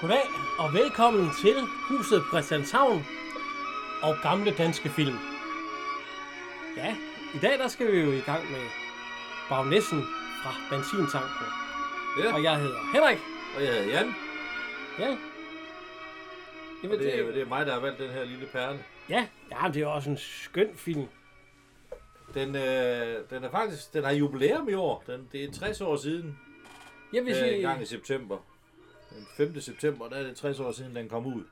Goddag og velkommen til Huset Christianshavn og gamle danske film. Ja, i dag der skal vi jo i gang med Bagnessen fra Benzintanken. Ja. Og jeg hedder Henrik. Og jeg hedder Jan, Ja. og Jamen, det, er, det er mig, der har valgt den her lille perle. ja, ja, men det er også en skøn film. Den, øh, den er faktisk, den har jubilæum i år. Den, det er 60 år siden, Jeg vil øh, en sige, gang i september. Den 5. september, der er det 60 år siden, den kom ud.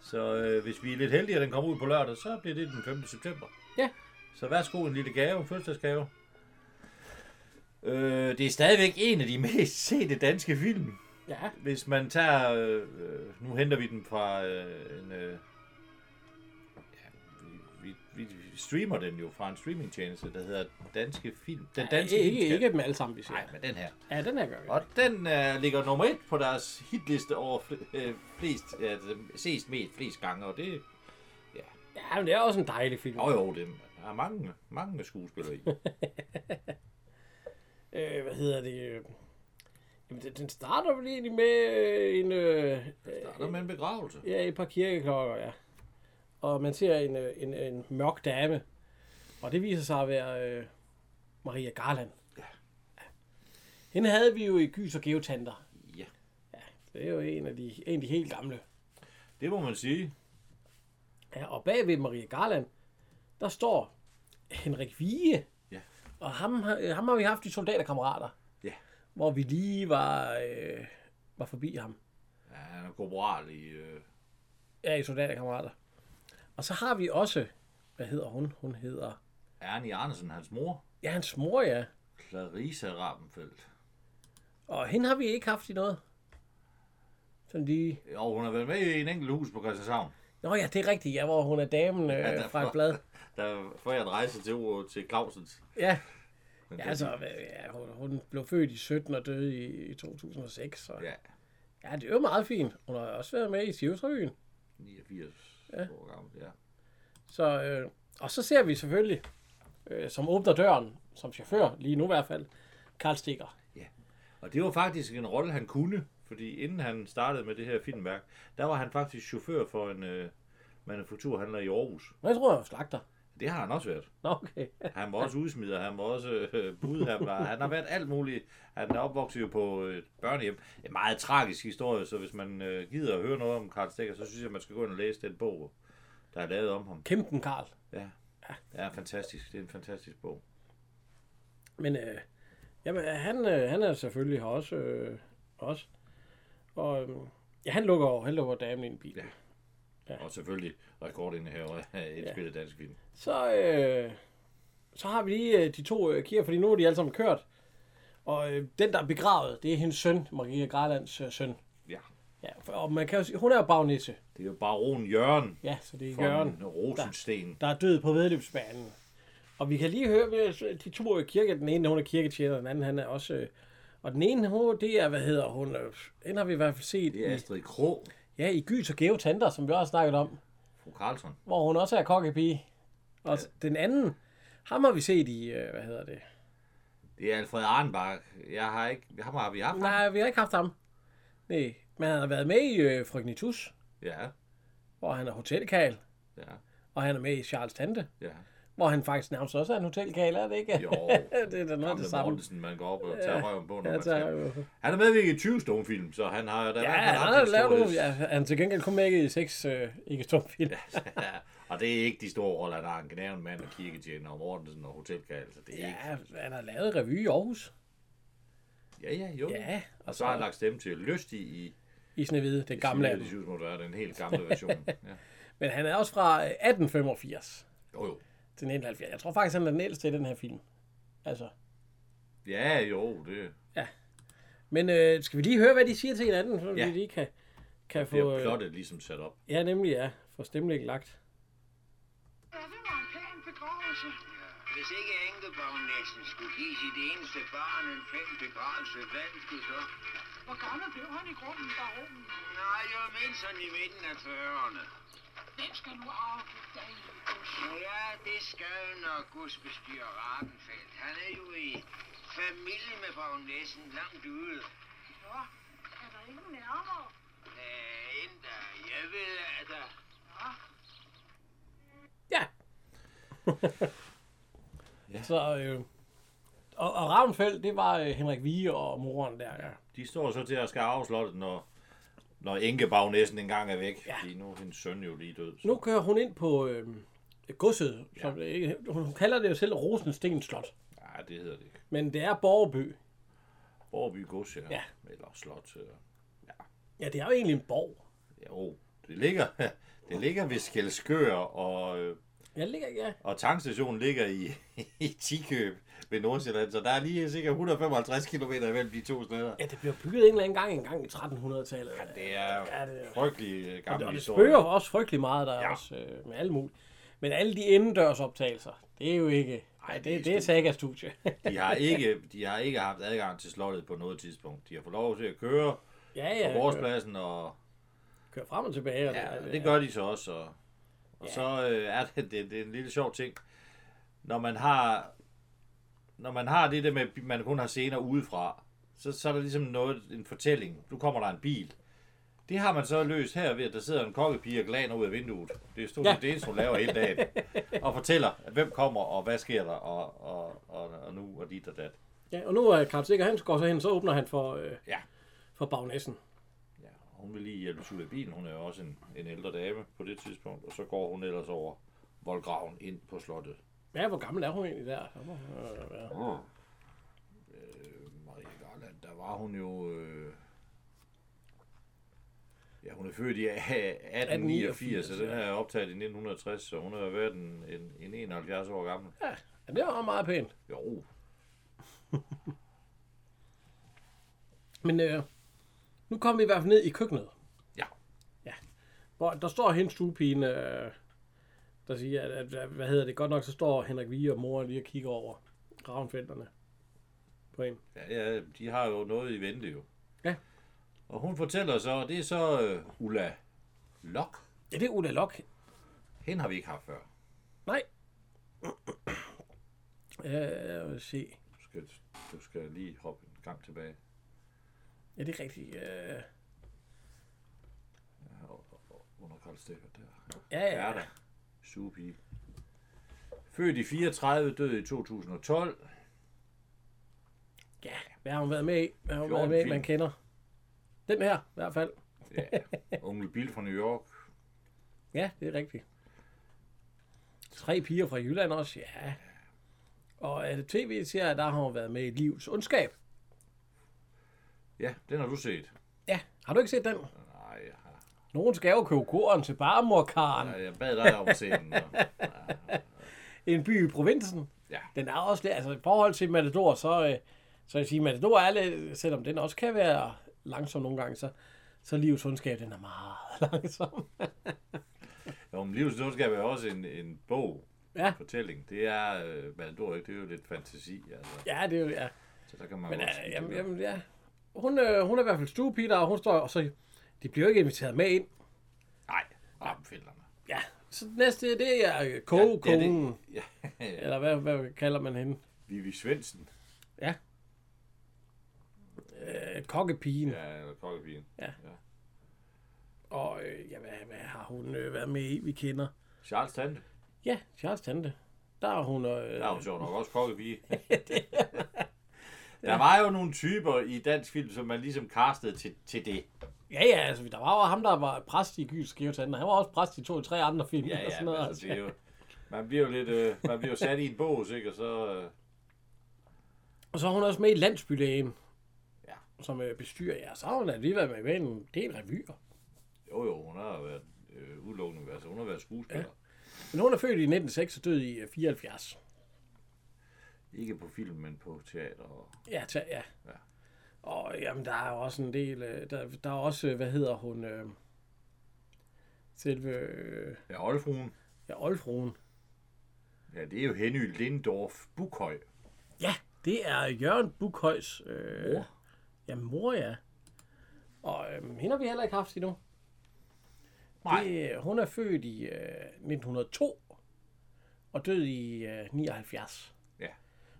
Så øh, hvis vi er lidt heldige, at den kommer ud på lørdag, så bliver det den 5. september. Ja. Så værsgo en lille gave, en fødselsdagsgave. Øh, det er stadigvæk en af de mest sete danske film. ja, Hvis man tager... Øh, øh, nu henter vi den fra øh, en... Øh, ja, vi, vi, vi streamer den jo fra en streamingtjeneste, der hedder Danske Film. Den danske ja, ikke, Filmskat. ikke dem alle sammen, vi siger. Nej, men den her. Ja, den her gør vi. Og den øh, ligger nummer et på deres hitliste over fl- øh, flest... Ja, den ses mest flest gange, og det... Ja, men det er også en dejlig film. Jo jo, det der er mange, mange skuespillere i. øh, hvad hedder det? øh, Jamen, den, den starter vel egentlig med øh, en, øh, Der er der med en begravelse. ja, et par kirkeklokker, ja. Og man ser en, øh, en, en mørk dame, og det viser sig at være øh, Maria Garland. Ja. Hende havde vi jo i Gys og Geotanter. Ja, Det er jo en af de, en af de helt gamle. det må man sige. Ja, og bag ved Maria Garland, der står Henrik Vige. Ja. Og ham, har- øh, ham har vi haft i Soldaterkammerater, Ja. hvor vi lige var, øh, var forbi ham. Ja, han er korporal i... Øh, Ja, i soldaterkammerater. Og så har vi også, hvad hedder hun? Hun hedder, Ernie Andersen, hans mor. ja, hans mor, ja. Clarissa Rappenfeldt. Og hende har vi ikke haft i noget. Sådan lige... Jo, hun har været med i en enkelt hus på Christianshavn. Nå ja, det er rigtigt, ja, hvor hun er damen øh, Ja, ja, fra et derfor. blad. Der får jeg en rejse til, til Clausens. Ja, ja altså, hvad- ja, hun, hun blev født i 17 og døde i, i 2006. Så. Ja. Ja, ja, det er jo meget fint. Hun har også været med i Sivsrevyen. 89 ja. år gammel, ja. Så, øh, og så ser vi selvfølgelig, øh, som åbner døren, som chauffør, lige nu i hvert fald, Karl Stikker. ja. Og det var faktisk en rolle, han kunne, fordi inden han startede med det her filmværk, der var han faktisk chauffør for en øh, manufakturhandler i Aarhus. Nå, jeg tror, jeg var slagter. Det har han også været. Nå, okay. Han var også udsmider, han var også øh, budhandler, han har været alt muligt. Han er opvokset jo på et børnehjem. En meget tragisk historie, så hvis man øh, gider at høre noget om Karl Stikker, så synes jeg, man skal gå ind og læse den bog, der er lavet om ham. Kæmpen Karl. Ja. Ja, fantastisk. Det er en fantastisk bog. Men øh, jamen, han, øh, han er selvfølgelig her også. Øh, også. Og øh, ja, han lukker over, han lukker damen ind i bilen. Ja. Ja. Og selvfølgelig rekordindehaver af et spillet dansk film. Så, øh, så har vi lige øh, de to øh, Kia, fordi nu er de alle sammen kørt. Og øh, den, der er begravet, det er hendes søn, Maria Garlands øh, søn. Ja. Ja, for, og man kan jo sige, hun er jo bagnisse. Det er jo baron Jørgen Ja, så det er fra Jørgen. Jørgen. Rosensten. der er død på vedløbsbanen. Og vi kan lige høre, med de to i kirke, den ene hun er kirketjener, den anden han er også... øh, Og den ene, hun, det er, hvad hedder hun? øh, Den har vi i hvert fald set Det er i, Astrid Krog, ja, i Gys og Geotanter, som vi også har snakket om, fru Karlsson. hvor hun også er kokkepige. Og den anden, ham har vi set i, øh, hvad hedder det? Det er Alfred Arnbach. Jeg har ikke... Ham har vi haft. Nej, vi har ikke haft ham. Nej, men han har været med i øh, Frygnitus, Ja. hvor han er hotelkal, Ja. og han er med i Charles Tante, Ja. hvor han faktisk nærmest også er en hotelkal, er det ikke? Jo. det er da noget af Gamle det samme. Mortensen, man går op og tager røven på, når Ja, man skal. tak. Han er medvirket i 20 stumfilm, så han har jo da i Ja, hvert fald han haft har en lavet stor- nogle... Ja, han er til gengæld kun med ikke i seks øh, ikke stumfilm. Ja, og det er ikke de store roller, der har en knæven mand og kirketjener og Mortensen og hotelkald. Så det er Ja, ikke... han har lavet revy i Aarhus. Ja, ja, jo. Ja, Og så har han lagt stemme til Lystig i I Snevide, det gamle af Det dem. synes må være den helt gamle version. Ja. Men han er også fra øh, 1885 Jo, jo. til 1970. Jeg tror faktisk, han er den ældste i den her film. Altså. Ja, jo, det Men øh, skal vi lige høre, hvad de siger til hinanden, så Ja. vi lige kan, kan få... bliver Øh, plottet ligesom sat op. ja, nemlig ja. Få stemningen lagt. Ja, det var en pæn begravelse. Hvis ikke enkebongen næsten skulle give sit eneste barn en pæn begravelse, hvad skulle så? Hvor gammel blev han i grunden, baronen? Nej, jo mindst sådan i midten af 40'erne. Hvem skal nu arve dig? Nå Ja, det skal jo nok gudsbestyrer Rabenfeldt. Han er jo i familie med bagnæssen langt ude. Nå, er der ingen nærmere? Ja, ind der. Jeg vil, at der... Ja. Ja. Så, øh, og, og Ravnfeldt, det var øh, Henrik Vige og moren der. Ja. De står så til at skal afslottet, når, når enkebagnessen engang er væk. Ja. Ja. Fordi nu er hendes søn jo lige død. Så. Nu kører hun ind på øh, godset. Ja. Som det, ikke- hun, hun kalder det jo selv Rosensten Slot. Nej, det hedder det ikke. Men det er Borgerby. Borby Gods, ja. Ja. ja. Eller slot. øh. Ja, det er jo egentlig en borg. Jo, det ligger, det ligger ved Skelskør, og, øh, Jeg ligger, ja. og tankstationen ligger i, i Tikøb ved Nordsjælland, så der er lige cirka 155 km imellem de to steder. Ja, det bliver bygget en eller anden gang engang i 1300-tallet. Ja, Det er Ja, det er- frygtelig øh, og det, gammel og det historie. spøger også frygtelig meget, der ja. er også øh, med alt muligt. Men alle de indendørsoptagelser, det er jo ikke... Nej, det er det, det er Sagas studie. De har, ikke, de har ikke haft adgang til slottet på noget tidspunkt. De har fået lov til at køre ja, på ja, kører, gårdspladsen, og kører frem og tilbage. Og Ja, det, det gør de så også. Og, Ja. og ja. så øh, er det, det, det er en lille sjov ting. Når man har, når man har det der med, at man kun har scener udefra, så, så er der ligesom noget, en fortælling. Nu kommer der en bil. Det har man så løst her ved, at der sidder en kokkepige og glaner ud af vinduet. Det er stort set Ja. ja. det eneste, hun laver hele dagen. Og fortæller, hvem kommer, og hvad sker der, og, og, og, og nu, og dit og dat. Ja, og nu er Karl Sikker, han går så hen, så åbner han for, øh, Ja. for bagnessen. Ja, og hun vil lige hjælpe ud af bilen. Hun er jo også en, en ældre dame på det tidspunkt. Og så går hun ellers over voldgraven ind på slottet. Ja, hvor gammel er hun egentlig der? Så må hun, øh, være- Øh, Marie Garland, der var hun jo... Øh... Ja, hun er født i 1889, så den her er optaget i 1960, så hun har været en, en, en 71 år gammel. Ja, ja, det var meget pænt. Jo, Men øh, nu kommer vi i hvert fald ned i køkkenet. ja. Hvor der står hendes stuepigen, øh, der siger, at, at, at, hvad hedder det, godt nok så står Henrik Vige og mor lige og kigger over gravenfelterne på en. Ja, ja, de har jo noget i vente jo. Ja. Og hun fortæller så, og det er så øh, Ulla Lok. Ja, det er Ulla Lok. Hende har vi ikke haft før. Nej. Øh, jeg vil se. Du skal, du skal lige hoppe en gang tilbage. Ja, det er rigtigt. Øh, Ja, og- og- og Under Karl Stikker der. ja, ja. Gerda. Sugepige. Født i 34, død i 2012. Ja, hvad har hun været med i? Hvad har hun været 14 med i, film. man kender? Den her, i hvert fald. Ja. Onkel Bill fra New York. Ja, det er rigtigt. Tre piger fra Jylland også, ja. Og er det tv serier der har hun været med i Livs Ondskab. Ja, den har du set. Ja, har du ikke set den? Nej, jeg, har- Nogen skal jo købe koren til barmorkaren. nej, jeg bad dig om at se den. og- En by i provinsen. Ja, Den er også lidt, altså i forhold til Matador, så, øh, så vil jeg sige, Matador er lidt, selvom den også kan være langsom nogle gange, så, så Livs Ondskab, den er meget langsom. jo, men livets ondskab er også en, en bog. Ja. Fortælling. Det er, øh, Matador, ikke? Det er jo lidt fantasi, altså. Ja, det er jo, ja. Så der kan man Men godt ja, sige, jamen, det der. jamen, ja. Hun, øh, hun er i hvert fald stuepige der, og hun står, og så, de bliver jo ikke inviteret med ind. Nej, ramfælderne. Ja, så det næste, det er øh, kogekongen, ja, Ja, ja. eller hvad, hvad kalder man hende? Vivi Svendsen. Ja. Øh, kokkepigen, ja. Ja, eller kokkepigen. Ja. ja. og øh, ja, hvad, hvad har hun øh, været med i, vi kender? Charles Tante. Ja, Charles Tante. Der er hun, øh, Der er jo sjovt nok også kokkepige. Der var jo nogle typer i dansk film, som man ligesom castede til, til det. ja, ja, altså, der var jo ham, der var præst i Gyls Geotanden, han var også præst i to-tre andre film. Ja, og ja, sådan men noget, altså, det er jo, man bliver jo lidt, øh, man bliver jo sat i en bås, ikke? Og så, øh, Og så er hun også med i Landsbylægen, Ja. som øh, bestyrer jer. Så har hun alligevel været med i en del revyer. jo jo, hun har været øh, udelukkende, altså hun har været skuespiller. Men hun er født i 1906 og død i øh, 74. Ikke på film, men på teater. Og, Ja, ta- ja. ja. Ja. Og jamen, der er jo også en del... øh, Der, der er også, øh, hvad hedder hun... Øh, selve... Øh, ja, Oldfruen. ja, Olfruen. Ja, det er jo Henny Lindorf Bukhøj. Ja, det er Jørgen Bukhøjs... Øh, Mor. Ja, mor, ja. Og øh, hende har vi heller ikke haft endnu. Nej. Det, hun er født i øh, 1902 og død i øh, 79. Ja.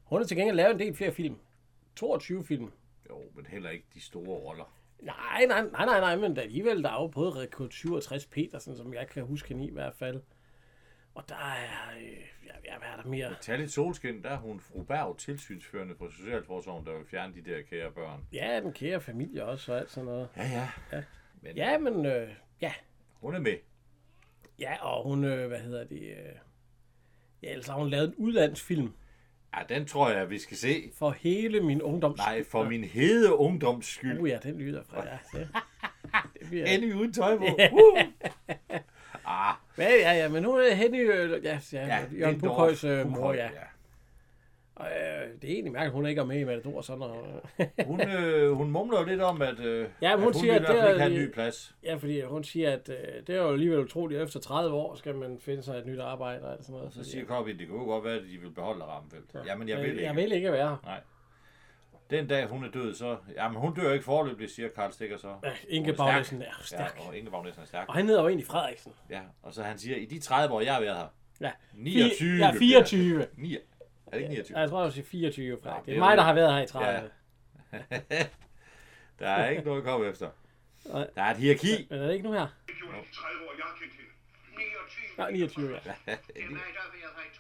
Hun har til gengæld lavet en del flere film. 22 film. Jo, men heller ikke de store roller. Nej, nej, nej, nej, nej, men alligevel, der er jo både rekord 67 Petersen, som jeg kan huske hende i i hvert fald. Og der er, øh, ja, ja, hvad er der mere? Tag lidt solskin, der er hun fru Berg, tilsynsførende på Socialforsorgen, der vil fjerne de der kære børn. Ja, den kære familie også og alt sådan noget. Ja, ja. Men Ja, men øh, ja, hun er med. ja, og hun, øh, hvad hedder det, øh, ja, ellers har hun lavet en udlandsfilm Ja, den tror jeg, vi skal se. for hele min ungdoms... Nej, for min hede ungdoms skyld. Uh, ja, den lyder fra, ja. ja. Det bliver... Endelig uden tøj på. Uh! Ah, Ja, ja, ja, men nu er Henny, øh, ja, ja, ja, ja Jørgen Lindorf, Bukhøjs øh, mor, Buchholz, ja. Og, øh, det er egentlig mærkeligt, hun ikke er med i Matador og sådan noget. Hun, øh, hun mumler jo lidt om, at, øh, Ja, at hun hun siger, vil i at hvert det fald ikke er have en lige- ny plads. ja, fordi hun siger, at øh, det er jo alligevel utroligt, at efter 30 år skal man finde sig et nyt arbejde og alt sådan noget. "Øh, Så siger Copy, det kunne jo godt være, at de vil beholde Ramfeldt. Jamen, jeg vil ikke. Jeg vil ikke være her. Nej. Den dag, hun er død, så... Jamen, hun dør ikke forløbig, siger Karl Stikker så. Ja, Hun Inge er Bagnesen er stærk. stærk. Ja, og Inge Bagnesen er stærk. Og han hedder jo egentlig Frederiksen. Ja, og så han siger, i de 30 år, jeg har været her. Ja, 29. Ja, 24. 9. Er det ikke 29? Ja, jeg tror, jeg siger 24, Frederik. Det det er er mig, jo- der har været her i 30. Ja. Der er ikke noget at komme efter. Nej. Der er et hierarki. Men er det ikke nu her? Jo, de 30 år, jeg har kendt hende. 29. Nej, 29, ja. Det er mig, der har været her i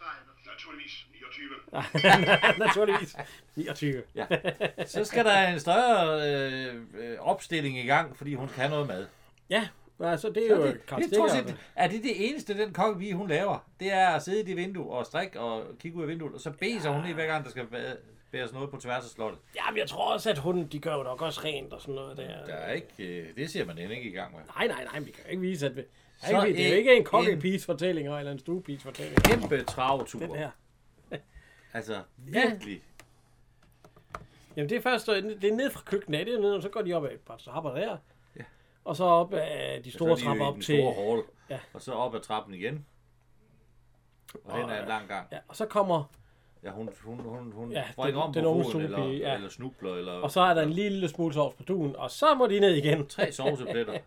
30. Naturligvis. Naturligvis 29. 29. Ja. Så skal der en større øh, øh, opstilling i gang, fordi hun kan noget mad. Ja, altså det er Det, jo det, Karl det, tror jeg, Stikker. det, er det det eneste, den kokkepige, hun laver? Det er at sidde i det vindue og strikke og kigge ud af vinduet, og så beser hun lige hver gang, der skal bæ- bæres noget på tværs af slottet. Ja, men jeg tror også, at hun, de gør jo nok også rent og sådan noget der. Der er ikke, øh, det ser man hende ikke i gang med. Nej, nej, nej, men de kan jo ikke vise, at... Vi... Så Nej, det er jo en- ikke en kokkepiges fortælling eller en stuepiges fortælling. Kæmpe travtur. Den her. Altså, virkelig. Jamen det er først, øh, det er ned fra køkkenet, er det er nede, og så går de op ad et par trapper der. Ja. Og så op ad øh, de Så store er de jo trapper i op den til... store hall, Ja. og så op ad trappen igen. Og hen ad en lang gang. Ja, og så kommer... Ja, hun, hun, hun, hun Ja, ja, springer den- om på den unge foden, eller, stuepige, ja. ja. eller snubler, eller Og så er der en lille smule sovs på duen, og så må de ned igen. tre sovsepletter.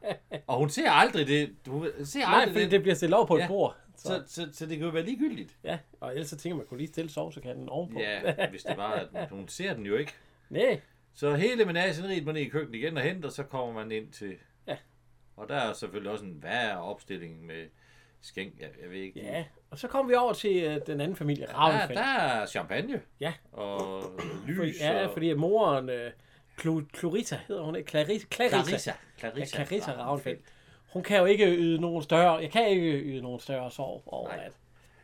og hun ser aldrig det. Hun ser Nej, aldrig fordi det. det bliver stillet over på et Ja. bord. Så, Så, så, så, det kan jo være ligegyldigt. ja, og ellers så tænker man, kunne lige stille sovsekanten ovenpå. Ja, hvis det var, at hun, hun ser den jo ikke. Nej, Så hele menageneriet man ned i køkkenet igen og henter, så kommer man ind til... Ja. Og der er selvfølgelig også en værre opstilling med skænk. Jeg, jeg ved ikke. ja. Og så kommer vi over til øh, den anden familie, Der, Ravnfeldt. der er champagne. Ja. Og lys. Fordi, ja, og fordi at moren, øh, Clo- Clarita hedder hun ikke, Clarissa, Clarissa, Clarissa. Clarissa, Clarissa, ja, Clarissa Ravnfeldt. Hun kan jo ikke yde nogen større, jeg kan ikke yde nogen større sorg over, Nej. at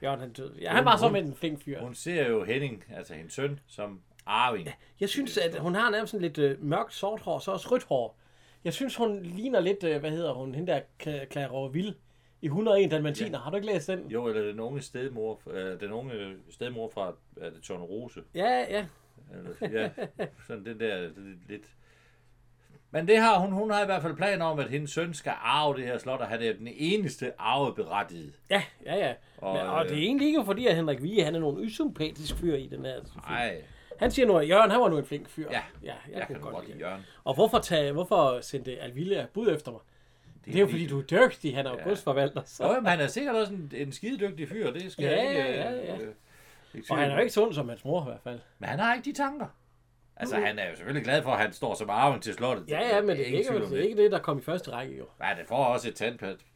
Jørgen han døde. Ja, han var så hun- med en flink fyr. Hun ser jo Henning, altså hendes søn, som arving. Jeg synes, at hun har nærmest sådan lidt øh, mørkt sort hår, så også rødt hår. Jeg synes, hun ligner lidt, øh, hvad hedder hun, hende der Cla- Clara Ville i 101 Dalmatiner. Har du ikke læst den? Jo, eller den unge stedmor, øh, den unge stedmor fra er det Tone Rose. Ja, ja. Eller, ja, sådan den der det er lidt... Men det har hun, hun har i hvert fald planer om, at hendes søn skal arve det her slot, og han er den eneste arveberettigede. Ja, ja, ja. Og, Og, Men, og det er øh, egentlig ikke fordi, at Henrik Vige, han er nogen usympatisk fyr i den her. Nej, Han siger nu, at Jørgen, han var nu en flink fyr. Ja, ja jeg, jeg kan godt lide det. Jørgen. Og hvorfor, tage, hvorfor sendte Alvilla bud efter mig? Det er, det er jo fordi, du er dygtig, han er jo ja. godsforvalter. Så. Nå, men han er sikkert også en, en skidedygtig fyr, det skal Ja, jeg ikke... ja, øh, ja. øh, ikke Og han er jo tvivl. ikke så ond som hans mor i hvert fald. Men han har ikke de tanker. Altså, han er jo selvfølgelig glad for, at han står som arving til slottet. Mm. Ja, ja, men det er, ingen ikke, tvivl om det er ikke det, der kom i første række jo. Ja, det får også et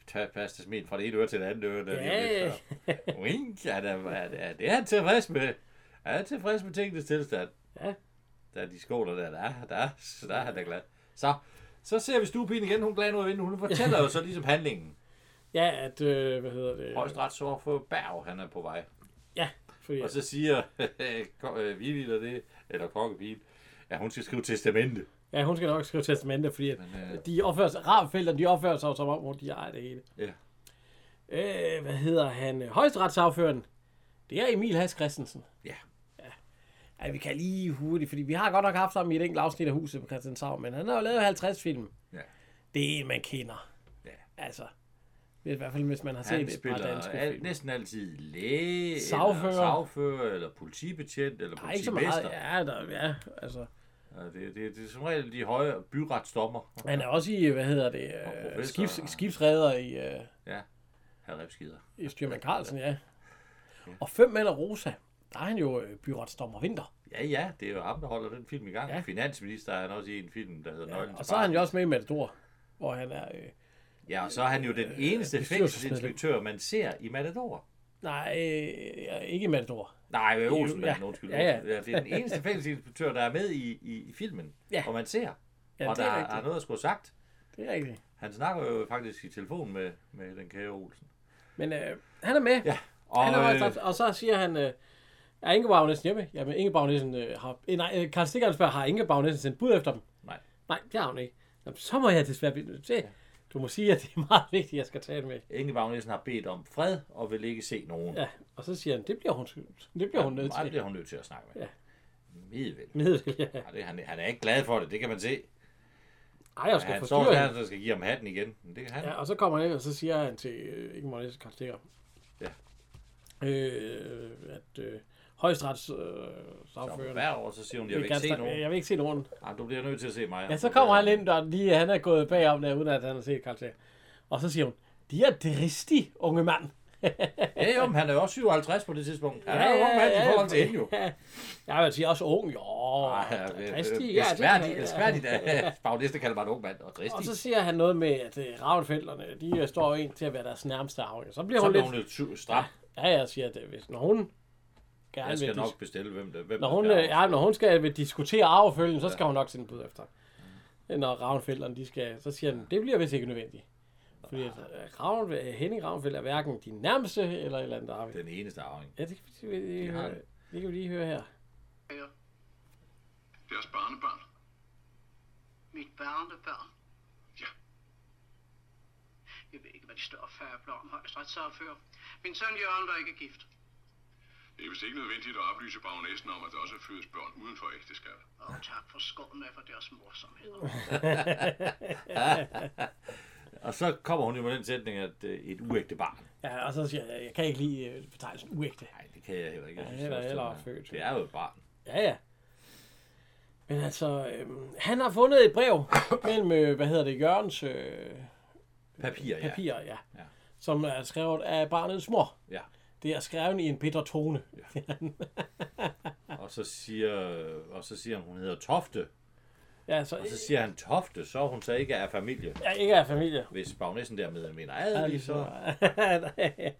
tandpasta smil fra det ene øre til det andet øre. Der Ja, ja, ja. Wink, ja, der, er, er, det er han tilfreds med. Er han tilfreds med tingens tilstand? Ja. Der er de skoler der, der, er- der, er- der er han da glad. Så, så ser vi stuepigen igen, hun glaner ud af vinduet. Hun fortæller jo så ligesom handlingen. Ja, at, øh, hvad hedder det? Højstretsår for Berg, han er på vej. Ja, fordi... Og så siger ko- øh, Vivi der det, eller kokkepigen, at hun skal skrive testamente. Ja, hun skal nok skrive testamente, fordi at Men, øh, de opfører sig, Ravfelderne, de opfører sig jo, som om, hun de ejer det hele. Ja. Øh, hvad hedder han? Højesteretsafføren. Det er Emil Hans Christensen. Ja. Ja, vi kan lige hurtigt, fordi vi har godt nok haft ham i et enkelt afsnit af huset på Christianshavn, men han har jo lavet 50 film. Ja. Det er en, man kender. Ja. Altså, i hvert fald hvis man har Han set et par spiller danske al, film. næsten altid læge, Sagfører. eller sagfører, eller politibetjent, eller Nej, ikke så meget. politimester. Ja. Ja, der, ja, altså. Det, det, det er som regel de høje byretsdommer. Han er også i, hvad hedder det, Og øh, professor. skibs, skibsredder i, øh, Ja, Mm. herr Ripskider. i Styrman Carlsen, ja. Og Fem Mænd og Rosa, der er han jo øh, byretsdommer Vinter. Ja, ja, det er jo ham, der holder den film i gang. Ja. Ja. Finansminister er han også i en film, der hedder ja, Nøglen Og til så er han Barnet. jo også med i Matador, hvor han er... Øh, Ja, og så er han jo den eneste bestyrelsesmedlem. fængselsinspektør, man ser i Matador. nej, øh, ja, ikke i Matador. Nej, øh, Olsen, ja. ja. undskyld. Ja, ja. Olsen. Ja, det er den eneste fængselsinspektør, der er med i, i, i filmen, Ja. ja. og man ser. Ja, Ja, og det der er er, rigtigt. er noget at skulle have sagt. Det er rigtigt. Han snakker jo faktisk i telefon med, med den kære Olsen. Men øh, han er med. Ja, Og, og, han er altså- meget øh, tabt, og så siger han, øh, er Ingeborg næsten hjemme? Jamen, Ingeborg næsten øh, har... Eh, nej, øh, Karl Stikker spørger, har Ingeborg næsten sendt bud efter dem? nej. Nej, det har hun ikke. Jamen, så må jeg desværre blive nødt til. Du må sige, at det er meget vigtigt, at jeg skal tale med. Ingeborg øh, Nielsen har bedt om fred og vil ikke se nogen. Ja, og så siger han, det bliver hun, det bliver hun nødt Meget til. bliver hun nødt til at snakke med. Ja. Ja. Midvel. Med, ja. Ja, det, han, han er ikke glad for det, det kan man se. Ej, jeg Ja, skal han står forstyrre der, hende. han skal give ham hatten igen. Men det kan han. Ja, Ja. og så kommer han ind, og så siger han til øh, Ingeborg Nielsen Karl Stikker, Ja. øh, at øh, højesterets øh, Så sagførende hver år, så siger hun, jeg vil ikke se nogen. jeg vil ikke se nogen. Ja, du bliver nødt til at se mig. Ja, så kommer han ind, og lige, han er gået bagom der, uden at han har set Carl Sagan. Og så siger hun, de er dristig, unge mand. Ja, jo, men han er jo også 57 på det tidspunkt. Han er jo ung mand i forhold til hende, jo. Jeg vil sige også ung, jo. Ej, ja, det- dristig, det ja, er det sværdigt, det kan- er sværdigt, at Bagnæste kalder mig en ung mand, og dristig. Og så siger han noget med, at øh, Ravnfelderne, de øh, står jo en til at være deres nærmeste afhænger. Så bliver så hun bliver lidt... hun lidt su- stram. Ja, jeg siger, at øh, hvis, når hun gerne Jeg skal vil... nok bestille, hvem det hvem Når der hun, skal øh, ja, når hun skal vil diskutere arvefølgen, så skal hun nok sende bud efter. Mm. Når Ravnfelderne, de skal, så siger han, det bliver vist ikke nødvendigt. Fordi at, øh, Ravn, øh, Henning Ravnfeldt er hverken din nærmeste eller et eller andet arving. Den eneste arving. Ja, det kan vi, det, det, De har det, det. det kan vi lige høre her. Deres barnebarn. Mit børnebørn. Ja. Jeg ved ikke, hvad de står for jeg blå om højstretssagfører. Min søn Jørgen var ikke gift. Det er vist ikke nødvendigt at oplyse bagnæsten om, at der også fødes børn uden for ægteskab. Og tak for skoven med for deres morsomheder. Og så kommer hun jo med den sætning, at øh, et uægte barn. Ja, og så siger jeg, jeg kan ikke lide øh, betegnelsen uægte. Nej, det kan jeg heller ikke. Jeg Ja, synes heller- også, heller den er- født. Det er jo et barn. Ja, ja. Men altså, øhm, han har fundet et brev mellem, øh, hvad hedder det, Jørgens øh, Papir, ja. papirer, ja. ja. Ja. Som er skrevet af barnets mor. ja. Det er skrevet i en bitter tone. Og så siger, og så siger han, hun hedder Tofte. Ja, så, Og så siger han Tofte, så hun så ikke er familie. jeg ikke er familie. Hvis bagnæssen dermed mener adelig, så... ja,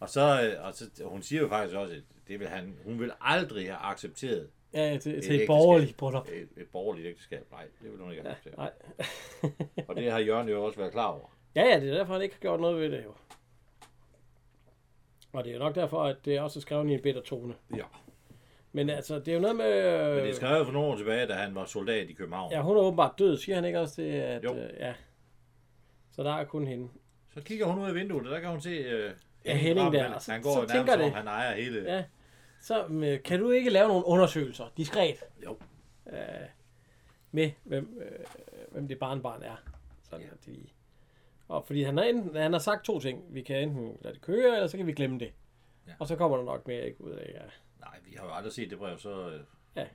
Og så, øh, og så, hun siger jo faktisk også, at det vil han, hun vil aldrig have accepteret til, til et, et ægteskab. borgerligt bryllup. et, et borgerligt ægteskab. Nej, det vil hun ikke have accepteret. Nej. Og det har Jørgen jo også været klar over. Ja, ja, det er derfor, han ikke har gjort noget ved det jo. Og det er jo nok derfor, at det er også skrevet i en bitter tone. Ja. Men altså, det er jo noget med... Men det skrev jeg for nogle år tilbage, da han var soldat i København. Ja, hun er åbenbart død, siger han ikke også det? At, Jo. Øh, ja. Så der er kun hende. Så kigger hun ud af vinduet, og der kan hun se... Øh, Ja, Henning der, og så- Han, han går så så tænker nærmest, som det. om han ejer hele... Ja. Så øh, kan du ikke lave nogle undersøgelser, diskret, Øh, Jo. med hvem, øh, hvem det barnbarn er? Sådan Ja. at de... Og fordi han har, enten, han har sagt to ting. Vi kan enten lade det køre, eller så kan vi glemme det. Ja. Ja. Og så kommer der nok mere ikke ud af ja. Nej, vi har jo aldrig set det brev, så... Øh, Ja.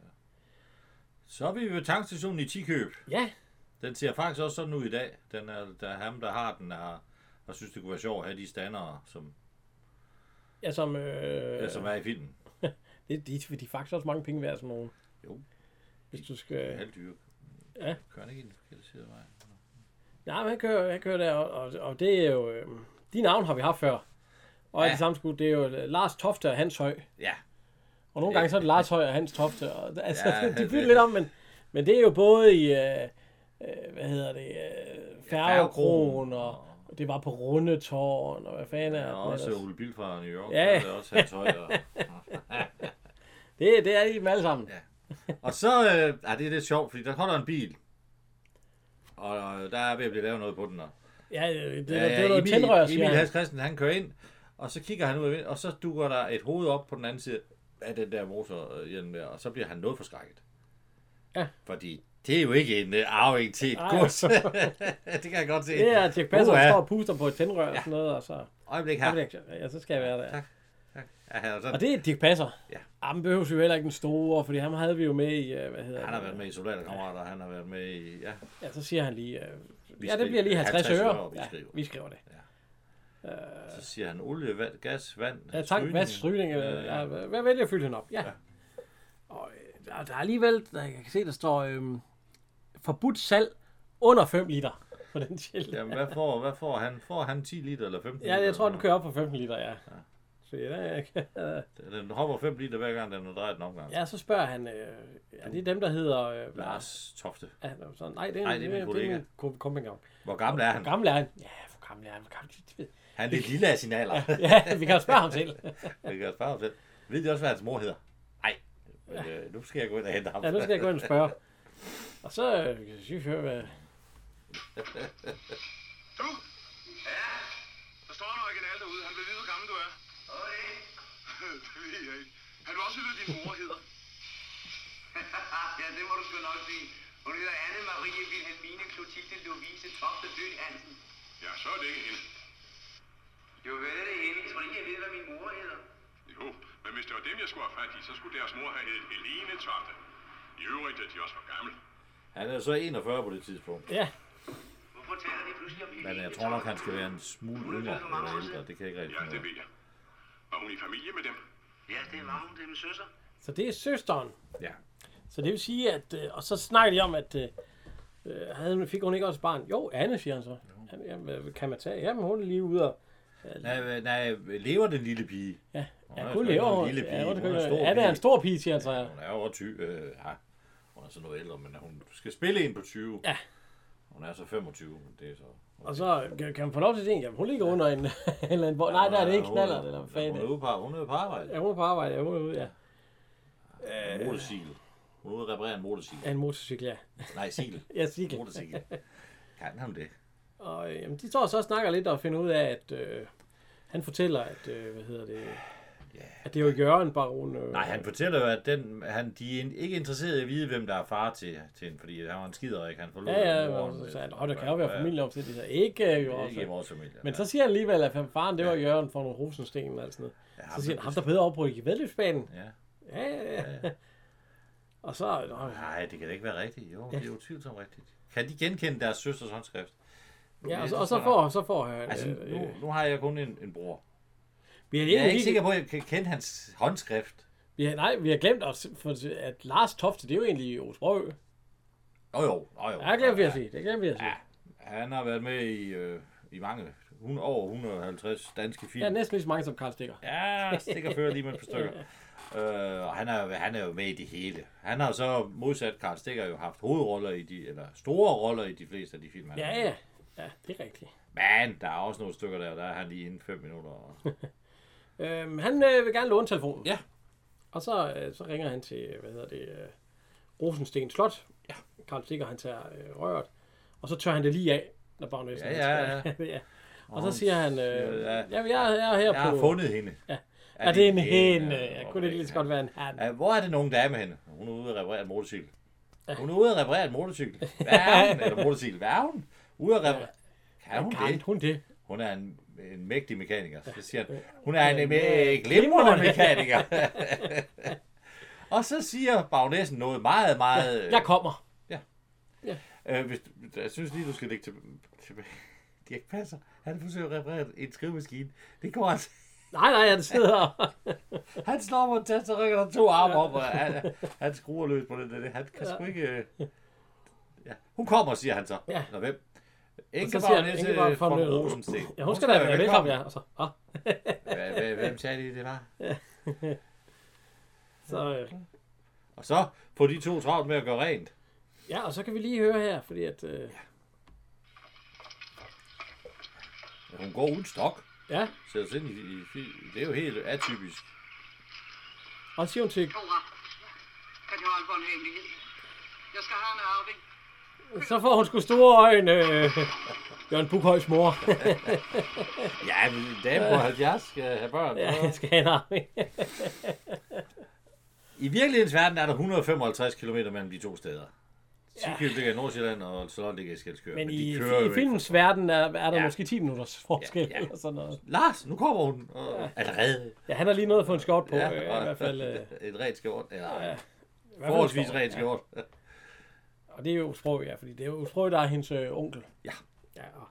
Så er vi ved tankstationen i Tikøb. ja. Den ser faktisk også sådan ud i dag. Den er, der er ham, der har den, har, og synes, det kunne være sjovt at have de standere, som, Ja, som... Øh, øh. som er i filmen. det, de, de er faktisk også mange penge værd, sådan nogen. Jo. Hvis du skal... Halvdyr. Ja. Kører han ikke i den forkerte side af vejen? Ja, men han kører, han kører der, og, og, og det er jo... Øh, de navne har vi haft før. Og ja. Ja. det samme skud, det er jo øh, Lars Tofte og Hans Høj. Ja, Og nogle gange så er det Lars Høj og Hans Tofte. Og, altså, ja, Ja, de bytter det- lidt om, men, men det er jo både i... Øh, øh, hvad hedder det? Øh, Færgekrogen, Færgekrogen, og det var på Rundetårn, og hvad fanden er og det også ellers? Ole Bill fra New York. altså- Ja. Ja. Der er også hans høj. Og, Det, det er de dem alle sammen. Ja. og så, øh, ah, det er lidt sjovt, fordi der holder en bil. Og øh, der er ved at blive lavet noget på den. Og, Ja, øh, det, det, Ja, det, det er noget Emil- tændrør, siger Emil han. Hans Christen, han kører ind, og så kigger han ud af vinduet, og så dukker der et hoved op på den anden side af den der motorhjelm der, og så bliver han noget forskrækket. Ja. Fordi det er jo ikke en uh, arving til et Nej. gods. det kan jeg godt se. Det er Jack Passer, der Uha. står og puster på et tændrør og sådan noget, og så... Øjeblik her. Ja, ja så skal jeg være der. Ja, han, er sådan, Og det er Dirk Passer. Ja. Ja. Ham behøver vi jo heller ikke den store, fordi ham havde vi jo med i, øh, hvad hedder han har det? været med i soldaterkammerater, og han har været med i... Ja. Ja, så siger han lige, øh, ja, det skriver- bliver lige 50, 50 øre. øre, og vi ja, skriver. vi skriver det. Øh, Ja. Ja. Så siger han olie, vand, gas, vand, Ja, tak. Hvad strygning? øh, Ja, Ja, ja. Hvad vælger at fylde hende op? Ja. ja. Og øh, der, der er alligevel, der, jeg kan se, der står øhm, forbudt salg under 5 liter på den sjæl. Jamen, hvad får, hvad får han? Får han 10 liter eller 15 Ja, liter? jeg tror, den kører op på 15 liter, ja. Så, ja, jeg kan- Den hopper 5 liter hver gang, den har drejet en omgang. ja, så spørger han, øh, er det dem, der hedder... Øh, Lars Tofte. Ja, han er sådan, nej, det er, Nej, en- det det er min det kollega." min ko- kompagnon. Hvor gammel er han? Hvor gammel er han? Ja, hvor gammel er han? Hvor gammel det ved jeg. Han er lidt lille af sin alder. Ja, vi kan jo spørge ham selv. Jeg kan spørge ham selv. Ved de også, hvad hans mor hedder? Nej. Men, øh, nu skal jeg gå ind og hente ham. Ja, nu skal jeg gå ind og spørge. Og så øh, kan jeg høre, hvad... Du? Ja? Der står en original derude. Han vil vide, hvor gammel du er. Okay. det ved jeg ikke. Han vil også vide, hvad din mor hedder. ja, det må du sgu nok sige. Hun hedder Anne-Marie Wilhelmine Clotilde Louise Tofte Død Hansen. Ja, så er det ikke hende. Jo, hvad er det hende? Tror du ikke, jeg ved, hvad min mor hedder? Jo, men hvis det var dem, jeg skulle have fat i, så skulle deres mor have heddet Helene Tofte. I øvrigt er de også for gamle. Han er så 41 på det tidspunkt. Ja, Hvorfor taler de pludselig om Men jeg tror nok, han skal være en smule yngre eller ældre. Det kan jeg ikke rigtig Ja, finde det ud af. ved jeg. Var hun i familie med dem? Ja, det var hun, det er min søster. så det er søsteren. Ja. Så det vil sige, at... Øh, og så snakker de om, at... Øh, øh, havde, hun- fik hun ikke også et barn? Jo, Anne, siger han så. Anne, jamen, hvad kan man tage? Jamen, hun er lige ude og... Nej, øh, nej, lever den lille pige? Ja, er ja sgu hun ikke lever. nogen Hun, lille pige. ja, hun, Hun er en er stor Anne er en pige. stor pige, siger han så. Ja. Hun er over 20. Øh, ja. Hun er så noget ældre, men hun skal spille ind på 20. Ja. Hun er så 25, men det er så... Og så øh, kan, kan man få lov til det. Jamen, hun ligger under en... eller en nej, der er det ikke knaller, eller hvad fanden. fanden. Hun er ude på, hun er ude på arbejde. Ja, hun er på arbejde. Ja, hun er ude, ja. En motorcykel. Hun er ude at reparere en motorcykel. Øh. Ja, en motorcykel, ja. Nej, cykel. Ja, cykel. Motorcykel. Kan han det? Og øh, jamen, de står så og snakker lidt og finder ud af, at øh, han fortæller, at, øh, hvad hedder det, at det er jo Jørgen Baron. Øh, Nej, han fortæller jo, at den, han, de er ikke interesseret i at vide, hvem der er far til, til hende, fordi han var en skider, ikke? Han forlod Ja, ja, moren, og så øh, sagde han, "Åh, der kan jo ja, være familie om til det. Så ikke øh, jo Ikke i også. vores familie. Men så siger han alligevel, at faren, det var Jørgen fra nogle rosensten og alt sådan Ja, noget. ham Så siger der han, ham der bedre op på i vedløbsbanen. Ja. Ja, ja, ja. Og så, nå, Nej, det kan da ikke være rigtigt. Jo, det er jo tvivlsomt rigtigt. Kan de genkende deres søsters håndskrift? ja, og så, det og så tror jeg. får, så får han... Altså, øh, øh, nu, nu har jeg kun en, en bror. vi er, Jeg er egentlig ikke ikke, sikker på, at jeg kan kende hans håndskrift. vi har, nej, vi har glemt, at, for, at Lars Tofte, det er jo egentlig Osbrø. Nå jo, nå jo. Ja, det glemte vi at sige. Det glemte vi at sige. Ja, han har været med i, øh, i mange, hun, over 150 danske film. Ja, næsten lige så mange som Karl Stikker. Ja, stikker fører lige med et par stykker. Øh, og han er, han er jo med i det hele. Han har så modsat Karl Stikker jo haft hovedroller i de, eller store roller i de fleste af de film, han Ja, har med. ja. Ja, det er rigtigt. Men der er også nogle stykker der, der er han lige inden 5 minutter. Og... Øhm, han øh, vil gerne låne telefonen. Ja. Og så, øh, så ringer han til, hvad hedder det, øh, Rosensten Slot. Ja. Karl Stikker, han tager øh, røret. Og så tør han det lige af, når Bagnæsen Ja, ja, ja. Og så siger han, øh, siger, ja. ja. jamen, jeg, jeg er her Jeg på... har fundet hende. Ja. Er Er det en hende? hende? Ja, kunne det ikke lige så godt være en han? Ja, hvor er det nogen dame henne? Hun er ude at reparere en motorcykel. Hun er ude at reparere en motorcykel. Hvad er hun? Eller motorcykel. Hvad er hun? Ude at reparere... Kan hun Kan det? hun det? Hun er en, en mægtig mekaniker. Så siger han, hun er en øh, glimrende mekaniker. Og så siger bagnæsen noget meget, meget... øh, Jeg kommer. Øh, hvis, du- jeg synes lige, du skal lægge til, tilbage. Dirk Passer, han forsøger at reparere en skrivemaskine. Det går altså. Nej, nej, han sidder... Han slår på en tast, så rykker der to arme op, og han, han skruer løs på den der. Han kan sgu ikke... øh. Ja. Hun kommer, siger han så. Ja. Nå, hvem? så siger han, Ingeborg Nisse Ingeborg von von Nød- Rosensten. Ja, hun skal da være velkommen, ja. Og så, ah, Hva- hva- Hvem sagde de, det var? så, øh, Og så får de to travlt med at gøre rent. ja, og så kan vi lige høre her, fordi at... Øh, Men Hun går uden stok. ja, Sætter sig ind i, i, i, det er jo helt atypisk. og så siger hun til Dora, kan du holde på en hemmelighed? Jeg skal have en arving. Så får hun sgu store øjne. Øh, Jørgen Bukhøjs mor. Ja, men en dame på 70 skal have børn. ja, jeg skal have en armé. I virkelighedens verden er der 155 km mellem de to steder. Sikøb ligger i Nordsjælland, og Slot ligger i Skelskør. Men i, kører jo i ikke. filmens verden er, er der Ja. ja. måske 10 minutters forskel. Ja, Ja, ja. ja. Eller sådan noget. Lars, nu kommer hun. Og... Allerede. ja, han har lige noget at få en skot på. Ja, øh, og- i hvert fald, øh, i hvert et rent skjort. Eller, ja, fald en forholdsvis skjort, rent skjort. Ja. Og det er jo Osprøg, ja. Fordi det er jo Osprøg, der er hendes øh, onkel. Ja. ja og,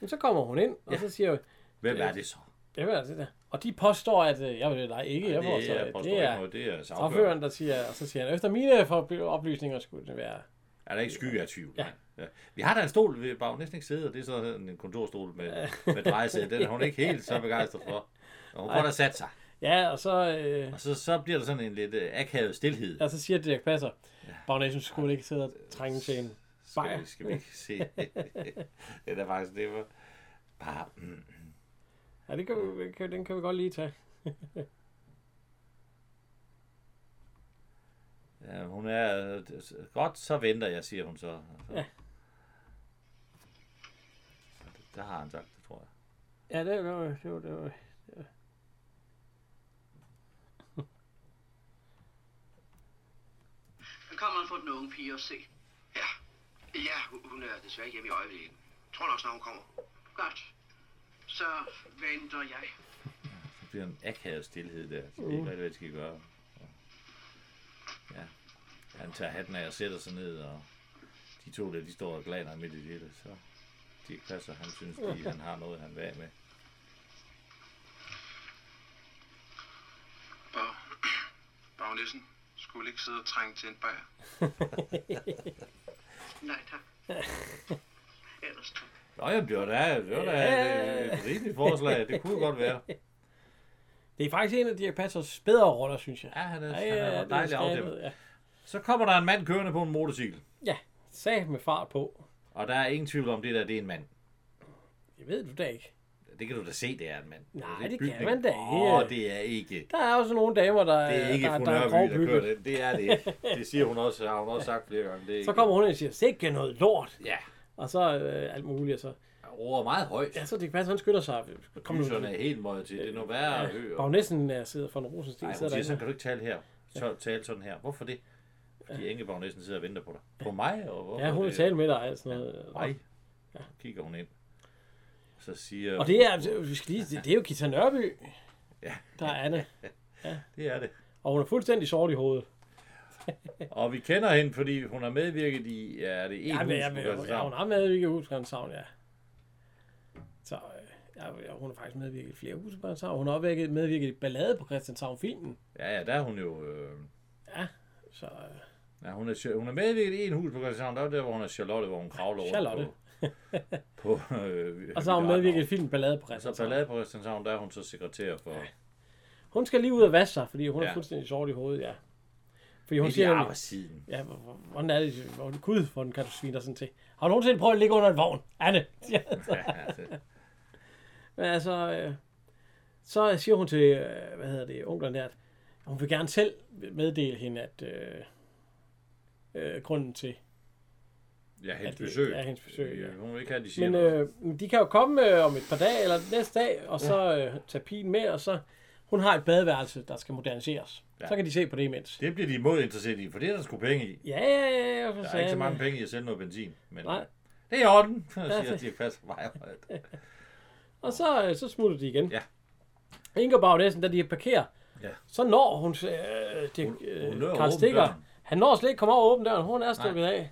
men så kommer hun ind, og ja. så siger hun, Hvem er det så? Jeg ved altså det der. Og de påstår, at øh, jeg ved det nej, ikke. Jeg påstår, det at er, påstår det ikke er noget. Det er sagføreren. traføren, der siger, og så siger han, efter mine forby- oplysninger skulle det være. Er der ikke skygge af tvivl? Ja. Ja. Ja. Vi har da en stol, vi bare næsten ikke sidde, og det er så sådan en kontorstol med, med drejesæde. Den er hun ikke helt så begejstret for. Og hun får da sat sig. Ja, og så, øh, Og så, så bliver der sådan en lidt øh, akavet stillhed. og så siger Dirk Passer, Bagnation skulle ikke sidde og trænge til en Skal, bajer. vi, skal vi ikke se? det er da faktisk det var. Bare, mm, Ja, det kan vi, kan, den kan vi godt lige tage. ja, hun er... øh, det- Godt, så venter jeg, siger hun så. så. Ja. Så det- Der har han sagt det, tror jeg. Ja, det var det. Var, det, var, det var. Kommer for den unge pige og se. Ja. Ja, hun- hun er desværre hjemme i øjeblikket. Tror nok snart, hun kommer. Godt. Så venter jeg. Der bliver en akavet stillhed der. De Mm. ved ikke rigtig, hvad de skal gøre. Ja. Han tager hatten af og sætter sig ned, og de to der, de står og glaner midt i det hele, så de passer, han synes, de, han har noget, han vil af med. Bag... Bagnæssen skulle ikke sidde og trænge til en bajer. Nej, tak. Ellers tak. Nå, jamen, det var da, det var da et, et rimeligt forslag. Det kunne godt være. det er faktisk en af Dirk Passers bedre roller, synes jeg. Ja, han er, han er det er dejlig skaldet, afdæmpet. Ja, Så kommer der en mand kørende på en motorcykel, ja sag med fart på. og der er ingen tvivl om, det der det er en mand. Det ved du da ikke. Det kan du da se, det er en mand. Nej, er det bygning. kan man da Åh, ikke. det er ikke. Der er også nogle damer, der Det er ikke der, fru der er Nørby, der kører grovbygget. den. Det er det ikke. Det siger hun også, har hun også sagt flere gange. Det er Så ikke- kommer hun ind og siger, sikke noget lort. Ja, Og så øh, alt muligt. Og så, over meget højt. ja, så Dirk Passer, han skytter sig. Kom nu. Lyserne er helt møget til. Det er noget værre at høre. Bagnæssen er øh, sidder for en rosenstil. Nej, hun sidder siger, sådan derinde. kan du ikke tale her. Så tale sådan her. Hvorfor det? Fordi Ingeborg næsten sidder og venter på dig. På mig? Og hvorfor Ja, hun vil det? tale med dig. og Sådan noget. Nej. Så kigger hun ind. Så siger... Og det er, altså, vi skal lige, det, det er jo Gita Nørby, Altså. Ja, der er det. det er det. Og hun er fuldstændig sort i hovedet. Og vi kender hende, fordi hun har medvirket i... Ja, er det en Ja, hus, altså, men, ja, hun men, gør sig ja, hun sammen? har medvirket i Husbørns Savn, ja. Så øh, ja, ja, hun har faktisk medvirket i flere Husbørns Savn. Hun har også været- medvirket i Ballade på Christianshavn-filmen. Ja, ja, der er hun jo... Øh... Så øh, Ja, hun, er, hun er medvirket i en hus på Christianshavn. Der er der, hvor hun er Charlotte, hvor hun kravler rundt Charlotte. på... på øh, og så har hun medvirket i filmen Ballade på Og så Christianshavn. ballade på Christianshavn, der er hun så sekretær for... Hun skal lige ud og vaske sig, fordi hun ja. er Ja. fuldstændig sort i hovedet, ja. Fordi hun Hun siger, siger, I nemlig, arbejdstiden. ja, hvor- hvor- hvordan er det, hvor gud, hvordan kan du svine dig sådan til? Har du nogensinde prøvet at ligge under en vogn? Anne! Ja, altså. Men altså, øh, så siger hun til, øh, hvad hedder det, onklerne der, at hun vil gerne selv meddele hende, at øh, øh, grunden til. Ja, hendes Ja, det- besøg. ja, hendes besøg, ja. Hun vil ikke have, at de siger Men noget. øh, men de kan jo komme øh, om et par dage, eller næste dag, og så øh, tage pigen med, og så hun har et badeværelse, der skal moderniseres. Ja. Så kan de se på det imens. Det bliver de imodinteresseret i, for det er der sgu penge i. Ja, ja, ja. ja for Der er satan. ikke så mange penge i at sælge noget benzin. Men øh, Nej. det er i orden, siger det- de fast mig. og alt. Og så, øh, så smutter de igen. Ja. Ingeborg Næsen, da de parkerer, Ja. så når hun... Øh, det, Hun- hun når øh, at Karl åbne Stikker, døren. han når slet ikke komme over og åbne døren. Hun er stukket af.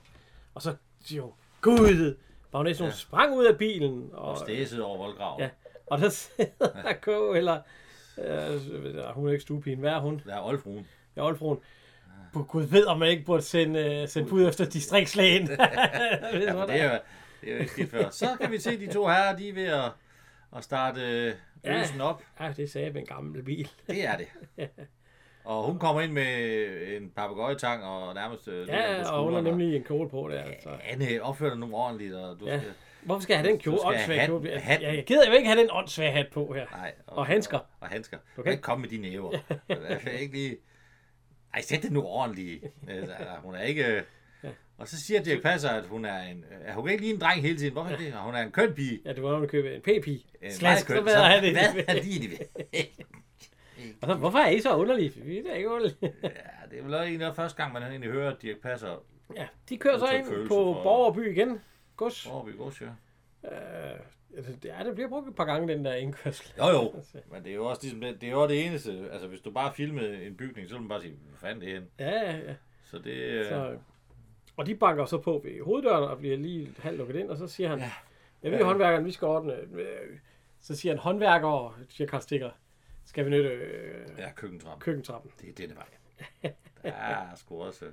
Og så siger hun, Gud! Bagnæsen, hun sprang ud af bilen. Og, Og stæset over voldgraven. ja, og der sidder der K, eller... Øh, hun er ikke stuepigen. Hvad er hun? Der er oldfruen. Ja, Olfruen. På Gud ved, om man ikke burde sende, øh, sende bud efter distriktslægen. Ja, for det er, jo- det er jo ikke skidt før. Så kan vi se de to herrer, de er ved at, at starte øh, Ja. øsen op. ja, det sagde en gammel bil. Det er det. Og hun kommer ind med en papegøjetang og nærmest øh, ligger den Ja, på og hun har skulderen, nemlig en kjole på der. Så. og, Anne, opfør dig nu ordentligt, og du Ja. ja. skal... Hvorfor skal jeg have den kjole? Du skal Åndssvag have kjole. hatten- Ja, hatten. jeg gider jo ikke have den åndssvage hat på her. Nej, Og handsker. Og, og handsker. Du kan kan ikke komme med dine næver. Jeg kan ikke lige... Ej, sæt det nu ordentligt. Altså, hun er ikke... Og så siger Dirk Passer, at hun er en... Er hun ikke lige en dreng hele tiden? Hvorfor er det? Og Hun er en køn pige. Ja, det var, når du købte en p-pige. En Slask, Øh, meget så køn. hvad er det? Hvad er lige det? Og så, hvorfor er I så underlige? Vi er da ikke underlige. Ja, det er vel også egentlig også første gang, man egentlig hører at Dirk Passer. Ja, de kører så Udtryk ind følelser på for- Borgerby igen. Gods. Hvor er vi går, siger. Øh, altså, det- ja, det bliver brugt et par gange, den der indkørsel. Jo, jo. Men det er jo også ligesom det, det, er jo det eneste. Altså, hvis du bare filmede en bygning, så ville man bare sige, hvad fanden det er henne? Ja, ja, ja. Så det... Så... Så, og de banker så på ved hoveddøren og bliver lige halvt lukket ind, og så siger han, ja, vi er håndværkeren, vi skal ordne. øh, Så siger han, håndværker, og siger Karl Stikker, skal benytte øh, Ja, køkkentrappen. køkkentrappen. Det er denne vej. Der er sgu også...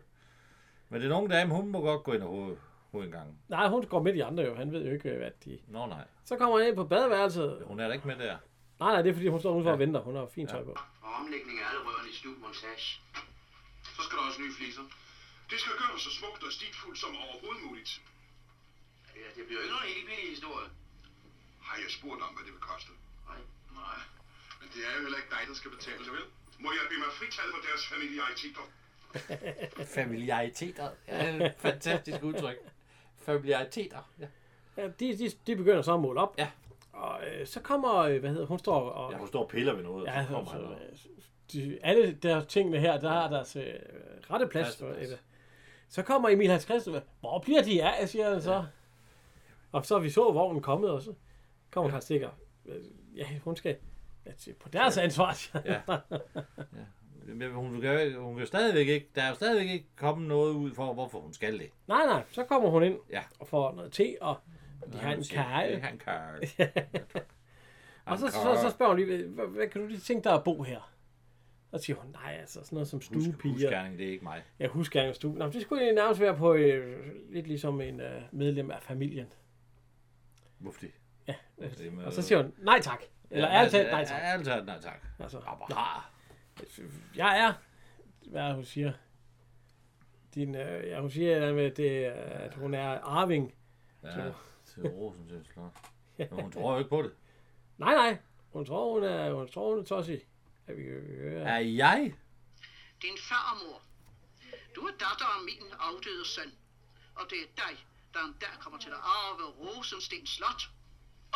Men den unge dame, hun må godt gå ind og hoved, hovedindgangen. Nej, hun går midt i andre jo. Han ved jo ikke, øh, hvad de... Nå nej, Så kommer han ind på badeværelset. hun er da ikke med der. Nej, nej, det er fordi, hun står udenfor og venter. Hun har fint tøj på. Og omlægning af alle rørene i stuvmontage. Så skal der også nye fliser. Det skal gøres så smukt og stilfuldt som overhovedet muligt. Ja, det bliver jo ikke nogen helt billig historie. Har jeg spurgt om, hvad det vil koste? Nej. Nej, men det er jo heller ikke dig, der skal betale det, vel? Må jeg blive mig fritaget for deres familiariteter? Familiariteter. Ja, fantastisk udtryk. Familiariteter. Ja. Ja, de, de, de begynder så at måle op. Ja. Og øh, så kommer, øh, hvad hedder hun står og... ja, hun står og piller ved noget, Ja, ja, så kommer altså, han og- øh, de, alle der tingene her, der har deres øh, rette plads. Rette plads. Øh, Så kommer Emil Hans Christensen. Hvor bliver de af, siger han så. Ja. Og så vi så vognen kommet, og så kommer Karl Stikker. Øh, Ja, hun skal ja, til- på deres ansvar. siger han. Ja. Men hun kan, jo- hun kan jo stadigvæk ikke, der er jo stadigvæk ikke kommet noget ud for, hvorfor hun skal det. Nej, nej, så kommer hun ind Ja. og får noget te, og de har en Det kage. er en karl. Og så, så, så spørger hun lige, hvad, hvad kan du lige tænke dig at bo her? Og så siger hun, nej, altså sådan noget som Husk, stuepiger. husgerning, det er ikke mig. Ja, husgærningsstue. Nå, men det skulle egentlig nærmest være på øh, lidt ligesom en øh, medlem af familien. Mufti. Det er Øh, med- og så siger hun, nej tak. Eller ærligt altså, talt, nej tak. Ærligt talt, nej tak. Altså, Abba, nå, har. jeg er, hvad er det, hun siger? Din, øh, ja, hun siger, at, med det, øh, at hun er arving. Ja, til Rosens Slot. Men hun tror jo ikke på det. Nej, nej. Hun tror, hun er, hun tror, hun er tossig. Ja, vi, ja. Er jeg? Din farmor. Du er datter af min afdøde søn. Og det er dig, der en dag kommer til at arve Rosensten Slot.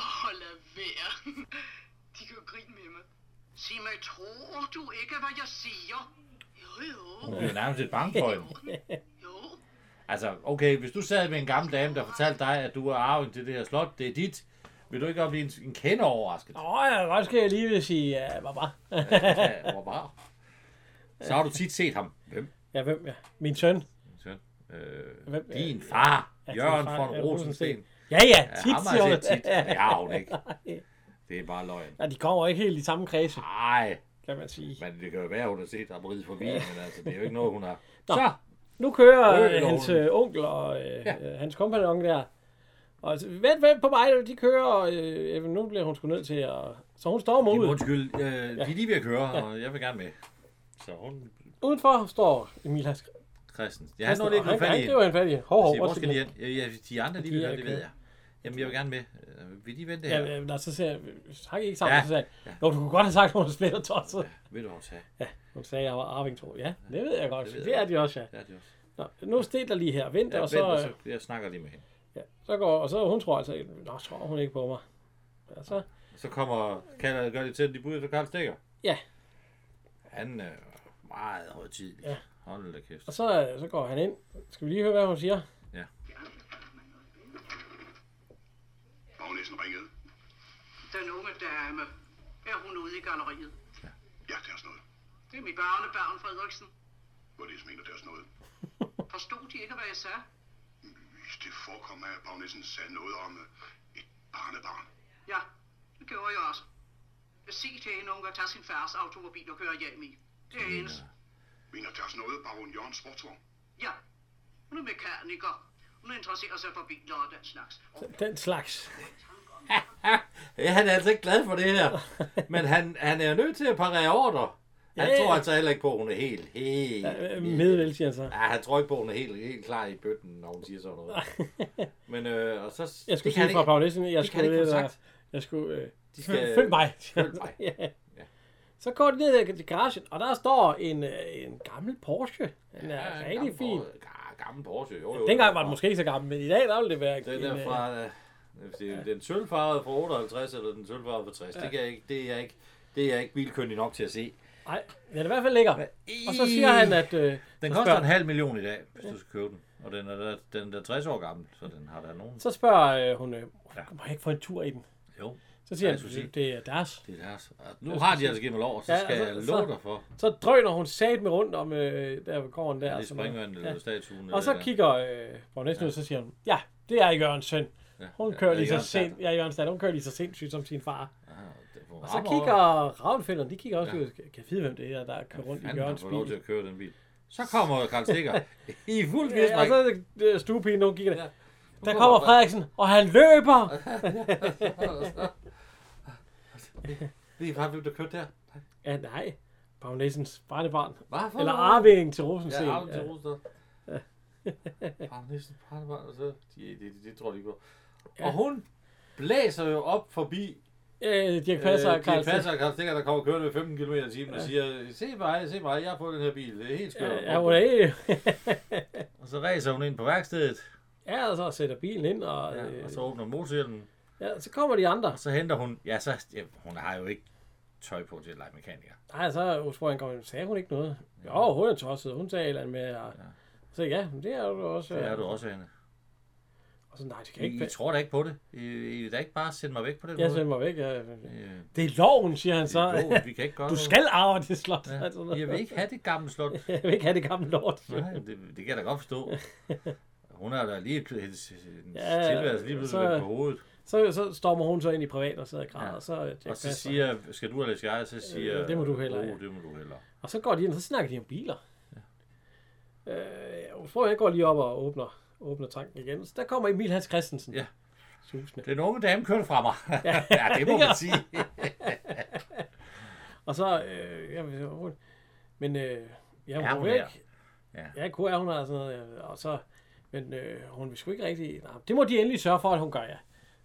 Åh, lad være. De kan jo grine med mig. Sig mig, tror du ikke, hvad jeg siger? Jo, jo. Hun bliver nærmest et bange for hende. Jo, Altså, okay, hvis du sad med en gammel dame, der fortalte dig, at du er arven til det her slot, det er dit, vil du ikke godt blive en, en kende overrasket? Åh, ja, godt skal jeg lige vil sige, ja, hvad var? Ja, hvor bare. Så har du tit set ham. Hvem? Ja, hvem, ja. Min søn. Søn. Hvem? Øh, din far, Jørgen far, von ja, Rosensten. Ja, ja, Ja, tit, ham har siger hun. jeg set tit. Det har hun ikke. Det er bare løgn. Ja, de kommer ikke helt i samme kredse, Nej, kan man sige. men det kan jo være, hun har set ham ride forbi, men altså, det er jo ikke noget, hun har. Nå. Så, Nu kører Rød øh, hans lovlig. øh, onkel og øh, ja. hans kompagnon der. Og så, vent, vent på mig, de kører, og øh, jamen, nu bliver hun sgu nødt til at... Så hun står Jamen, mod. undskyld, øh, de er lige ved at køre, og jeg vil gerne med. Så hun, Udenfor står Emil Hans Christen. Ja, han nåede ikke noget han, fat han i griber hende. en fat i. hende. Hov, hov, Siger, hvor skal undskyld. de hen? Ja, ja, de andre lige De vil er høre, det ikke ved jeg. Jamen, jeg vil gerne med. Øh, Vil de vente Ja, her? ja, nå, så siger jeg, tak ikke sammen, Ja. ja. så sagde jeg, Nå, du kunne godt have sagt, at hun er splitter tosset. Vil du også have? Hun sagde, at jeg var arving, tror jeg. Ja, det ved jeg godt. det Det, ved det jeg er de også, ja. Ja, det er også. Nå, nu stil dig lige her, vent, Ja, ja, og så, vent, og øh, så, jeg snakker lige med hende. ja, så går, og så hun tror altså, ikke- nå, tror hun ikke på mig. Ja, så, Så kommer, kalder, gør de til, at de bryder til Karl Stikker. Ja. Han er øh, meget højtidlig. Ja. Hold da kæft. og så, øh, så går han ind. Skal vi lige høre, hvad hun siger? Bagnæsen ringede. Den unge dame. Er hun ude i galleriet? Ja, deres noget. Det er mit barnebarn, Frederiksen. Hvor det mener deres noget. Forstod de ikke, hvad jeg sagde? Det forekom mig, at Bagnæsen sagde noget om øh, et barnebarn. Ja, det gjorde jeg også. Se til en unge at tage sin fars automobil og køre hjem i. Det er hendes. Mener deres noget, baron Jørgen Sportvogn? Ja, hun er mekaniker. Hun interesserer sig for biler og den slags. Og Den slags. Ja, han er altså ikke glad for det her. Men han, han er nødt til at parere ordre. Han Ja, ja. tror altså heller ikke på, at hun er helt, helt... Øh, Medvel, siger han så. Ja, han tror ikke på, at hun er helt, helt klar i bøtten, når hun siger sådan noget. Men øh, og så... Jeg skulle sige det kan fra han ikke- Paulisten, jeg det kan skulle han ikke lidt, få sagt. sagt. jeg skulle, øh, De skal, skal- følg mig. følg mig. ja. Ja. Så går de ned til garagen, og der står en, øh, en gammel Porsche. Den er en ja, gammel rigtig fin. Porsche. Ja, Gammel Porsche, jo jo. Dengang var den måske ikke så gammel, men i dag, der ville det være Den en, øh, er fra... øh, Det er den sølvfarvede fra 58 eller den sølvfarvede fra 60. Det, kan jeg ikke, det er jeg ikke, det er jeg ikke bilkyndig nok til at se. Nej, øh, den er i hvert fald lækker. Og så siger han, at... Øh, Den så, koster en spørger, halv million i dag, hvis du skal købe den. Og den er, da- den er 60 år gammel, så den har der nogen. så spørger øh, hun, øh, Ja. må jeg ikke få en tur i den? Jo, Så siger Ja, jeg han, skulle sige. det, det er deres. det er deres. Og Nu har de altså givet mig lov, så Ja, skal og så- jeg så- love dig for. Så drøner hun sat med rundt om øh, der ved gården der. Det og er sådan noget. springvandet eller øh, statuen. eller Og så det der. kigger øh, Borgnæsten ja. ud, så siger hun, ja, det er Jørgens søn. Ja, Hun ja, kører eller lige så Jørgens sent, datter. ja, Jørgens datter, hun kører lige så sindssygt som sin far. ah, Og så kigger ravnfælderne, de kigger også ja. ud. Kan jeg vide, hvem det er, der kører rundt i Han Jørgens får lov til bil? at køre den bil. Så kommer Karl Stikker i fuld Ja, og fjersmæk. så er det øh, stuepigen, hun kigger der. Ja. Der kommer Frederiksen, og han løber! Lige fra, hvem der kørte der. Ja, nej. Bagnæssens barnebarn. Hvad for Eller noget? arvingen til Rosensen. Ja, Arne til Rosted. Ja. næsten Parnebarn, og så... De, de, de, de tror de på. Ja. Og hun blæser jo op forbi Øh, Dirk Passer og øh, Dirk Carl Passer og Carl Stikker, der kommer kørende ved 15 km i timen og siger, se mig, se mig, jeg har fået den her bil, det er helt skørt. Ja, hun er ikke... Og så ræser hun ind på værkstedet, Ja, og så sætter bilen ind, og, ja, øh, og så åbner motorhjelmen, ja, så kommer de andre. og så henter hun... Ja, så, ja, hun har jo ikke tøj på til at lege mekaniker. Nej, så Osborg, han kommer, sagde hun ikke noget? Jo, hun er tosset, hun sagde et eller andet med, og, Ja. så ja, men det er du også. øh, Det er du også, Anne. Og så, nej, det kan I, ikke I passe. tror da ikke på det. I, I vil da ikke bare sende mig væk på den Jeg måde. sender mig væk. Ja. Øh, Det er loven, siger han så. så... Jo, vi kan ikke gøre Du noget. skal arve det slot. Ja. Altså, Jeg vil ikke have det gamle slot. jeg vil ikke have det gamle lort. Nej, det, det kan jeg da godt forstå. Hun har da lige kl- hendes, hendes Ja, ja, tilværelse lige blevet så- vendt på hovedet. Så, så stormer hun så ind i privat og sidder og græder. Ja. Og, så, øh, Jack Og så Passer. siger, skal du eller skal jeg? Så siger, Øh, det må du hellere, Oh, ja." det må du hellere. og så går de ind, og så snakker de om biler. Ja. Øh, jeg går lige op og åbner, åbner tanken igen. Så der kommer Emil Hans Christensen. Ja. Susende. Den unge dame kørte fra mig. ja, det må man sige. Og så, øh, jeg, vil- hun, men øh, jeg Er var hun væk. her? Ja. Ja, kunne er hun og sådan noget. ja. Og så, men øh, hun vil sgu ikke rigtig... Nej, det må de endelig sørge for, at hun gør, ja.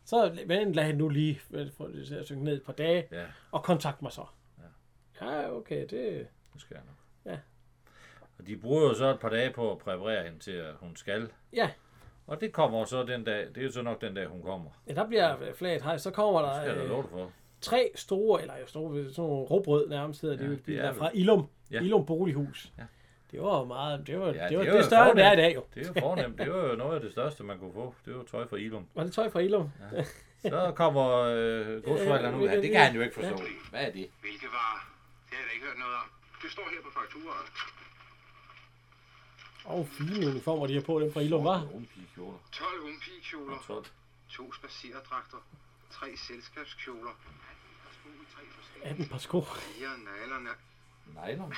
Så men lad hende nu lige øh, få det til at synke ned et par dage, Ja, og kontakt mig så. Ja, ja okay, det... nu skal jeg nok. Ja. Og de bruger jo så et par dage på at præparere hende til, at hun skal. Ja, Og det kommer jo så den dag, det er jo så nok den dag, hun kommer. ja der bliver flaget hej. Så kommer Det skal jeg da der love øh, dig for. tre store, eller jo store, sådan nogle råbrød nærmest hedder ja, Ja, det, det, det er der det. fra Ilum. Ja. Ja. Ilum Bolighus. Ja. Ja. Det var jo meget... Det var, ja, det, var, er det, jo det større, end det er i fornemt. dag jo. Det er jo fornemt. Det var jo noget af det største, man kunne få. Det var tøj fra Ilum. Var det tøj fra Ilum? Så kommer øh, godsforældrene ud. Ja, det kan han jo ikke forstå. Hvad er det? Hvilke varer? Det har jeg da ikke hørt noget om. Det står her på fakturaen. Åh, oh, fine uniformer, de har på dem fra Ilum, var. Rumpigekjoler. 12 ungpigekjoler, Så to spacerdragter, tre selskabskjoler, tre forskellige, 18 par sko. fire nalerne. negler.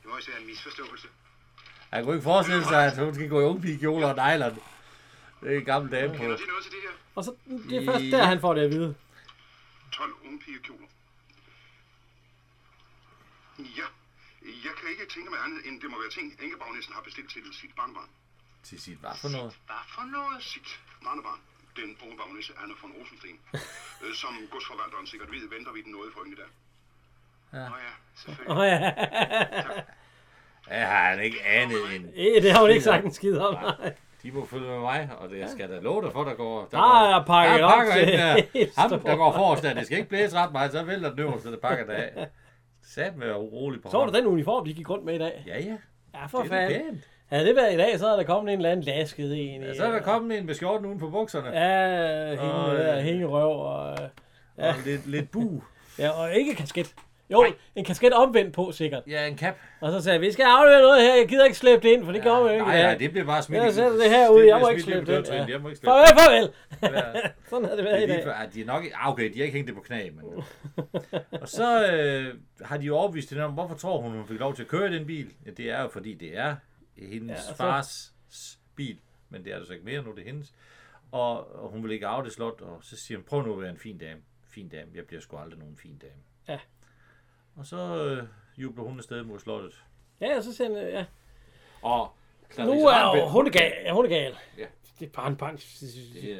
Det må også være en misforståelse. Han kunne ikke forestille sig, at hun skal gå i ungpigekjoler og negler. Det er en gammel dame på. Kender de noget til det her? Og så, det er først der, han får det at vide. 12 ungpigekjoler. Ja, jeg kan ikke tænke mig andet, end det må være ting, Enkebagnissen har bestilt til sit barnebarn. Til sit hvad for noget? Hvad for noget? Sit barnebarn. Den unge bagnisse Anna von Rosenstein. øh, som godsforvalteren sikkert ved, venter vi den nåde for dag. Ja. Nå ja, selvfølgelig. Åh oh, ja. Jeg har han ikke anet end. Eh, det har hun ikke sagt en skid om. De må følge med mig, og det jeg skal da love dig for, der går... Der Der går, er pakket der op pakker til ind helt der. Ham, store. der går forrest der. Det skal ikke blæse ret meget, så vælter den øverste, der pakker det af. Sat med urolig på Så var hånden. der den uniform, de gik rundt med i dag. Ja, ja. Ja, for Det er da fanden. pænt. Havde det været i dag, så havde der kommet en eller anden lasket en. Ja, i- øh, så er der kommet en med skjorten uden på bukserne. Ja, hænge, Og, oh, der, øh, hængerøv og... øh, Og lidt, lidt bu. Ja, og ikke kasket. Jo, Nej. en kasket omvendt på sikkert. Ja, en kap. Og så sagde jeg, vi skal aflevere noget her, jeg gider ikke slæbe det ind, for det gør vi jo ikke. Nej, nej, det bliver bare smidt. Jeg i- sætter det her ud, jeg må bliver ikke smidt i slæbe det ind. dørtrinnet, Ja. Jeg må ikke slæbe det. Farvel, farvel! Ja. Sådan havde det Det været er i lige dag. før, at de er nok ikke, ah, okay, de har ikke hængt det på knæ, men... og så øh, har de jo overbevist hende om, hvorfor tror hun, hun fik lov til at køre i den bil? Ja, det er jo, fordi det er hendes Ja, ja, og så- fars bil, men det er det så ikke mere nu, det er hendes. Og, og hun vil ikke arve det slot, og så siger hun, prøv nu at være en fin dame. Fin dame, jeg bliver sgu aldrig nogen fin dame. Ja. Og så øh, jubler hun afsted mod slottet. Ja, og så siger han, ja. Og Clarice Nu er Rampel- hun er gal. Ja, hun er gal. Ja. Det er bare en bank. Det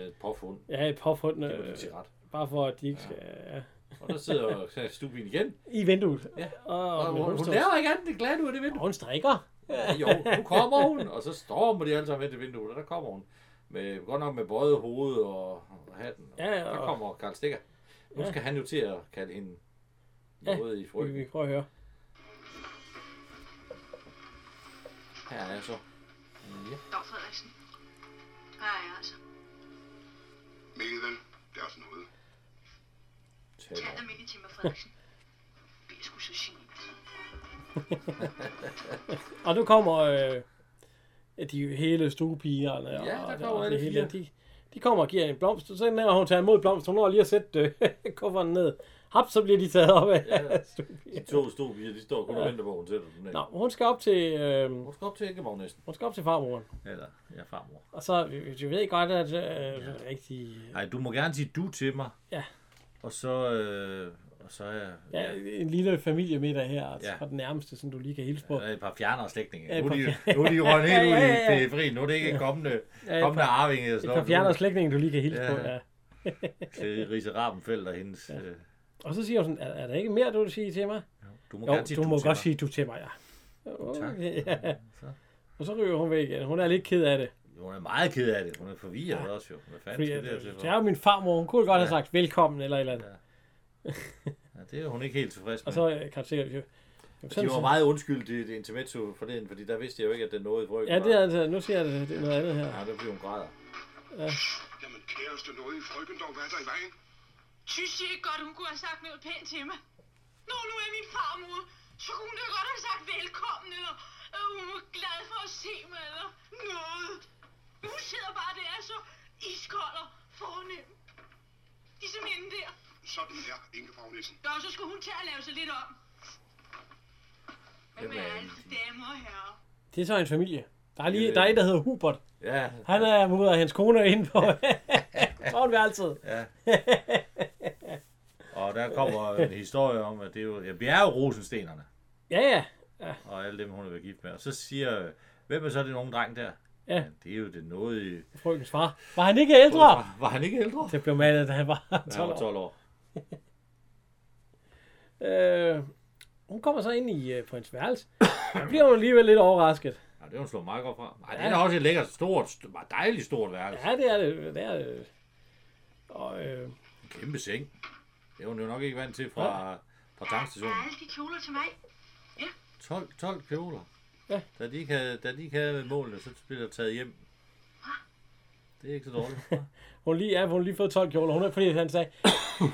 er et påfund. Ja, et påfund. Det var øh, de til ret. Bare for, at de ikke skal... Ja. Og der sidder Stubin igen. I vinduet. Ja. Og, Og hun, hun laver ikke andet end glat ud af det vindue. Og hun strikker. Ja, jo, nu kommer hun, og så stormer de alle sammen ind til vinduet, og der kommer hun. Med, godt nok med bøjet hoved og, og hatten. Ja, ja, og... Der og- kommer Karl Stikker. Nu skal han jo til at kalde hende Ja, noget i Vi, vi frygten. prøver at høre. Her er jeg så. Ja. Dag Frederiksen. Her er jeg altså. Mikkel, vel? Det er også noget. Tag Tag. almindelig til mig, Frederiksen. Vi er sgu så genialt. Og nu kommer øh, de hele stuepigerne. Ja, der og, kommer alle det hele, fire. de, De kommer og giver en blomst, og så når hun tager imod blomsten, hun når lige at sætte øh, kufferen ned. Hap, så bliver de taget op af Ja. Stubia. De to stubier, de står kun og venter på, at hun sætter den ned. Nå, hun skal op til, øh, Hun skal op til æggemor næsten. hun skal op til farmoren. Eller, ja, farmor. Og så, vi ved godt, at øh, ja. rigtig... Nej, du må gerne sige du til mig. Ja. Og så, øh, og så er jeg... Ja, en lille familiemiddag her, altså, Ja. fra den nærmeste, som du lige kan hilse på. Der er et par fjernere slægtninge. Ja, et Nu er de, par- nu er de røget helt ud Ja, i ja, ja. periferien. Nu er det ikke kommende, Ja, et kommende par- arvinge. Et par fjerner slægtninge, du lige kan hilse Ja. på, ja. til Risse Rabenfeldt og hendes... øh, Og så siger hun sådan, er, er der ikke mere, du vil sige til mig? Du må Jo, gerne sige du du må til godt mig. sige du til mig, ja. Okay, ja. Så. Og så ryger hun væk igen. Hun er lidt ked af det. Hun er meget ked af det. Hun er forvirret også jo. Hvad fanden Fordi, skal at, det her til det for? er jo min farmor, hun kunne godt have sagt velkommen eller et eller andet. Ja. Ja, det er hun ikke helt tilfreds med. Og så øh, kan jeg sikkert jo. de var meget undskyld det, det intermezzo for den, fordi der vidste jeg jo ikke, at den nåede i frygten. Ja, det er altså, nu siger jeg det, det er noget andet her. Ja, der blev hun græder. Jamen, kæreste noget i frygten dog, hvad er der i vejen? Synes I ikke godt, hun kunne have sagt noget pænt til mig? Når hun nu er min farmor, så kunne hun da godt have sagt velkommen, eller at hun var glad for at se mig, eller noget. Men Hun sidder bare der så iskold og fornem. Ligesom hende der. Sådan her, Ingeborg Nissen. Nå, så skulle hun til at lave sig lidt om. Hvad Hvem med er alle de damer og herrer? Det er så en familie. Der er, Ja, lige, det- der er en, der hedder Hubert. Ja, Han er mod og hendes kone er inde på tårnværelset. ja. Og der kommer en historie om, at det er jo... Ja, vi er jo rosenstenerne, Ja, ja. og alle dem, hun har været gift med. Og så siger... øh, Hvem er så den unge dreng der? Ja. det er jo det nåede... Frøkens far. Var han ikke ældre? Var han ikke ældre? Det blev mandet, da han var 12 Han var år. 12 år. Øh, hun kommer så ind i, øh, på hendes værelse. Der bliver hun alligevel lidt overrasket. Ja, det har hun slået meget godt fra. Ej, det Ja. er da også et lækkert, stort, st- meget dejligt stort værelse. Ja, det er det. det, er det. Og, øh, En kæmpe seng. Det er hun jo nok ikke vant til fra, fra Der er tankstationen. alle de kjoler til mig. 12, 12 kjoler. Ja. Da de ikke havde, da de ikke havde målene, så blev der taget hjem. Det er ikke så dårligt. hun, lige, ja, hun har lige fået 12 kjoler. Hun er, fordi han sagde,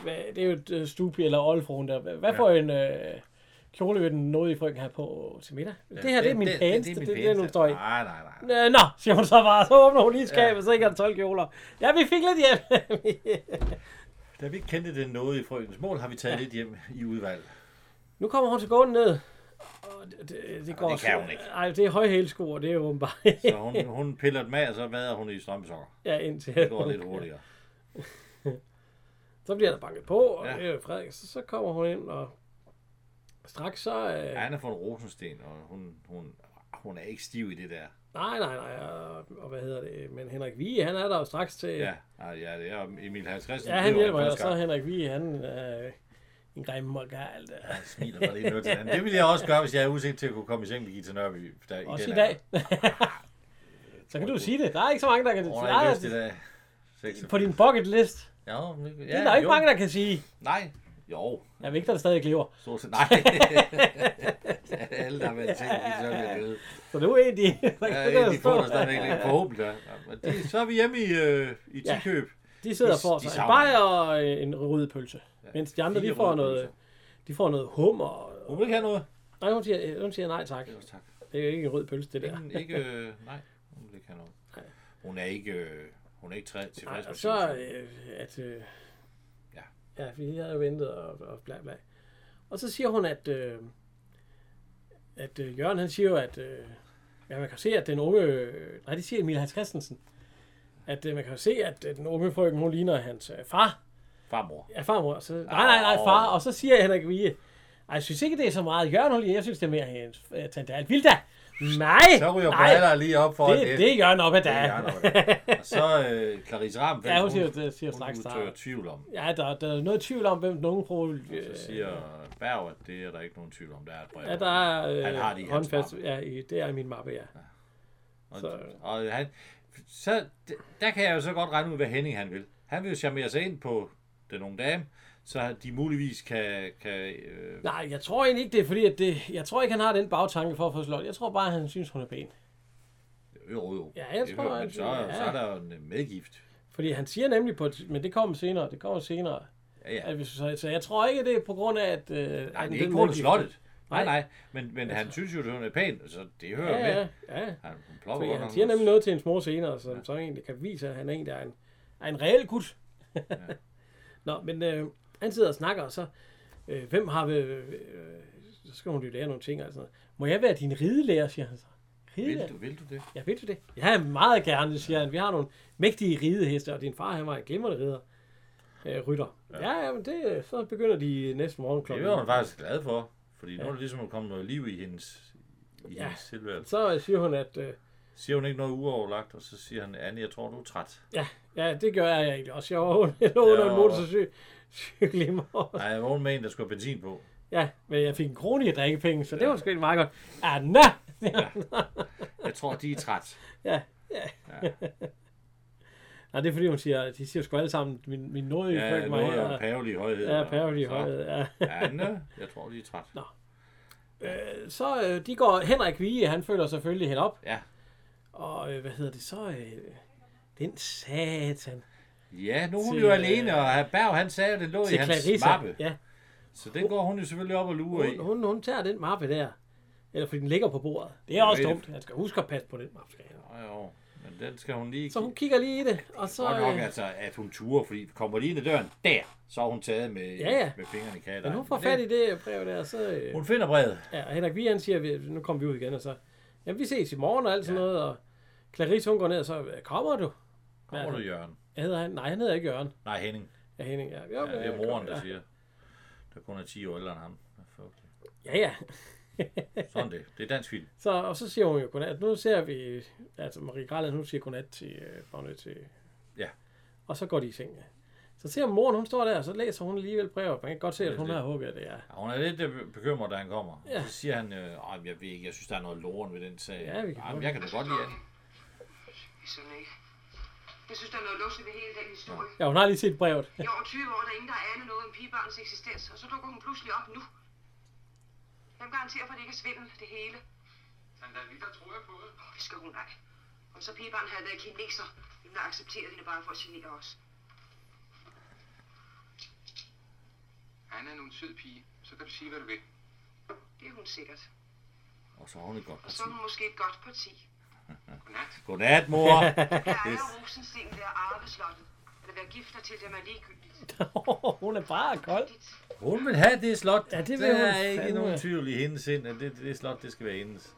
"Hvad, det er jo et øh, stupi eller oldfruen der. Hvad hvad for en øh, kjole vil den nåde i frøken her på til middag? det her, det er min pæneste. Det, det, det, er den, hun står i. Nej, nej, nej. nej. Øh, Nå, siger hun så bare. Så åbner hun lige skabet, ja. så ikke har 12 kjoler. Ja, vi fik lidt hjem. Da vi ikke kendte den noget i frøkens mål, har vi taget ja. lidt hjem i udvalg. nu kommer hun til gården ned. Og det, det, det, går det kan hun ikke. Nej, det er højhælsko, og det er jo bare Så hun, hun piller den med, og så vader hun i strømsokker. ja, indtil. Det går lidt hurtigere. Så bliver der banket på, og Ja. ja. Frederik, så, så kommer hun ind, og straks så... Øh, Ja. Han er fra en rosensten, og hun, hun, hun er ikke stiv i det der. Nej, nej, nej, og, og hvad hedder det? Men Henrik Vige, han er der jo straks til... Ja, ja, ja det er Emil Hans Christensen. ja han det var hjælper, første og så gang. er Henrik Vige, han øh, en grim og galt. øh. Jeg smiler bare lige noget til hinanden. Det ville jeg også gøre, hvis jeg havde udsigt til at kunne komme i seng med Gita Nørby. Der, Også den i alder. dag. så kan du sige det. Der er ikke så mange, der kan Hun sige har ikke lyst i det. dag. Sex. altså, På din bucket list. Ja, men- ja, Det er der ikke jo. mange, der kan sige. Nej. Jo. Jeg ved ikke, der er stadig lever. Stort set. Nej. Alle, der har været i seng med Gita Nørby, er døde. Så nu er de... Ja, ja, de får der stadigvæk lidt forhåbentlig. Ja. Ja, men det, så er vi hjemme i, øh, i Ja. Tikøb. De sidder De- for de sig en savner bajer og øh, en rødpølse. Ja, mens de andre, fire de får, røde noget, pølser. de får noget hummer. og- Hun vil ikke have noget. Nej, hun siger, øh, hun siger nej tak. Jo, tak. Det er jo ikke en rød pølse, det der. Ingen, ikke, øh, nej, hun vil ikke have noget. Hun er ikke, øh, hun er ikke træ, tilfreds Nej, med og sin så, situation. øh, at... Øh, Ja. Ja, fordi jeg havde jo ventet og, og bla bla. Og så siger hun, at... Øh, at øh, Jørgen, han siger jo, at... Øh, ja, man kan se, at den unge... Øh, nej, det siger Emil Hans Christensen. At øh, man kan jo se, at øh, den unge frøken, hun ligner hans øh, far. Farmor. Ja, farmor. Så, nej, nej, nej, far. Og så siger Henrik Vige, ej, jeg synes ikke, det er så meget Jørgen, hun ligner. Jeg synes, det er mere hendes øh, tante Alvilda. Nej, Så ryger nej, briller lige op for det, det er Jørgen op ad Det er dag. Jørgen, Og så øh, Clarice Ramfeldt, Ja, hun siger, det siger hun straks. der- udtrykker tvivl om. Ja, der, der er noget tvivl om, hvem den unge pro... Så siger Berg, at det er der ikke nogen tvivl om, der er et brev. Øh. ja, der er øh, Han har det i hans håndfast. mappe. Ja, i- det er i min mappe, ja. og, så- og han, så, der kan jeg jo så godt regne ud, hvad Henning han vil. Han vil jo charmere sig ind på den unge dame, så de muligvis kan... kan øh, Nej, jeg tror egentlig ikke, det er fordi, at det... Jeg tror ikke, han har den bagtanke for at få slået. Jeg tror bare, han synes, hun er pæn. jo, jo. Ja, jeg øh, Det tror, hører man. at- så, er- ja. så er der jo en øh, medgift. Fordi han siger nemlig på... et- Men det kommer senere, det kommer senere. Ja, ja. At hvis, så, så jeg tror ikke, det er på grund af, at... Øh, Nej, det er ikke grund af slottet. Nej, Nej. nej. Men, men han synes jo, at hun er pæn, så det hører Ja, med. ja, ja. Han, hun plopper Fordi godt han nok siger nogle- nemlig noget til en mor senere, som så egentlig kan vise, at han er en, der er en er en reel gut. Nå, men øh, han sidder og snakker, og så, øh, hvem har... Øh, øh, så skal hun jo lære nogle ting og sådan noget. Må jeg være din ridelærer, siger han så. Vil Ridelærer? du, vil du det? Ja, vil du det? Ja, meget gerne, siger han. Vi har nogle mægtige rideheste, og din far, han var en glimrende ridder. Øh, rytter. Ja, ja, men det, øh, så begynder de næste morgen Det klokken. var hun faktisk glad for, fordi nu er det ligesom at komme noget liv i hendes, i ja. hendes tilværelse. Så øh, siger hun, at øh, Siger hun ikke noget uoverlagt, og så siger han, Anne, jeg tror, du er træt. ja, ja, det gør jeg egentlig også. Jeg var under, under en Jo. motorcykel i morges. Nej, jeg vågnede med en, der skulle have benzin på. Ja, men jeg fik en krone i drikkepenge, så det var sgu egentlig meget godt. Ah, Anna! Jeg tror, de er træt. Ja, ja. Nej, det er fordi, hun siger, de siger sgu alle sammen, min, min nordjyde Ja, frøken nu er mig jo pavelig højhed. Ja, og- Parody så- højde, ja. Anne, jeg tror, de er træt. Nå. Så øh, de går, Henrik Vige, han følger selvfølgelig hende op, Ja. og øh, hvad hedder det så? Øh, den satan. Ja, nu er hun Til, jo øh, alene, og Berg, han sagde, at det lå i Til hans Clarissa. mappe. Ja, Så den går hun jo selvfølgelig op og lurer i. hun, hun, hun, tager den mappe der. Eller fordi den ligger på bordet. Det er også ved det. dumt. Han skal huske at passe på den mappe. skal han. Nå, jo, men den skal hun lige... Så hun kigger lige i det, og så... Godt nok, øh, altså, at hun turer, fordi kommer lige ind ad døren, der, så er hun taget med, Ja, ja. med fingrene i katter. Men hun får fat i det brev der, og så... øh, Hun finder brevet. Ja, og Henrik Vian siger, vi- nu kommer vi ud igen, og så, jamen vi ses i morgen og alt sådan noget, og Clarisse hun går ned, og så, kommer du? Kommer Ja. du, Jørgen? Hvad hedder han? Nej, han hedder ikke Jørgen. Nej, Henning. Ja, Henning, ja. Jo, Ja, det er kom, moren, der ja. siger, der kun er 10 år ældre end ham. Ja, fuck det. Ja, ja. Sådan det. Det er dansk film. Så, og så siger hun jo godnat. Nu ser vi, altså Marie Grælland, hun siger godnat til øh, Bonnet til... Ja. Og så går de i seng, ja. Så ser moren, hun står der, og så læser hun alligevel brevet. Man kan godt se, at det. hun har hugget det, ja. Ja, hun er lidt øh, bekymret, da han kommer. Ja. Ja. Så siger han, øh, "Ej, men jeg ved ikke, jeg synes, der er noget loren ved den sag. Ja, vi kan Ej, få men jeg kan da godt lide Anne. Sådan ikke. Jeg synes, der er noget lustigt ved hele den historie. Ja, hun har lige set brevet. I over 20 år, der er ingen, der aner noget om pigebarnets eksistens, og så dukker hun pludselig op nu. Hvem garanterer for, at det ikke er svindel, det hele? Men da vi der tror jeg på det. Åh, det skal hun ej. Om så pigebarnet havde været kineser, ville hun have accepteret hende bare for at genere os. Anna er nu en sød pige, så kan du sige, hvad du vil. Det er hun sikkert. Og så har hun et godt Og så parti. er hun måske et godt parti. Godnat. Godnat, mor. Jeg ejer Rosensten ved at arve slottet. Eller være gifter til dem er ligegyldigt. hun er bare kold. Hun vil have det slot. Ja, det vil der hun er ikke fandme. nogen tvivl i hendes sind, at det, det slot, det skal være hendes.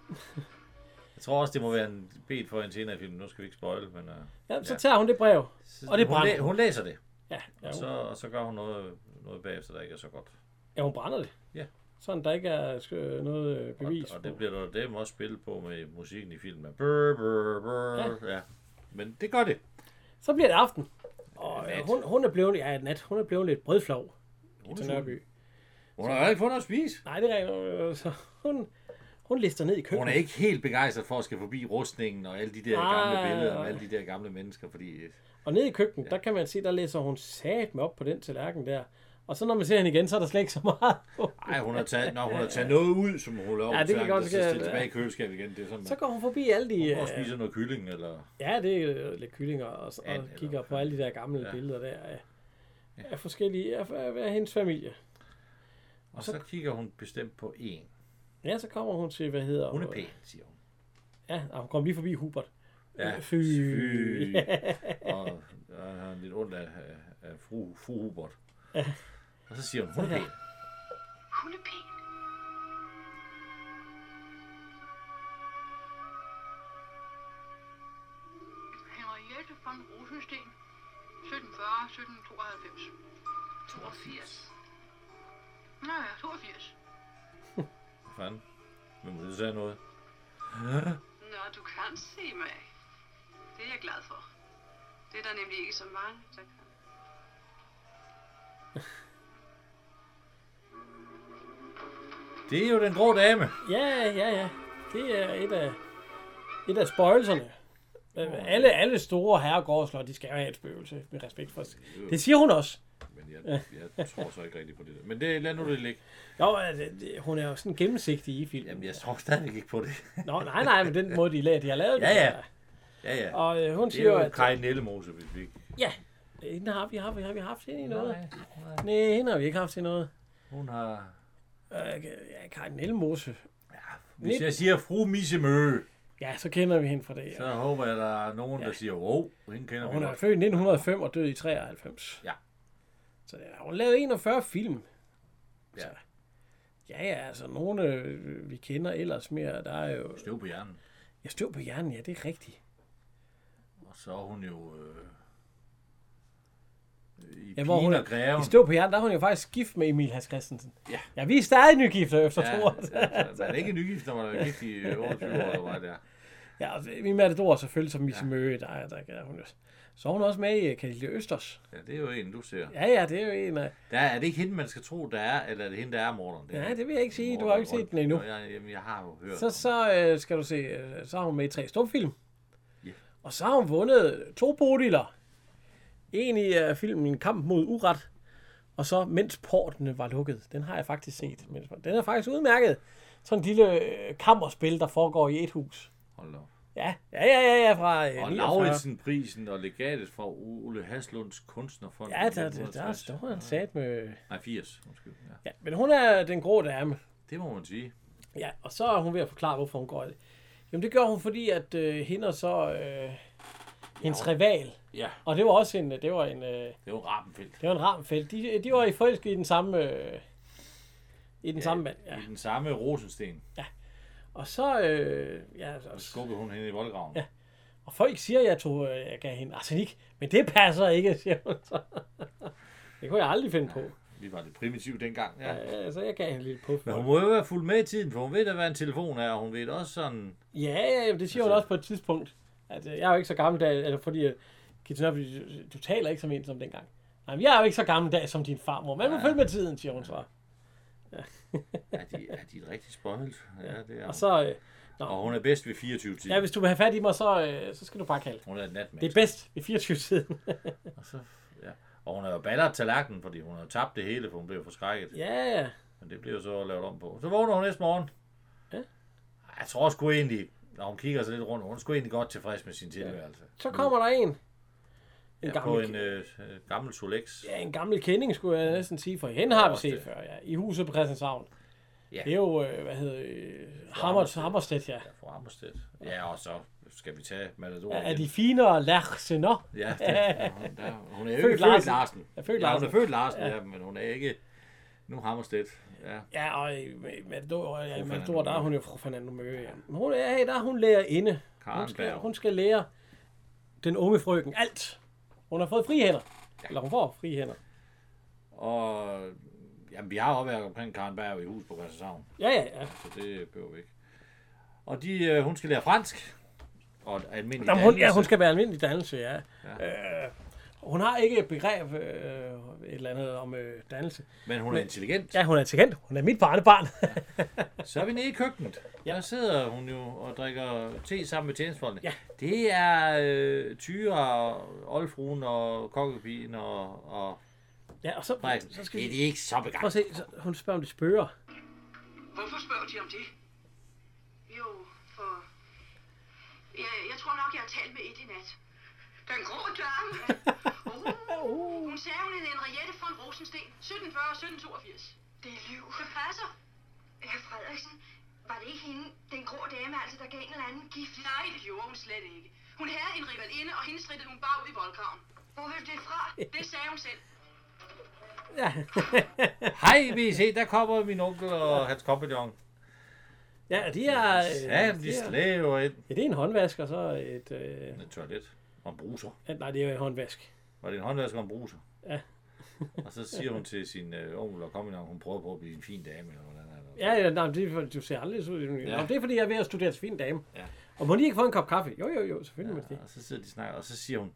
Jeg tror også, det må være en bed for en senere film. Nu skal vi ikke spoil, men... Uh, Ja, så tager hun det brev. Og det hun, brænder. læ- hun læser det, Ja, ja, og så, hun, og så gør hun noget, noget bagefter, der ikke er så godt. ja, hun brænder det. Ja. Sådan, der ikke er øh, noget øh, Og, bevis og på. det bliver der dem også spillet på med musikken i filmen. Brr, brr, brr, ja. ja. Men det gør det. Så bliver det aften. Og Ja, øh, nat. hun, hun er blevet, ja, nat, hun er blevet lidt brødflov Hun, til er sulten. Nørby. hun har jo ikke fået noget at spise. Nej, det er rent, øh, så hun, hun lister ned i køkkenet. Hun er ikke helt begejstret for at skal forbi rustningen og alle de der Nej, gamle billeder nej. og alle de der gamle mennesker, fordi... øh, Og ned i køkkenet, der kan man se, der læser hun sat med op på den tallerken der. Og så når man ser hende igen, så er der slet ikke så meget. på. Ej, hun har taget, når hun har taget noget ud, som hun laver. Ja, det kan godt ske. Så ske, stille ja. tilbage i køleskabet igen. Det er sådan, Så så går hun forbi alle de... og Øh, spiser noget kylling, eller... ja, det er øh, lidt kyllinger, og, så- And og eller- kigger på alle de der gamle Ja. billeder der af, af forskellige... Af, af, af hendes familie. Og så kigger hun bestemt på en. Ja, så kommer hun til, hvad hedder... Hun er pæn, siger hun. Ja, og hun kommer lige forbi Hubert. Ja, Fy. fy. Og og han har lidt ondt af, af, af fru, fru Hubert. Og så siger hun, hun er pæn. Hun er pæn. Henriette von Rosensten, 1740-1792. 82. Nå ja, 82. Hvad fanden? Hvem vil sige noget? Nå, du kan se mig. Det er jeg glad for. Det er der nemlig ikke så mange, der kan. Det er jo den grå dame. Ja, ja, ja. Det er et af, et af spøgelserne. Øh, Alle, alle store herregårdslot, de skal jo have et spøgelse med respekt for os. Det siger hun også. Men jeg, jeg tror så ikke rigtigt på det der. Men det, lad nu det ligge. Jo, altså, det- hun er jo sådan gennemsigtig i filmen. Jamen, jeg tror stadigvæk ikke på det. Nå, nej, nej, men den måde, de, la- de har lavet Ja, det. ja. der. Ja, ja. Og øh, hun Det er siger, jo at... Kaj Nellemose, hvis vi ikke... Ja, hende har vi, har vi, har vi haft hende i noget? Nej, hende har vi ikke haft i noget. Hun har... Øh, ja, Karin Elmose. Hvis jeg siger fru Misse Mø, Ja, så kender vi hende fra det. Så Ja. håber jeg, der er nogen, der Ja. siger, wow, hende kender Og vi Hun er godt. født i 1905 og død i 93. Ja. Så ja, hun lavede 41 film. Ja. Så- Ja, ja, altså nogle øh, vi kender ellers mere. Der er jo... Støv på hjernen. Jeg støv på hjernen, ja, det er rigtigt. Og så er hun jo... Øh, I Ja, ja, hvor hun og Greven. I støv på hjernen, der er hun jo faktisk gift med Emil Hans Christensen. Ja. Ja, vi er stadig nygifter efter ja, Ja, to år. ja, så er det ikke nygift, når man er gift i øh, 28 år, eller hvad det er. Ja, og vi Matador selvfølgelig som Misse ja. Møge, der, der, der, hun jo. Så er hun også med i øh, Kalilje Østers. Ja, det er jo en, du ser. Ja, ja, det er jo en af... Der er, er det ikke hende, man skal tro, der er, eller er det hende, der er morderen? Nej, det vil jeg ikke sige. Du har jo ikke set den endnu. Jo, Jeg, jamen, jeg har jo hørt. Så, Så... så øh, skal du se, øh, så har hun med i tre stumfilm. Ja. Og så har hun vundet to bodiler. En i øh, filmen Kamp mod Uret, og så Mens portene var lukket. Den har jeg faktisk set. Mens- Den er faktisk udmærket. Sådan en lille øh, kammerspil, der foregår i et hus. Hold da op. Ja, ja, ja, ja, ja fra øh, Og 49. Lauritsen-prisen og legatet fra Ole Haslunds kunstnerfond. Ja, der, der, der 1960. står han sat med... Nej, 80. Undskyld. Ja. Ja, men hun er den grå dame. Det må man sige. Ja, og så er hun ved at forklare, hvorfor hun går i det. Jamen det gør hun, fordi at øh, hende og så øh, hendes rival, Ja, Og det var også en, det var en, øh, det var Rappenfeldt. det var en Ramfeldt. De, de var i forelsket i den samme, øh, i den ja, samme mand. Ja. I den samme Rosensten. Og så, øh, ja, Så og, skubbede hun hende i voldgraven. Ja. og folk siger, at jeg tog, øh, jeg gav hende arsenik, men det passer ikke, siger hun så. Det kunne jeg aldrig finde på. Vi var lidt primitive dengang. Ja. Ja, så jeg gav hende en lille puff. Men hun må jo være fuldt med i tiden, for hun ved da, hvad en telefon er, og hun ved også sådan... Ja, ja, jamen, det siger hun også på et tidspunkt. At, øh, jeg er jo ikke så gammeldag, altså, fordi øh, Kitty Nørby, du, du taler ikke som en som dengang. Nej, men jeg er jo ikke så gammeldag som din farmor. Man må Ja. følge med tiden, siger hun så. Er de, er de et rigtigt spøjt? Ja, det er hun. Og så, øh, Og hun er bedst ved 24 timer. ja, hvis du vil have fat i mig, så, øh, så skal du bare kalde. Hun er et natmænd. Det er bedst ved 24 siden. Og, så, ja. og hun er jo baller tallerkenen, fordi hun har tabt det hele, for hun blev forskrækket. Ja. ja, ja. Men det bliver jo så lavet om på. Så vågner hun næste morgen. Ja. Ej, Jeg tror sgu egentlig, når hun kigger sig lidt rundt, hun er sgu egentlig godt tilfreds med sin tilværelse. Så kommer der en. En Mm. Ja. På gammel, en øh, øh, gammel Solex. ja, en gammel kending, skulle jeg næsten sige, for hende har vi også set det. før, ja. I huset på Christianshavn. Ja. Det er jo, øh, hvad hedder øh, Hammers, Hammerstedt. Hammerstedt, ja. Ja, fra Ammerstedt. Ja, og så skal vi tage Matador. Er, er igen. de finere lærsener? Ja, der, hun, der, hun er jo Født ikke født Larsen. Larsen. Ja, født Ja, hun er Larsen. født Larsen, ja. ja, men hun er ikke... Nu Hammerstedt. Ja. Ja, og øh, i i Matador, ja, i Fru Matador Fernando der er hun jo fru Fernando Møge. Ja. Men Hun, ja, der er hun lærerinde. Hun skal, Karrenberg. hun skal lære den unge frøken alt. Hun har fået frie hænder. Eller hun får frie hænder. Og jamen, vi har også været omkring Karen Berg i hus på Christianshavn, Ja, ja, ja. så det behøver vi ikke. Og de, øh, hun skal lære fransk. Og almindelig Jamen, hun, ja, dannelse. hun skal være almindelig dannelse, ja. ja. Øh, hun har ikke et begreb, øh, et eller andet om øh, dannelse. Men hun er intelligent. Ja, hun er intelligent. Hun er mit barnebarn. Så er vi nede i køkkenet. Ja. Der sidder hun jo og drikker te sammen med tjenestefolkene. Ja. Det er øh, Tyre og oldfruen og kokkepigen og, og ja, og så, Frederiksen. så skal Det er vi... de ikke så Prøv at begejstrede. se, så, hun spørger, om det spørger. Hvorfor spørger de om det? Jo, for... Jeg, jeg tror nok, jeg har talt med et i nat. Den grå dame. Uh, hun sagde, hun hed Henriette von Rosensten. 1740 og 1782. Det er liv. Det passer. Herr Frederiksen, var det ikke hende, den grå dame, altså, der gav en eller anden gift? Nej, det gjorde hun slet ikke. Hun havde en rival inde, og hende strittede hun bare ud i voldgraven. Hvor ved du det fra? Det sagde hun selv. Ja. Hej, vi se, der kommer min onkel og hans kompagnon. ja, og de er... Øh, Ja, de er slæver ind. ja, det er en håndvask, og så et... Øh, Et toilet og en bruser. ja, nej, det er jo en håndvask. Var det en håndvasker og en bruser? Ja. og så siger hun til sin øh, onkel og kompagnon, hun prøver på at blive en fin dame, eller hvordan er det? Ja, ja, nej, men det er, for- du ser aldrig ud. Ja. Ja. Nå, det er, fordi jeg er ved at studere til fin dame. Ja. Og må de ikke få en kop kaffe? Jo, jo, jo, selvfølgelig ja. må de. Og så sidder de og snakker, og så siger hun,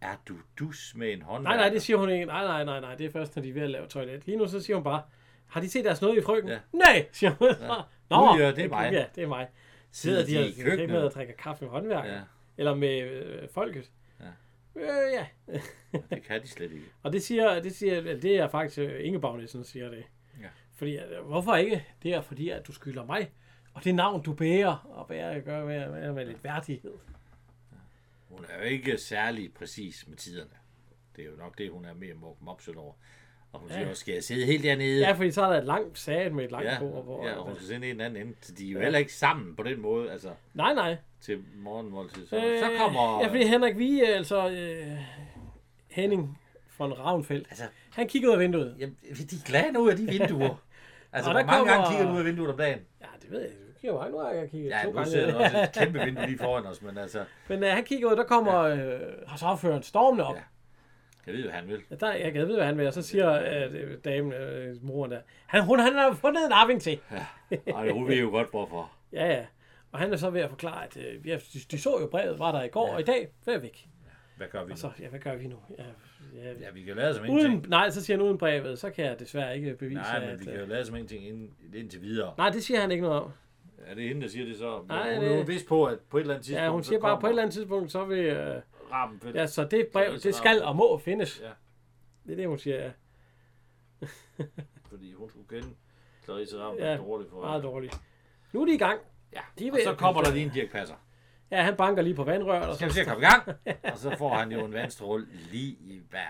er du dus med en Nej, håndværker? nej, det siger hun ikke. Nej, nej, nej, nej, det er først, når de er ved at lave toilet. Lige nu så siger hun bare, har de set deres noget i frøken? Ja. Nej, siger hun. Ja. Gud, ja, det er mig. Ja, det er mig. Sidder Sidder de de i altså køkkenet? ikke med at drikke kaffe med håndværker? Ja. Ja. Eller med øh, folket? Ja. Øh, ja. Det kan de slet ikke. Og det siger, det siger, det er faktisk øh, Inge Bagnesen, der siger det. Ja. Fordi, øh, hvorfor ikke? Det er fordi, at du skylder mig. Og det navn, du bærer, og bærer gør med, med, med lidt værdighed. Hun er jo ikke særlig præcis med tiderne. Det er jo nok det, hun er mere mopset over. Og hun siger, skal jeg sidde helt dernede? Ja, fordi så er der et langt sag med et langt ja, bord. Hvor, ja, og hun skal sende en eller anden ende. Så de er jo Ja. heller ikke sammen på den måde, altså Nej, nej. til morgenmåltid. Så, øh, så kommer... Ja, fordi Henrik Vige, altså øh, Henning von Ravnfeldt, Altså, han kigger ud af vinduet. jamen, de er glade nu af de vinduer. Altså, Og hvor der mange kommer... gange kommer- kigger du ud af vinduet om dagen? Ja, det ved jeg. Du kigger jo mange gange, jeg kigger Ja, to nu gange. sidder der også et kæmpe vindue lige foran os, men altså, Men øh, han kigger ud, der kommer øh, har så afføren stormende op. Ja. jeg ved jo, hvad han vil. Ja. Der, jeg kan vide, hvad han vil, og så siger øh, damen, øh, moren der, han, hun, han har fundet en arving til. Ej, hun ved jo godt, hvorfor. Ja, ja. Og han er så ved at forklare, at øh, ja, de, de så jo brevet, var der i går, ja. og i dag, hvad er væk. Hvad gør vi Og nu? så, ja, hvad gør vi nu? Ja, ja. Ja, vi kan jo lade som ingenting. Uden, nej, så siger han uden brevet, så kan jeg desværre ikke bevise, Nej, men at... vi kan jo øh, lade som ingenting ind, indtil videre. nej, det siger han ikke noget om. Er det hende, der siger det så? Men Nej, hun det- er jo vist på, at på et eller andet tidspunkt... Ja, hun siger bare, på et eller andet tidspunkt, så vil... Øh, andet... Rappen, vel? ja, så det brev, det det så- skal og må findes. Ja. Det er det, hun siger, ja. Fordi hun skulle kende Clarisse Rappen Ja, ja. dårligt for Meget dårligt. Nu er de i gang. Ja, De og ved- så kommer der lige en Dirk Passer. Ja, han banker lige på vandrøret, og Så skal så... vi se at komme i gang. Og så får han jo en vandstråle lige i hvert.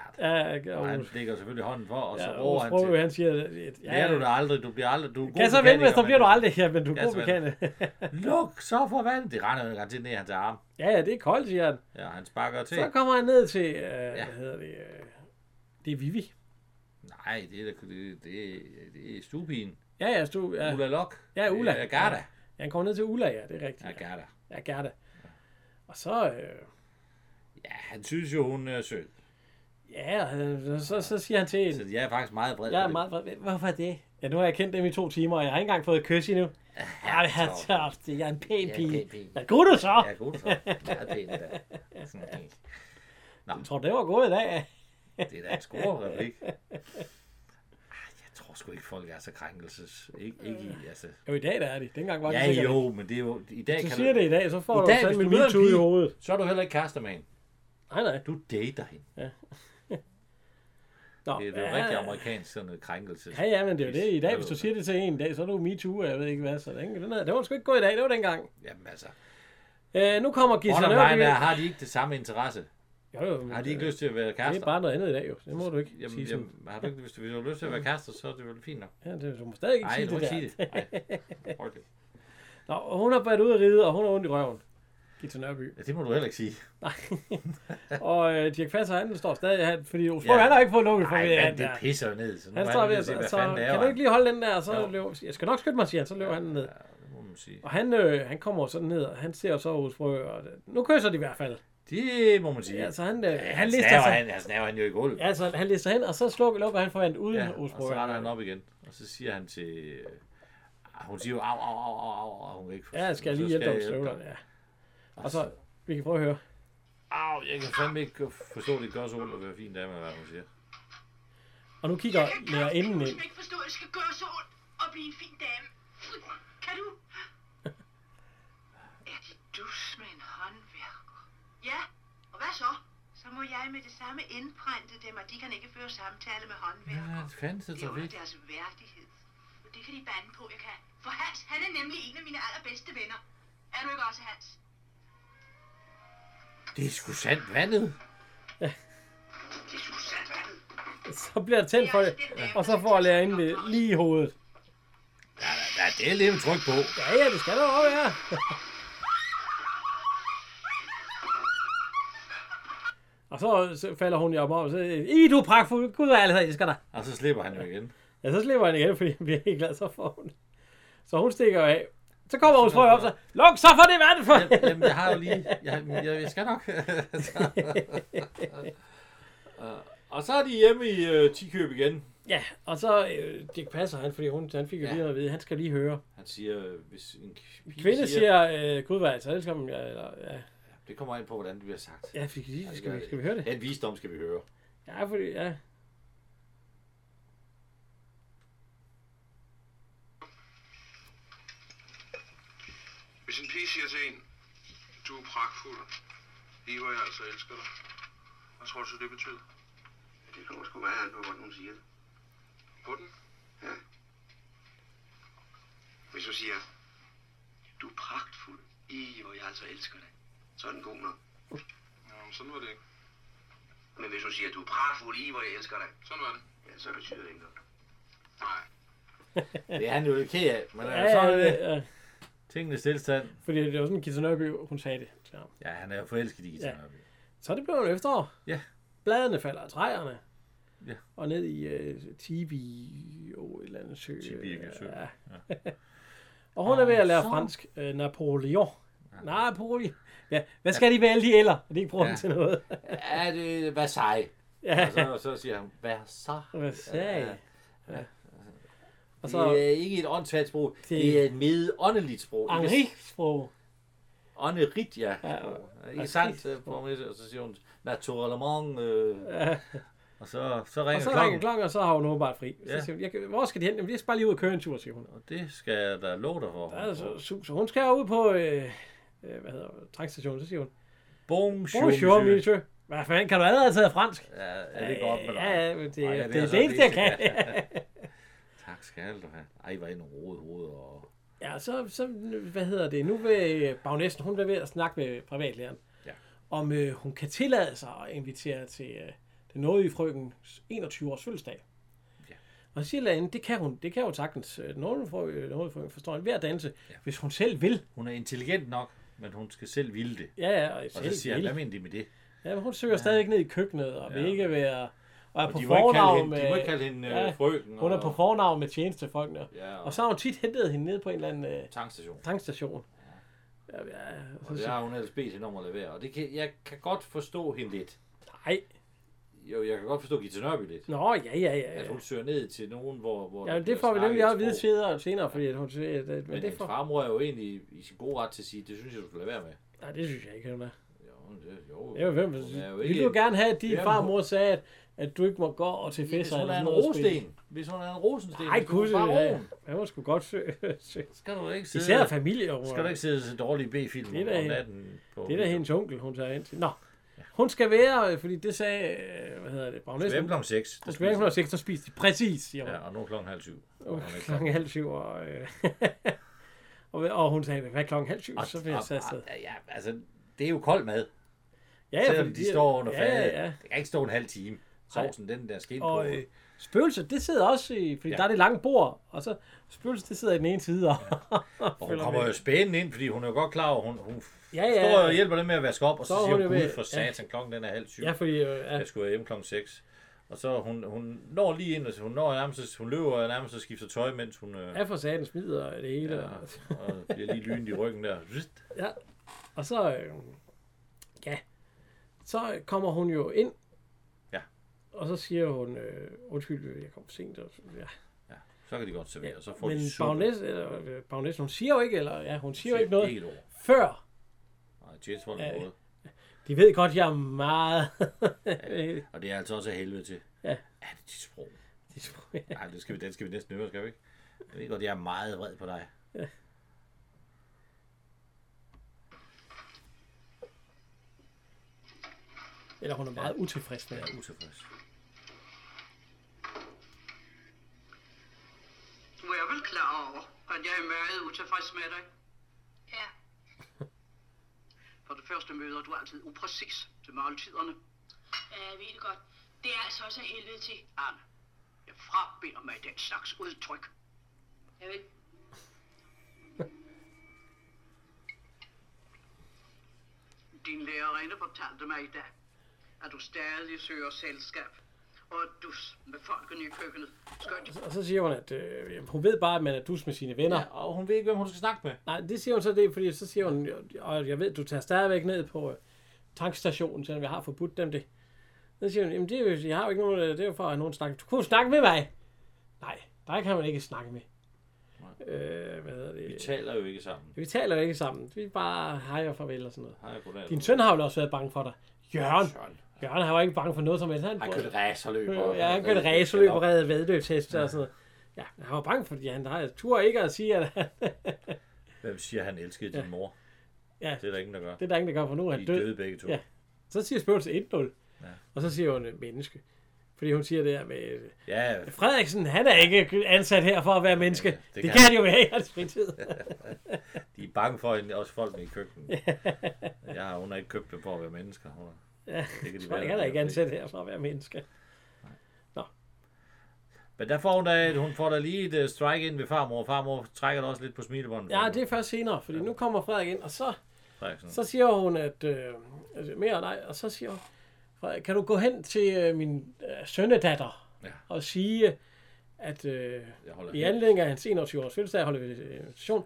Ja, Og og, han stikker selvfølgelig hånden for, og så ja, råber og han han, til... han siger... at- Ja, Lærer du dig aldrig, du bliver aldrig... Du er god Kan så vente, mekaniker, hvis der bliver du men- aldrig. Ja, men du er Ja, god så vent. mekaniker. Luk så for vand. Det regner jo garanteret ned i hans arm. ja, ja, det er koldt, siger han. Ja, han sparker til. Så kommer han ned til... Øh, Ja. Hvad hedder det? Øh, det er Vivi. Nej, det er, da- det, det, det er stuepigen. Ja, ja, du, ja. Ja. Ulla Lok. Ja, Ulla. Øh, Garda. Ja, han kommer ned til Ulla, ja, det er rigtigt. Ja, Garda. Ja, Gerda. Og så... Øh, Ja, han synes jo, hun er sød. ja, øh, så, så siger han til Så en... jeg er faktisk meget vred. Jeg på er meget det. vred. Hvorfor det? Ja, nu har jeg kendt dem i to timer, og jeg har ikke engang fået et kys endnu. Ja, jeg er Torben. toft. Jeg er en pæn Jeg er en pæn pige. pige. Hvad kunne du så? Ja, god så. Meget pænt da. Sådan en- Jeg tror, det var gået i dag. Det er da en score replik. Ah, Jeg tror sgu ikke, folk er så krænkelses. Ikke, ikke Øh, i, altså. Jo, i dag der er de. Dengang var det Ja, sikkert jo, men det er jo... I dag ikke. kan Så siger du, det i dag, så får I du dag, sådan hvis en du møder en metoo i pige- hovedet. Så er du heller ikke kærester med hende. Nej, nej. Du dater hende. Nå, Det er jo ja, rigtig amerikansk sådan noget krænkelse. Ja, ja, men det er jo det. I dag, hvis du siger det til en i dag, så er du MeToo, og jeg ved ikke hvad. Så den, den er, det var sgu ikke god i dag, det var dengang. Jamen altså. Øh, nu kommer Gisela Bottom line er, Nørby. har de ikke det samme interesse? Jo, jo, men, Har de ikke lyst til at være Øh, Det kærester? er bare noget andet i dag, jo. Det må du ikke Jamen, sige sådan. jamen, har du ikke, hvis, du, hvis du har lyst til at være kærester, så er det vel fint nok. Ja, det, du må stadig Mm. ikke Nej, sige du må det ikke der. sige det. Ej, hold det. Nå, og hun har været ude at ride, og hun har ondt i røven. Gita Nørby. Ja, det må du heller ikke sige. Nej. og øh, Dirk Passer, han står stadig her, fordi Uffe, Ja. han har ikke fået lukket for Nej, ved, men han, det der. pisser jo ned. Så nu Han er står ved, nødt at til at så, sige, så hvad kan du ikke lige holde den der, og så løber, jeg skal nok skynde mig, siger han, så løber han ned. Ja, det må man sige. Og han, øh, han kommer sådan ned, og han ser jo så hos frø, og øh, nu kysser de i hvert fald. Det må man sige. Ja, så han, øh, Ja, han lister snaver sig. han, han snaver han jo i gulvet. Ja, så han lister hen, og så slukker lukker han for vandet uden ja, Ja, og hos så retter han op igen. Og så siger han til... øh, ah, Hun siger jo, au, au, au, au, au, og hun kan ikke Ja, jeg skal jeg lige hjælpe dig med støvlerne, ja. Og så, Altså- vi kan prøve at høre. Au, jeg kan fandme ikke forstå det gør så ondt at være fint af med, hvad hun siger. Og nu kigger lærerinden Jeg ind. kan ikke forstå, at det skal gøre så ondt at blive en fin dame. Kan du? Er det dus med en håndværker? Ja, og hvad så? Så må jeg med det samme indprinte dem, og de kan ikke føre samtale med håndværker. Ja, fanden til Det er under trafik. deres værdighed. Det kan de bande på, jeg kan. For Hans, han er nemlig en af mine allerbedste venner. Er du ikke også, Hans? Det er sgu sandt vandet. Det er Susanne. Så bliver der tændt for det, og så får lærerinden det lige i hovedet. Ja, det er lidt tryk på. Ja, ja, det skal der også være. og så, så falder hun jo op og så, I du er pragtfuld, gud jeg allerede elsker dig. Og så slipper han jo igen. Ja, så slipper han igen, fordi han bliver helt glad, så får hun. Så hun stikker jo af. Så kommer hun frø op, så luk så for det vand for Jamen, jamen, jeg har jo lige... Jeg, jeg, jeg skal nok. og så er de hjemme i øh, Tikøb igen. Ja, og så øh, Dirk passer han, fordi hun, han fik jo Ja. lige noget at vide, han skal lige høre. Han siger, øh, hvis en k- pige Kvinde siger, øh, gud hvad, så elsker man, ja, eller, ja, Det kommer ind på, hvordan det bliver sagt. ja, fik lige, skal, vi, skal vi høre det? Den visdom skal vi høre. Ja, fordi, ja, Hvis en pige siger til en, du er pragtfuld, lige hvor jeg altså elsker dig, hvad tror du, så det betyder? Det kommer sgu meget an på, hvordan hun siger det. På den? Ja. Hvis du siger, du er pragtfuld, i hvor jeg altså elsker dig, så er den god nok. Jamen, sådan var det ikke. Men hvis du siger, du er pragtfuld, i hvor jeg elsker dig, Sådan var det. Ja, så betyder det ikke noget. Nej. Det er han jo ikke ked af, men Ja, ja, sådan er det. ja, ja. Tingenes tilstand. Fordi det var sådan, Gita Nørby, hun sagde det. Så, Ja, han er jo forelsket i Gita Ja. ja. Nørby. så er det blevet efterår. Ja. Bladene falder af træerne. Ja. Og ned i uh, Tibi, oh, et eller andet sø. øh, Tibirke sø. Ja. og hun er ved at lære fransk. Uh, Napoleon. Napoleon. Ja, hvad skal de med alle de eller? Det er ikke brugt ja. Ja. til noget. Ja, det er Versailles. ja. Og så, så siger han, Versailles. Hvad sagde jeg? Ja. Og Så... så Det er ikke et åndssvagt sprog. Det, Det- det er et medåndeligt sprog. Ikke- Henri-sprog. Ånderigt, ja. Ja, ja. Ikke sandt, øh, på mig, og så siger hun, naturalement. Øh, Ja. og så, så ringer Og så ringer klokken. klokken, og så har hun åbenbart fri. Så Ja. siger hun, jeg, kan- hvor skal de hen? Jamen, vi skal bare lige ud og køre en tur, siger hun. Og det skal jeg da love dig for. Der er så sus. Og Hun skal ud på, øh, øh, hvad hedder det, tankstationen, så siger hun, Bonjour, Bonjour, monsieur. monsieur. Hvad fanden, kan du allerede have taget fransk? Ja, er det godt med dig? Ja, ja, men det, Ej, Ej, det, er ja, det er det, altså eneste, jeg det, kan. Tak skal du have. Ej, var I nogle rode hoveder. Og... ja, så, så, hvad hedder det, nu vil Bagnessen, hun er ved at snakke med privatlæreren, Ja. om øh, hun kan tillade sig at invitere til øh, den nådige frøkens 21-års fødselsdag. Ja. Og så siger læreren, det kan hun, det kan hun sagtens. Øh, Den nådige frøken, nådige frøken forstår en hver danse, ja. hvis hun selv vil. Hun er intelligent nok, men hun skal selv ville det. Ja, ja, og Og selv så siger han, vil. hvad mener de med det? Ja, men hun søger ja. stadig ned i køkkenet, og vil Ja. ikke være... Og er Og på de må ikke kalde fornavn hende, de må ikke med... kalde hende Ja, ja, frøken. Hun er på fornavn med tjenestefolkene. Ja, og, Og så har hun tit hentet hende ned på en eller anden øh, tankstation. tankstation. Ja, ja, og så Og det siger, har hun ellers bedt hende om at levere. Og det kan, jeg kan godt forstå hende lidt. nej, Jo, jeg kan godt forstå Gita Nørby lidt. nå, ja, ja, ja. At ja. hun søger ned til nogen, hvor... hvor Ja, men der det bliver får vi snakket nemlig et også at vide sprog. senere, senere, fordi at hun siger, at, at, Men, men men det hendes får... farmor er jo egentlig i sin god ret til at sige, det synes jeg, du skal lade være med. Nej, det synes jeg ikke, hun er. Jo, det, jo. Det var hvem, hun er jo Vil ikke... du gerne have, at din Jamen, far og hun- mor sagde, at, at du ikke må gå og til Ja, Hvis fester hun eller er sådan en noget? spil? rosten. Hvis hun er en rosen sten. Nej, kusse, ja. ja. Ja, hun skulle godt søge. søge. Skal du ikke sidde... Især familie, hun Skal du ikke sidde til dårlige B-film Det er om da om hende. natten? På Det er da hendes onkel, hun tager ind til. Nå, hun skal være, øh, fordi det sagde, øh, hvad hedder det, Det bagnæsten. er klokken 6. Hun skal være klokken 6, så spiser de. Præcis, siger hun. Ja, og nu er klokken halv syv. Og klokken halv syv, og, øh, og, og hun sagde, hvad er klokken halv syv? så bliver jeg sat afsted. Ja, ja, altså, det er jo kold mad. Ja, Ja, fordi selvom de står under ja, fadet. Ja, ja. Det kan ikke stå en halv time. Sovsen, den der skin på. Og øh, spøgelser, det sidder også i, fordi ja. Ja. der er det lange bord, og så spøgelser, det sidder i den ene side. Og, Og hun kommer jo spændende ind, fordi hun er jo godt klar over, hun, hun Ja, ja, ja. ja. står og hjælper dem med at vaske op, og så, Så er så siger hun hun, jo gud ved- for ja. satan, klokken den er halv syv. Ja, fordi øh, ja, Jeg skulle være hjemme klokken 6. Og så hun, hun når lige ind, og så hun, når nærmest, hun løber og nærmest og skifter tøj, mens hun øh, ja, for saten smider det hele. ja, Ja. og bliver lige lynet i ryggen der. Zzt. Og så, øh, ja, så kommer hun jo ind. Ja. Og så siger hun, øh, undskyld, jeg kom for sent. Og, ja. Så kan de godt servere, så får Men de suppe. bagnæs, eller, øh, bagnæs, hun siger jo ikke, eller, ja, hun siger jo ikke noget, Ikke et ord. før Nej, Jets var Ja. ja. De ved godt, jeg er meget... Og det er altså også af helvede til. Ja. Er det dit sprog? De tror, ja. Nej, det skal vi, den skal vi næsten høre, skal vi ikke? Jeg ved godt, jeg er meget vred på dig. Eller hun er meget utilfreds med Jeg det. er utilfreds. Du er vel klar over, at jeg er meget utilfreds med dig. Ja. For det første møder du altid upræcis til måltiderne. Ja, jeg ved det godt. Det er altså også af helvede til. Anne, jeg frabeder mig den slags udtryk. Jeg ved. Din lærerinde fortalte mig i dag, at du stadig søger selskab og at dus med folkene i køkkenet. Skønt, Og så siger hun, at øh, hun ved bare, at man er dus med sine venner. Ja, og hun ved ikke, hvem hun skal snakke med. Nej, det siger hun så det, er, fordi så siger hun, og jeg ved, du tager stadigvæk ned på øh, tankstationen, selvom jeg har forbudt dem det. Så siger hun, jamen det er jo, jeg har jo ikke nogen, øh, det er jo for, at nogen snakker. Du kunne jo snakke med mig. Nej, der kan man ikke snakke med. Øh, hvad hedder Vi det? taler jo ikke sammen. Vi taler jo ikke sammen. Vi er bare hej og farvel og sådan noget. Hej, goddag. Din søn har jo også været bange for dig. Jørgen. Søren. Jørgen har jo ikke bange for noget som helst. Han, Han bor- kørte racerløb. og- Ja, han kørte racerløb og redde vedløbsheste og sådan noget. Ja, han var bange, fordi han har tur ikke at sige, at han... Hvem siger, han elskede din mor? Ja. Det er der ingen, der gør. det er der ingen, der gør, for nu er De han er død. døde begge to. Ja. Så siger spørgelsen 1-0. Og så siger hun øh, menneske. Fordi hun siger det her med... øh, Ja, Frederiksen, han er ikke ansat her for at være menneske. Ja, det, det det kan kan han jo være i hans fritid. de er bange for hende, også folkene i køkkenet. ja, hun har ikke købt dem for at være mennesker. Hun er, Ja, det kan de så er han er ikke fordi- ansat her for at være menneske. Nå. Men der får hun da, hun får da lige et øh, strike ind ved farmor. Farmor trækker da også lidt på smilebåndet. Ja, det er først senere, fordi nu kommer Frederik ind, og så, Frederiksen. så siger hun, at øh, altså, mere nej, og så siger hun, Frederik, kan du gå hen til øh, min øh, sønnedatter Ja. og sige, at øh, Jeg holder i helt- anledning af hans 21 års fødselsdag holder vi øh, session,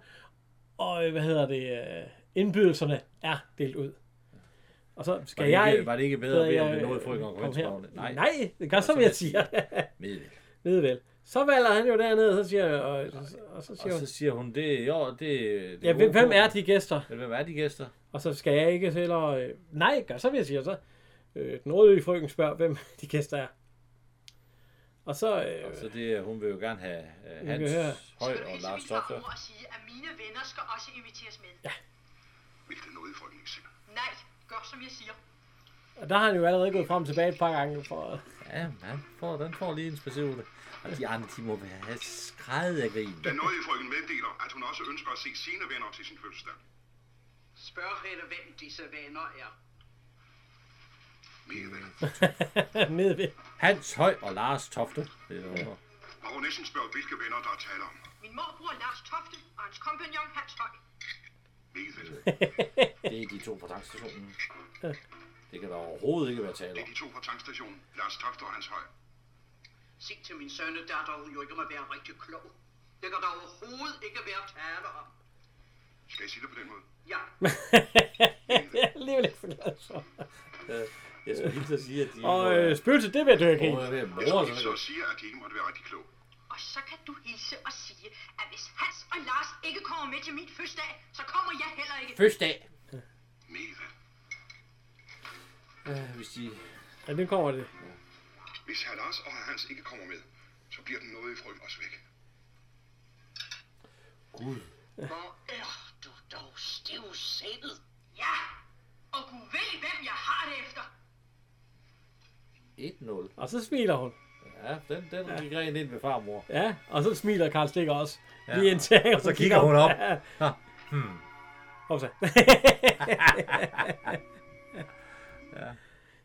og øh, hvad hedder det, øh, indbydelserne er delt ud. Og så Var skal det, jeg... ikke, var det ikke bedre at bede om det noget frøken øh, kom her. konkurrencebagne? Nej, Nej. Nej, det gør som jeg siger. Medvind. Ved vel. Så valder han jo derned, og så siger, jeg- og, og så Og siger hun, så siger hun, det, jo, det, det ja, hvem, ok. hvem er de gæster? Men hvem er de gæster? Og så skal jeg ikke heller... Øh, nej, gør så, vil jeg sige. Og så øh, den røde frøken spørger, hvem de gæster er. Og så... Øh, Og så det, hun vil jo gerne have øh, kan Hans høre. Høj Skal du og hilse Lars min farmor Stoffer. og sige, at mine venner skal også inviteres med? Hvilken noget, frøken ikke sikker. Nej, gør som jeg siger. og der har han jo allerede gået frem og tilbage et par gange. For, Ja, han får, den får lige en speciale. Og de andre, de må have skrædet af grin. Den nåede frøken meddeler, at hun også ønsker at se sine venner til sin fødselsdag. Spørg hende, hvem disse venner er. Mine venner. med ved. Hans Høj og Lars Tofte. Det er jo- Og hun næsten spørger, hvilke venner der er tale om. Min morbror Lars Tofte og hans kompagnon Hans Høj. Mine venner. Det er de to fra tankstationen. Det kan der overhovedet ikke være tale Det om. er de to fra tankstationen. Lars Toft og Hans Høj. Sig til min sønne datter, hun jo ikke må være rigtig klog. Det kan der overhovedet ikke være tale om. Skal jeg sige det på den måde? Ja, Jeg er alligevel ikke for glad for. Jeg skulle hilse at sige, at de Og øh, spøgelset, det vil jeg dyrke i. må være Jeg tror, mor, de så så siger, at de ikke måtte være rigtig kloge. Og så kan du hilse og sige, at hvis Hans og Lars ikke kommer med til min fødselsdag, så kommer jeg heller ikke. Første dag. Mine venner. Hvis de... Ja, nu kommer det. Hvis herr Lars og herr Hans ikke kommer med, så bliver den nåede frøken også væk. Gud. hvor er du dog stivsindet? Ja, og Gud ved, hvem jeg har det efter. 1-0. Og så smiler hun. Ja, den, den gik rent ind ved farmor. Ja, og så smiler Karl Stikker også. Ja. Lige indtil Og så kigger hun op. Nå, Hopsa.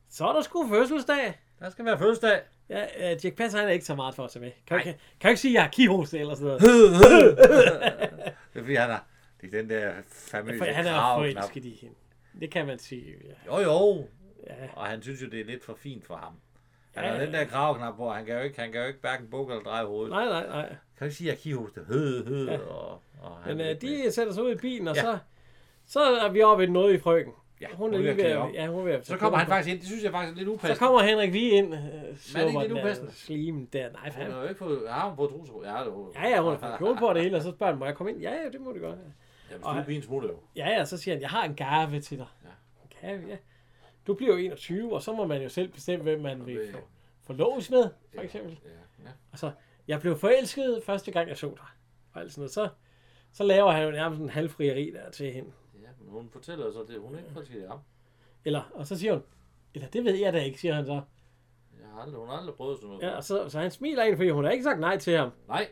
Så er der sgu fødselsdag. Der skal være fødselsdag. Ja, øh, Jack Passer han er ikke så meget for at tage med. Kan, kan, kan jeg ikke sige, at jeg har kihoste eller sådan noget? Det er fordi, han har... Det er den der famøse For han er krav- forelsket i hende. Det kan man sige. Ja. Jo, jo. Ja. Og han synes jo, det er lidt for fint for ham. Han Ja, har ja, den der kravknap, hvor han kan jo ikke, han kan jo ikke hverken bukke eller dreje hovedet. Nej, nej, nej. Kan du ikke sige, at jeg kighoste? Hød, hød, og, og han Men er øh, lidt med. de sætter sig ud i bilen, og Ja. så, så er vi oppe ved noget i frøken. Ja, Hun er lige ved, klæde op. at- ja, hun er ved at- Så kommer han faktisk ind. Det synes jeg faktisk er lidt Så upassende. kommer Henrik lige ind, øh, ikke slår lidt den der upassende? slim der. Nej, for Hun han, har jo ikke fået... Har hun på truser? Ja, det er hun. ja, ja, hun har fået kjole på og det hele, og så spørger han, må jeg komme ind? Ja, ja, det må du godt. Jamen, stuepigen smutter jo. Ja, ja, så siger han, jeg har en gave til dig. Ja. En gave, ja. Du bliver jo 21, og så må man jo selv bestemme, hvem man vil det- få, forloves med, for eksempel. Ja, ja. Og så, Altså, jeg blev forelsket første gang, jeg så dig. Og alt sådan noget. Så, så laver han jo nærmest en halvfrieri der til hende. ja men hun fortæller så, det hun er ikke fortalt ham. Eller, og så siger hun, eller det ved jeg da ikke, siger han så. Jeg har aldrig, hun har aldrig prøvet sådan noget. Ja, og så, så han smiler ind, fordi hun har ikke sagt nej til ham. Nej,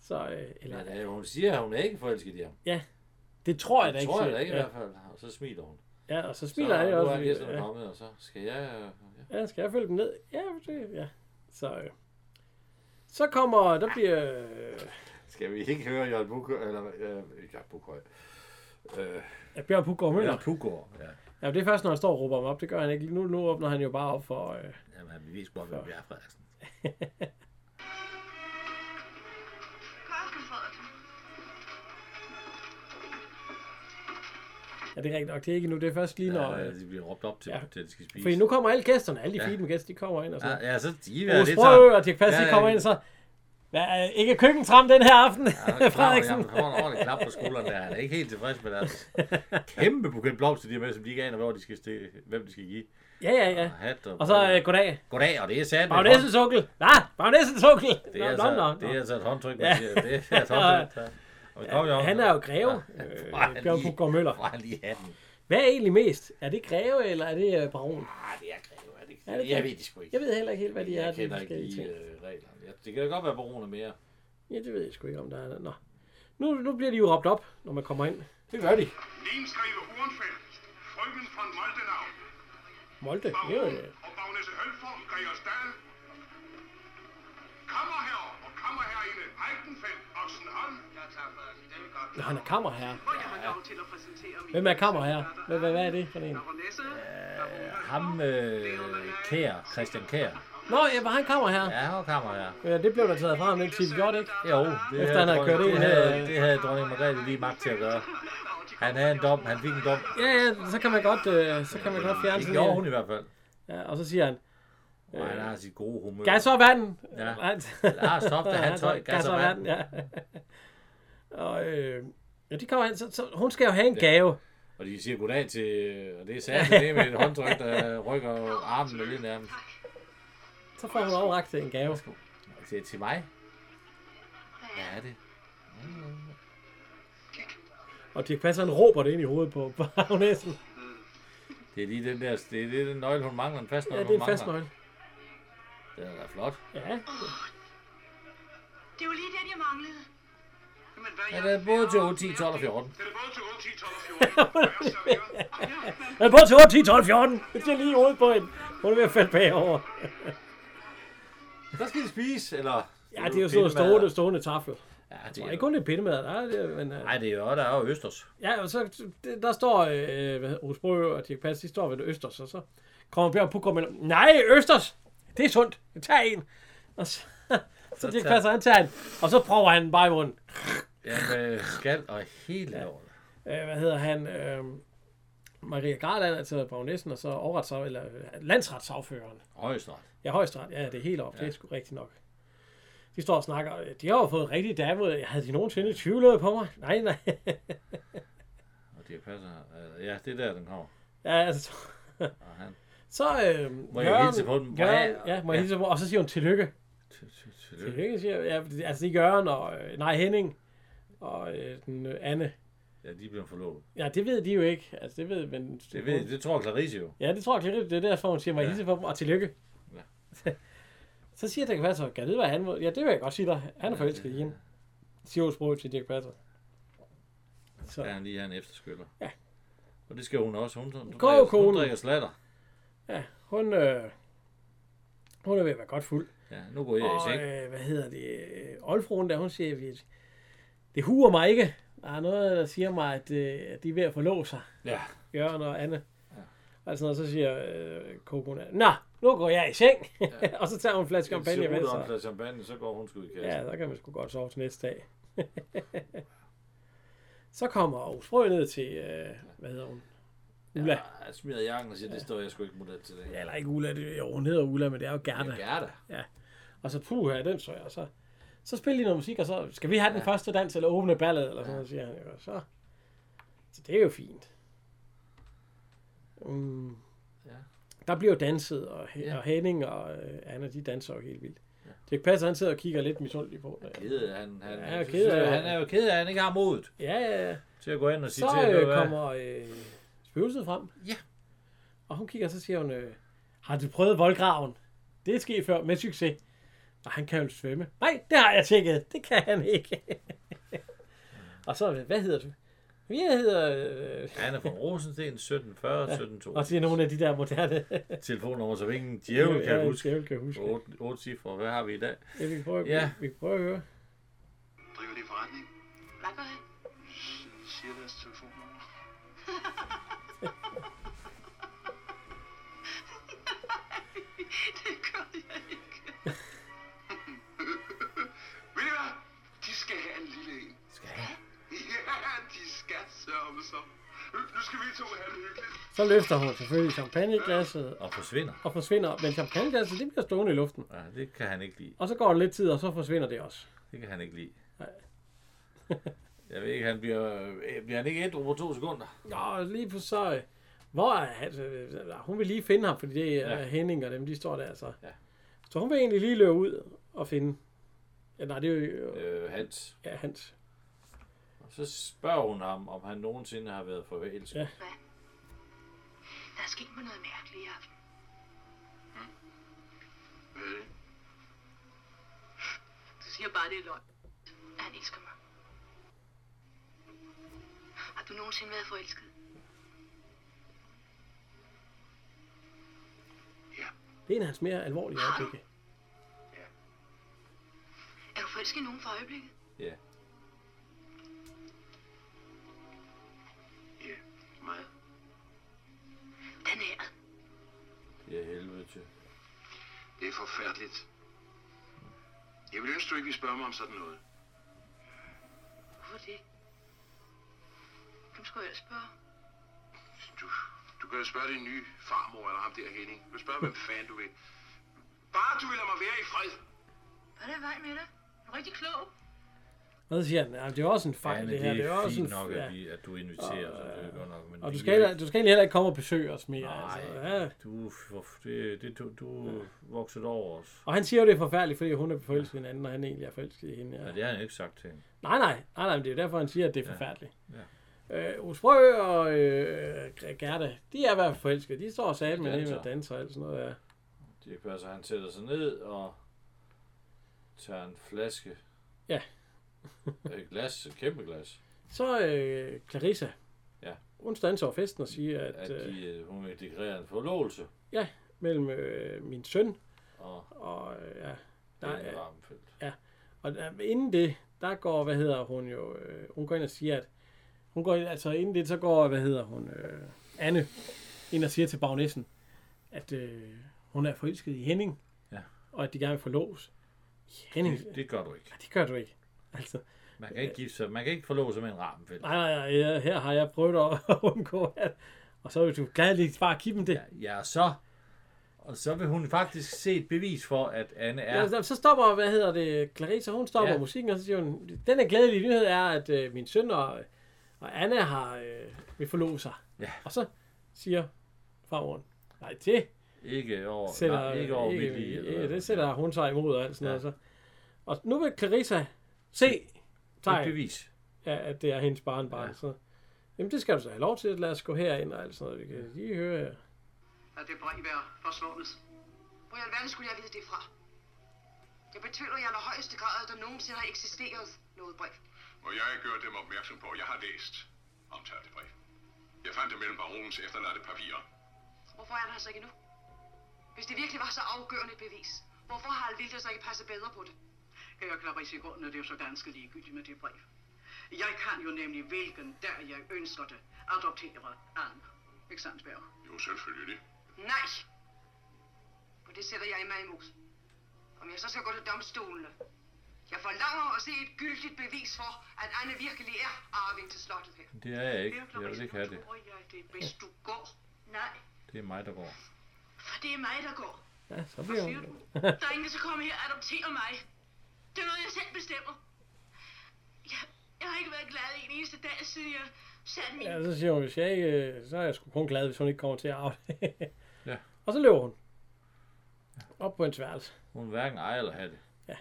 Så, øh, eller, men, øh, hun siger, at hun er ikke forelsket i ham. det tror jeg da Det ikke. tror jeg siger da ikke i han. hvert fald. Og så smiler hun. Ja, ja, og så Så smiler han nu jo også. er fordi, gæsterne ja, kommet, og så skal jeg... øh, Ja. ja, skal jeg følge dem ned? Ja, det, ja. Så, øh. så kommer, der bliver... Øh, Skal vi ikke høre Jørgen Bukhøj? Eller, øh, Jørgen Bukhøj. Øh, Ja, Bjørn Puggaard Møller. Jørgen Pugård. Ja. Ja, det er først, når han står og råber ham op. Det gør han ikke. Nu, nu åbner han jo bare op for... Øh... Jamen, han bevis godt, hvem vi er, Frederiksen. Karsten Frederiksen. Ja, det er rigtigt nok. Det er ikke nu. Det er først lige når... Ja, Øh... de bliver råbt op til, Ja. ja. til at de skal spise. Fordi nu kommer alle gæsterne. Alle de Ja. fine gæster, de kommer ind og Ja, sådan. ja, så de Ja, er Ove lidt Sprøø og Dirk Pass, Ja, de ja, kommer ja. ind og så... Hvad, øh, ikke køkkenstram den her aften, Ja, Frederiksen. Frederiksen. Jeg får en ordentlig klap på skulderen der. Han er ikke helt tilfreds med deres kæmpe buket blomster, de har med, som de ikke aner, hvor de skal stille, hvem de skal give. Ja, ja, ja. Og hat og, Og så, øh, goddag. Goddag, og det er sandt. Bagnæssens onkel. Hvad? Bagnæssens onkel. Det Nå, er, nå, nå, altså, det er nå. altså et håndtryk, Ja. man siger. Det er et håndtryk. der- Og vi kommer jo om- Han er jo greve, Ja, øh, får han Bjørn lige- Puggaard Møller. får han lige hatten. Hvad er egentlig mest? Er det greve, eller er det øh, baron? Nej, Ah, det er greve, er det ikke? Er det jeg greve? ved det sgu ikke. Jeg ved heller ikke helt, hvad de er. jeg de kender ikke forskellige de ting. øh, reglerne. Ja, det kan da godt være baroner mere. øh, Ja, det ved jeg sgu ikke, om der er der. Nå. Nu, nu bliver de jo råbt op, når man kommer ind. Det gør de. Linskrive Hornfeldt. Frøken von Moldenau. Molde. Det er jo, øh, Baron og bagnæsse Hølfort Gregersdal. kammerherre og kammerherrinde Heidenfeldt Oxenholm. Ja, tak for det. Det er godt. Nå, han er kammerherre. Hvor jeg har lov til at præsentere min... Hvem er kammerherre? Hvad, hvad, hvad er det for en? Baronesse, Øh, ham, øh, Kær, Christian Kær. Nå, ja, var han kammerherre? Ja, han var kammer her. Ja, det blev der taget fra ham den tid, gjorde det ikke? Jo, det Efter havde han havde dronning- kørt det, en, havde, øh, det havde dronning Margrethe lige magt til at gøre. Han havde en dom, han fik en dom. Ja, ja, så kan man godt, øh, så kan man godt fjerne Det sådan gjorde hun en. i hvert fald. Ja, og så siger han, Og han har sit gode humør. gas op vand! Ja. Han- Lars Toft og hans høj, gas op vand. ja. Og øh, ja, de kommer hen, så, så, hun skal jo have en gave. Og de siger goddag til, og det er særligt det med et håndtryk, der rykker armen lidt nærmest. Så får hun overragt en gave. Til, til mig? Hvad er det? Og Dirk Passer, han råber det ind i hovedet på baronæsen. Det er lige den der, det er lige den nøgle, hun mangler, en fast Ja, nøgle, det er hun en fast mangler. nøgle. Den er da flot. Ja, Det er jo lige den, jeg manglede. Men hvad Ja, den er både til 8, 10, 12 og 14. Den er både til 8, 10, 12 og 14. Og jeg serverer. Han er på til 8, 10, 12, 14. Det ser lige i hovedet på hende. Hun er ved at falde bagover. Så skal de spise, eller? Ja, det er jo sådan noget stående, stående tafel. Ja, det Det er er ikke kun det pindemad, der er det, men... øh, Nej, det er jo, der er jo Østers. Ja, og så, det- der står, øh, hvad hedder Osbro og Dirk Pass, de står ved det Østers, og så kommer Bjørn Puk og melder, nej, Østers, det er sundt, tag en. Og så, så Dirk tager- Pass, han tager en, og så prøver han den bare i munden. Ja, med øh, skal og hele lortet. Øh, hvad hedder han? Øh, Maria Garland, altså bagnæsten, og så overrets, eller øh, landsretssagføreren. Højesteret. Ja, højesteret. Ja, det er helt op. Ja. Det er sgu rigtigt nok. De står og snakker. øh, De har jo fået rigtig damer. Havde de nogensinde tvivlet på mig? Nej, nej. Og det passer. øh, Ja, det er der, den kommer. ja, altså, Og han... så... Øh, Må jeg hilse på dem? Jørgen, Ja. ja, må jeg hilse på Og så siger hun tillykke. Til- til- tillykke. Tillykke, siger jeg. Ja, fordi- altså, det er Jørgen og... øh, Nej, Henning. Og øh, den øh, Anne. Ja, de bliver forlovet. Ja, det ved de jo ikke. Altså, det ved... Men, Det, ved, det tror Clarice jo. Ja, det tror jeg Clarisse. Det er derfor, hun siger mig ja. hilse på dem, og tillykke. Ja. Ja. så siger Dirk Passer, kan jeg vide, hvad han må? Ja, det vil jeg godt sige dig. Han er forelsket i hende. Siger sprog til Dirk Passer. Så Så, er ja. han lige her en efterskyller. Ja. Og det skal hun også. Hun, hun, Gå, drikker, hun kone. drikker slatter. hun, øh, hun er ved at være godt fuld. Ja, nu går jeg i Og seng. øh, hvad hedder det? øh, Oldfruen der, hun siger, at det huer mig ikke. Der er noget, der siger mig, at, øh, at de er ved at forlove sig. Ja. Jørgen og Anne. Ja. Og sådan noget, så siger øh, Kokon, Nå, nu går jeg i seng. Ja. og så tager hun en flaske champagne med sig. sig. champagne, så går hun sgu i kassen. Ja, der kan man sgu godt sove til næste dag. så kommer Aarhus Frø ned til, øh, hvad hedder hun? Ulla. Ja, jeg smider jakken og siger, det står jeg sgu ikke model til det. Ja, eller ikke Ulla, det, jo, hun hedder Ulla, men det er jo Gerda. Det er det. Og så puh her, den så jeg, og så, så spiller de noget musik, og så skal vi have den første dans, eller åbne ballet, eller sådan noget, siger han. jo. Og Så, så det er jo fint. Mm. Ja. Der bliver jo danset, og, He- og Henning og øh, Anna, de danser jo helt vildt. Ja. Dirk Passer, han sidder og kigger lidt misundeligt på. Ja, Ked, af, han, han, Ja, han, jeg er ked af- han er jo ked af, at han ikke har modet ja, ja. til at gå ind og sige Så til, at øh, kommer øh, spøgelset frem. Ja. Og hun kigger, og så siger hun, øh, har du prøvet voldgraven? Det er sket før med succes. Og han kan jo svømme. Nej, det har jeg tjekket. Det kan han ikke. og så, øh, hvad hedder du? Jeg hedder... Øh, Anna fra Rosensten, 1740 og 1742. siger nogle af de der moderne... Telefonnummer, som ingen djævel kan huske. Djævel kan huske. Otte, otte cifre, hvad har vi i dag? Ja, vi, kan prøve, Ja. ja. vi, vi kan prøve at høre. Driver de forretning? Hvad gør han? Siger deres telefonnummer. Det gør jeg ikke. Ved I hvad? De skal have en lille en. Skal Ja, de skal sørge så. Nu skal vi to have det hyggeligt. Så løfter hun selvfølgelig champagneglasset Og forsvinder. og forsvinder. Men champagneglasset, det bliver stående i luften. Ja, det kan han ikke lide. Og så går der lidt tid, og så forsvinder det også. Det kan han ikke lide. Jeg ved ikke, han bliver, øh, bliver han ikke et over to sekunder. Ja, og lige på så... øh, Hvor er han? øh, Hun vil lige finde ham, fordi det er Ja. ja. Henning og dem, de står der så. Ja. Ja. Så hun vil egentlig lige løbe ud og finde... Ja, nej, det er jo øh, Øh, Hans. ja, Hans. Og så spørger hun ham, om han nogensinde har været forelsket. Ja. Der er sket mig noget mærkeligt i aften. Hmm? Hvad er det? Du siger bare, det er løgn. Han elsker mig. Har du nogensinde været forelsket? Det er en af hans mere alvorlige øjeblikke. forelsket i nogen for øjeblikket? Ja. Ja, meget. Den her. Ja, helvede til. Det er forfærdeligt. Jeg vil ønske, du ikke ville spørge mig om sådan noget. Hvorfor det? Hvem skulle jeg ellers spørge? Du, du kan jo spørge din nye farmor eller ham der Henning. Du kan spørge, hvem fanden du vil. Bare du vil lade mig være i fred. Hvad er der i vej med det? Er du rigtig klog? Og så siger han, "Ja, det er også en fejl, men det, her. Det er også en fint nok, ja. at, vi, at du inviterer os, og det er godt nok. Men Og du vi- skal, heller- du skal egentlig heller ikke komme og besøge os mere. Nej, Altså. Ja. du, for- det, det, du, du er vokset over os. Og han siger jo, det er forfærdeligt, fordi hun er forelsket i en anden, og han egentlig er forelsket i hende. Ja. Ja, det har han jo ikke sagt til hende. Nej, nej, nej, nej, men det er jo derfor, han siger, at det er forfærdeligt. Ja. Øh, Osprø og øh, Gerda, de er i hvert fald forelskede. De står og sagde med Danser. hende og danser og alt sådan noget. Ja. Det passer, han sætter sig ned og tager en flaske. Ja. et glas, et kæmpe glas. Så øh, Clarissa, Ja. hun standser over festen og siger, at, At at øh, de, øh, hun vil deklarere en forlovelse. ja, mellem øh, min søn Og og øh, ja, der, Nej, er- ja. Ramfeldt. Og der, inden det, der går, hvad hedder hun jo, øh, hun går ind og siger, at hun går ind, altså inden det, så går, hvad hedder hun, øh, Anne, ind og siger til bagnæssen, at øh, hun er forelsket i Henning, Ja. og at de gerne vil forlås. Henning, Det, det, det gør du ikke. det gør du ikke. Altså, Man kan ikke, gifte sig, man kan ikke forlove sig med en Ramfeldt. nej, nej, nej, ja, her har jeg prøvet at undgå, at, og så vil du gladelig bare give dem det. Ja, ja, og så... Og så vil hun faktisk se et bevis for, at Anne er... Ja. Så stopper, hvad hedder det, Clarissa, hun stopper ja. Ja. musikken, og så siger hun, den her glædelige nyhed er, at øh, min søn og, og Anna har, øh, vil forlove sig. Ja. Og så siger farmoren, nej, det Ikke over, sætter, nej, ikke over ikke, mit lige. eller ikke, hvad. det sætter hun sig imod og alt sådan ja. Ja. noget. Så. Og nu vil Clarissa se Et tegn, bevis. ja, at det er hendes barnbarn. Ja. Ja. Så. Jamen, det skal du så have lov til. Lad os gå herind og alt sådan noget. Vi kan lige høre her. At det brænd være forsvundet. Hvor i alverden skulle jeg vide det fra? Jeg betvivler i allerhøjeste grad, at der nogensinde har eksisteret noget brev. Og jeg gør dem opmærksom på, at jeg har læst omtalte brev. Jeg fandt det mellem baronens efterladte papirer. Hvorfor er der altså ikke nu? Hvis det virkelig var så afgørende et bevis, hvorfor har Alvilda så ikke passet bedre på det? Kære Clarisse, i grunden er det jo så ganske ligegyldigt med det brev. Jeg kan jo nemlig, hvilken dag jeg ønsker det, adoptere Anne. Ikke sandt, Berg? Jo, selvfølgelig. Nej! Og det sætter jeg mig imod. Om jeg så skal gå til domstolene. Jeg forlanger at se et gyldigt bevis for, at Anne virkelig er arving til slottet her. Det er jeg ikke. Kære Jeg vil Clarisse, ikke nu have det. tror jeg, det er bedst, du går. Nej, Det er mig, der går. For det er mig, der går. Ja, så bliver hun... Der er ingen, der skal komme her og adoptere mig. Det er noget, jeg selv bestemmer. Jeg, jeg har ikke været glad en eneste dag, siden jeg satte min... Ja, så siger hun, hvis jeg ikke, øh, så er jeg sgu kun glad, hvis hun ikke kommer til at arve det. Ja. Og så løber hun. Op på en værelse. Hun hverken ejer eller have det. Ja.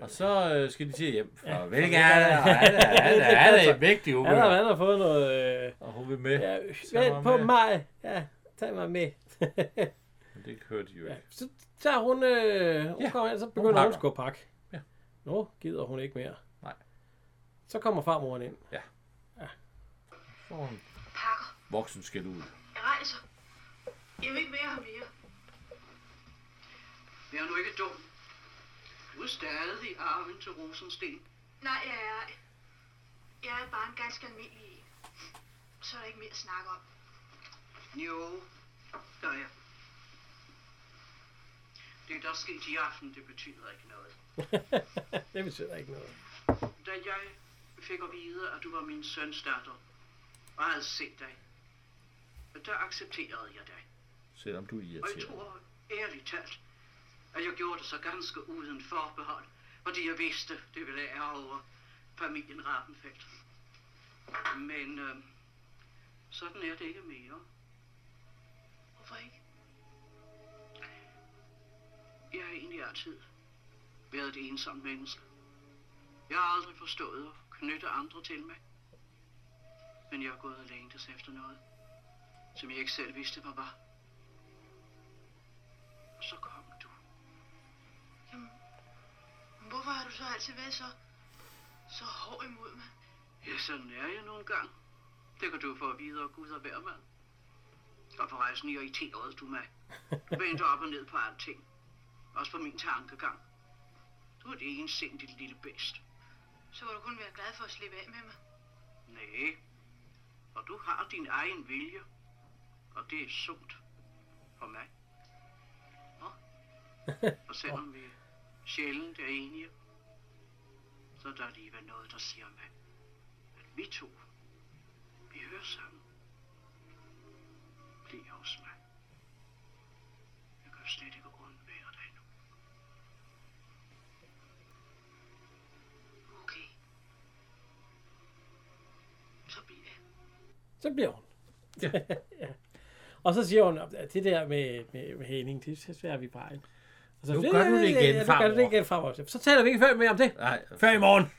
Og så øh, skal de til hjem fra ja, farvel, hvilken er det? Anna. Og Anna, Anna, Det Anna passer. er vigtig Han har, humør. han har fået noget... Øh, Og hun vil med. ja, Ja, vent på mig. Ja, tag mig med. Men det hørte de jo ja, ikke. så tager hun... Øh, hun ja, Ja, kommer ind, så hun begynder hun, pakker. at gå pakke. Ja. Nu gider hun ikke mere. Nej. Så kommer farmoren ind. Så får hun Pakker. voksen skal ud. Jeg rejser. Jeg vil ikke være her mere. Vær nu ikke dum. Du er stadig arven til Rosensten. Nej, jeg er... Jeg er bare en ganske almindelig en. Så er der ikke mere at snakke om. Jo, der er. Det, der skete i aften, det betyder ikke noget. det betyder ikke noget. Da jeg fik at vide, at du var min søns datter, og havde set dig, der accepterede jeg dig. Selvom du er Og jeg irriteret. tror ærligt talt, at jeg gjorde det så ganske uden forbehold, fordi jeg vidste, det ville ære over familien Rappenfeldt. Men øh, sådan er det ikke mere. Hvorfor ikke? Jeg har egentlig altid været et ensomt menneske. Jeg har aldrig forstået at knytte andre til mig. Men jeg er gået og længtes efter noget, som jeg ikke selv vidste, hvad var. Og så kom du. Jamen, hvorfor har du så altid været så... Så hård imod mig? Ja, sådan er jeg nogle gange. Det kan du få at vide af Gud og hver mand. Og forresten irriterede du mig. Du vendte op og ned på alting. Også på min tankegang. Du Du er et ensindigt lille bedst. Så må du kun være glad for at slippe af med mig. Nej, og du har din egen vilje, og det er sundt for mig. Nå? Og selvom vi sjældent er enige, så er der alligevel noget, der siger mig, at vi to, vi hører sammen. Bliv hos mig. Jeg kan slet ikke undvære dig nu. Okay. Så bliver jeg. Så bliver hun. Ja. ja. Og så siger hun, at det der med, med, med Henning, det sværer vi bare ikke. Og så, Nu gør du det igen ja, nu gør du det fremover. igen fremover. Så taler vi ikke før mere om det. Nej, Før i morgen.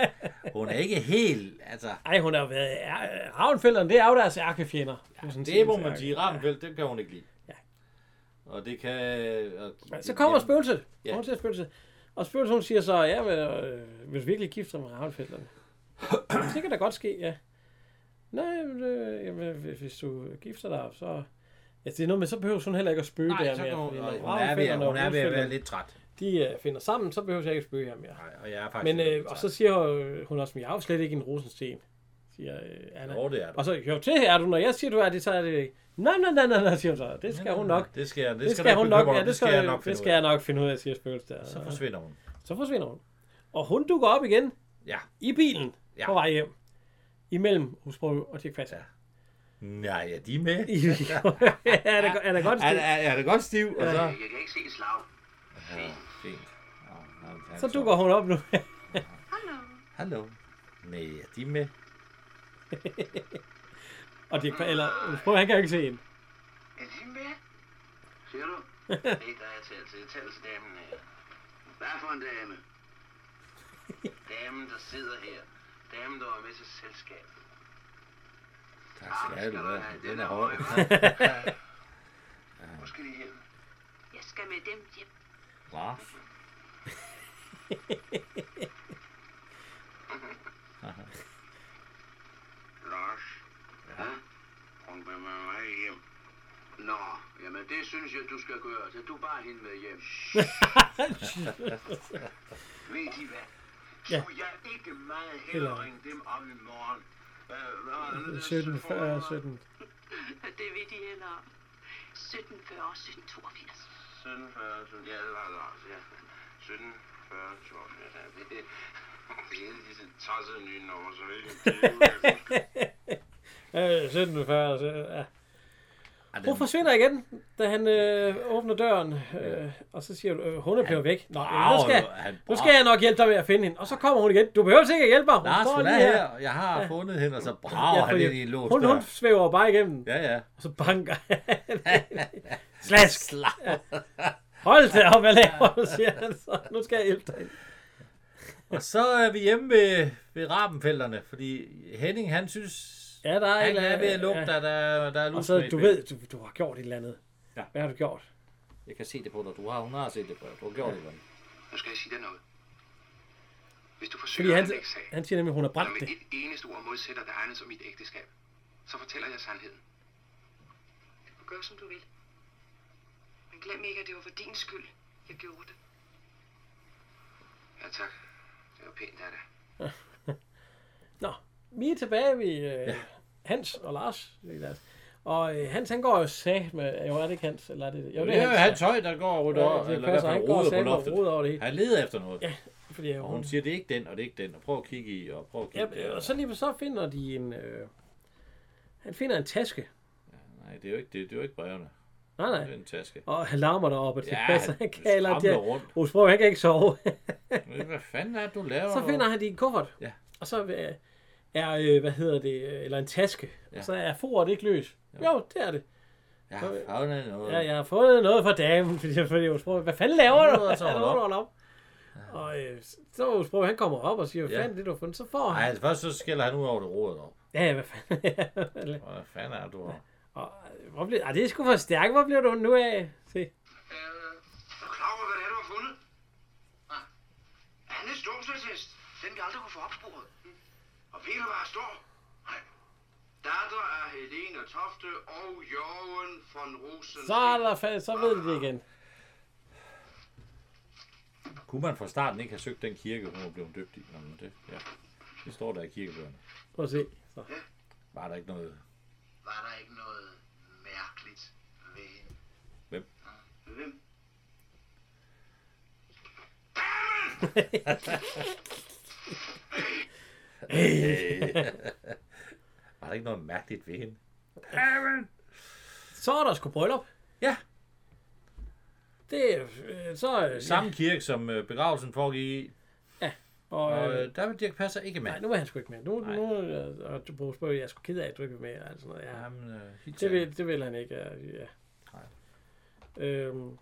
hun er ikke helt, altså... Ej, hun har jo været... er- Ravnfælderen, det er jo deres ærkefjender. Ja, Det må øh, man sige. Ramfeldt, det kan hun ikke lide. Ja. Og det kan... Og, Men så kommer spøgelset. Ja. Ja. Hun ser spøgelset. Og spøgelset, hun siger så, ja, men, øh, vil du virkelig gifte dig med Ravnfelderen? det kan da godt ske, ja. Nej, men, øh, jamen, hvis hvis du gifter dig, så... Ja, det er noget, men så behøver hun heller ikke at spøge Nej, der så mere. kan hun, fordi når og hun, er ved, Ravnfelderen og hun er ved at være Ulfelderen, lidt træt. De øh, finder sammen, så behøver jeg ikke at spøge her mere. Nej, og jeg er faktisk... Men øh, og så siger øh, hun også, at jeg er jo slet ikke en rosensten, siger øh, Anna. Jo, det er du. Og så, jo, det er du, når jeg siger, du er det, så er det ikke. Nej, nej, nej, nej, nej, siger hun så. Det skal hun nok. Det skal, jeg- det Det skal, skal hun nok, ja, det skal, jeg nok det finde skal ud jeg af. nok finde ud af, siger spøgelset der. Så forsvinder hun. så forsvinder hun. Og hun dukker op igen Ja. i bilen Ja. ja. på vej hjem. Imellem Husbro og Dirk Passer. Ja. Nej, er de med? er, det, go- er det godt Altså. Er, stil? er, er det godt stiv? Og så... Jeg kan ikke se slag. Ja, fint. Ja, jamen, han Så dukker hun op nu. Hallo. Hallo. Nej, er de med? og Dirk Passer, eller Husbro, han kan jo ikke se hende. Er de med? Siger du? Nej, der er altså- talt til. Talt til damen her. øh. Hvad for en dame? Damen, der sidder her. Damen, der var med til selskabet. Tak skal du have. Den er hård. Hvor skal de hjem? Jeg skal med dem hjem. Hva? Lars. Ja? Hun vil med mig hjem. Nå, jamen det synes jeg, du skal gøre. Så du bare hende med hjem. Ved I hvad? Ja. Skulle jeg ikke meget Eller- hellere ringe dem om i morgen? Øh, hvad var det nu, der 17, stod for? 40, 17. Det vil de hellere. 1740 og 1782. 1740, 17, ja, det var det også, ja. 1740, 12, ja, det, det er disse tossede nye numre, så ikke Øh, 17, 40, så, ja. Er den- Hun forsvinder igen, da han øh, åbner døren, øh, og så siger du, øh, hun er blevet væk. Nå, øh, nu, brager skal, jo, han nu skal brager. jeg nok hjælpe dig med at finde hende. Og så kommer hun igen. Du behøver ikke at hjælpe mig. Hun Lars, står hun er lige her. og Jeg har fundet hende, og så brager han fordi ind i en lås hun, dør. hun svæver bare igennem, Ja, ja. og så banker han. Slask! Ja. Hold da op, hvad laver du, siger han så. Nu skal jeg hjælpe dig. Og så er vi hjemme ved, ved Rabenfælderne, fordi Henning, han synes, Ja, der er han et- er ved at lukke, ja. der, der, der er Og lus så, med i du spil. ved, du, du har gjort et eller andet. Ja. Hvad har du gjort? Jeg kan se det på dig. Du har, hun har set det på dig. Du har gjort det, Ivan. Nu skal jeg sige dig noget. Hvis du Fordi forsøger han, at lægge sag, han siger nemlig, at hun har eller brændt med det. et eneste ord modsætter dig andet som mit ægteskab, så fortæller jeg sandheden. Gør som du vil. Men glem ikke, at det var for din skyld, jeg gjorde det. Ja, tak. Det var pænt af dig. Nå, vi er tilbage ved øh, Hans og Lars. det er Lars. Og øh, Hans, han går jo sat med... Jo, er det ikke Hans? Eller er det, jo, det Det er er Hans. jo hans tøj, der går og rydder, Ja, ja, det eller i hvert passer. fald Han går roder på satme og loftet. roder over det hele. Han leder efter noget. Ja. Fordi øh, Og hun hun, siger, det er ikke den, og det er ikke den. Og prøv at kigge i, og prøv at kigge ja, øh, og så lige så finder de en... Øh, han finder en taske. Nej, det er jo ikke det. Det er jo ikke brevene. Nej, Det er nej. en taske. Og han larmer deroppe, og det Ja, ja, passer. han Han kalder skramler det. rundt. Hos Brug, han kan ikke sove. Hvad fanden er det, du laver? så finder han det i en kuffert. Ja. Og så øh, er, øh, hvad hedder det, øh, eller en taske. Ja. Og så er foret ikke løs. Jo, det er det. Jeg har fundet noget. Ja, jeg har fundet noget fra damen, fordi jeg følte, at hvad fanden laver du? Ja, så Han holder op. holder op. Og øh, så Osbro, han kommer op og siger, hvad Ja. fanden er det, du har fundet? Så får Nej, han. altså først så skælder han ud over det rodet op. Ja, ja, hvad fanden? Hvad fanden er det, du har? og, øh, hvor blev, ah, det er sgu for stærkt. Hvor bliver du nu af? Se. Øh, er du klar over, hvad det er, du har fundet? Nej. Andes domsatest. Den vi aldrig kunne få opsporet. Hm. Og ved du, hvad der står? Nej. Datter af Helene Tofte og Jørgen von Rosen. Så, er der, fa- så ved de det igen. Kunne man fra starten ikke have søgt den kirke, hun var blevet døbt i? Nå, men det, ja. det står der i kirkebøgerne. Prøv at se. Så. Var der ikke noget? Var der ikke noget mærkeligt ved hende? Hvem? Hvem? Øh, var der ikke noget mærkeligt ved hende? så er der sgu bryllup. Ja. Det er øh, så øh, Samme kirke, som øh, begravelsen foregik i. Og Og, øh, øh, der vil Dirk Passer ikke med. nej, nu er han sgu ikke med. Nu, Nej. nu øh, og du bruger spørg, jeg er sgu ked af, at du ikke er med. Eller sådan noget. Ja, Jamen, øh, helt det, sikkert. vil, det vil han ikke. øh, Ja. Nej. Øhm,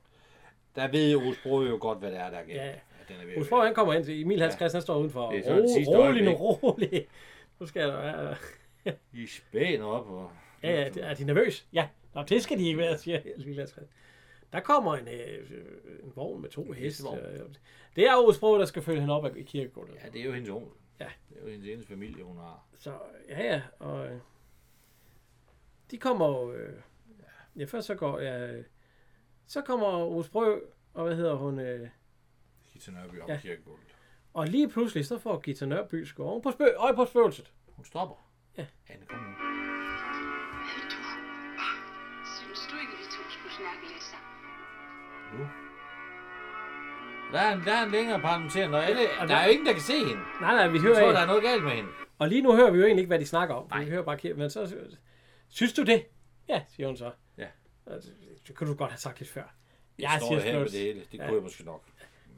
Der ved Rus Bro jo godt, hvad det er, der er galt. Ja. den er ved at Husborg, han kommer ind til Emil Hans Christian, han står udenfor. Det er Det så det sidste rolig nu, rolig. Nu skal der være... være- I spæner op. Og... Ja, ja, det- er de nervøs? Ja, Nå, det skal de ikke være, siger Emil Hans Christian. Der kommer en, øh, øh, en vogn med to heste. hestevogn. og- Det er Aarhus Bro, der skal følge hende op ad kirkegården. ja, det er jo hendes onkel. Ja. Det er jo hendes eneste familie, hun har. Så ja, ja, og øh, de kommer jo, øh, ja, først så går jeg, øh, så kommer Osbrø, og hvad hedder hun, øh, Gita Nørby op Ja. ja. kirkegulvet. og lige pludselig så får Gita Nørby sgu oven på spøg, øje på spøgelset. Hun stopper. Ja. Anne, kom nu. Du, Ah, synes du ikke, vi to skulle snakke lidt sammen? nu. Der er en, der er en længere parlamenterende, og alle, og der der- er jo ingen, der kan se hende. Nej, nej, vi Jeg hører tror, ikke, der er noget galt med hende. og lige nu hører vi jo egentlig ikke, hvad de snakker om. Nej. Nej. Vi hører bare kirken, men så, synes du det? Ja, siger hun så. Ja. Altså, Det kunne du godt have sagt lidt før. Jeg, jeg står her med Spøgelset. det hele. Ja. Det ja. kunne jeg måske nok.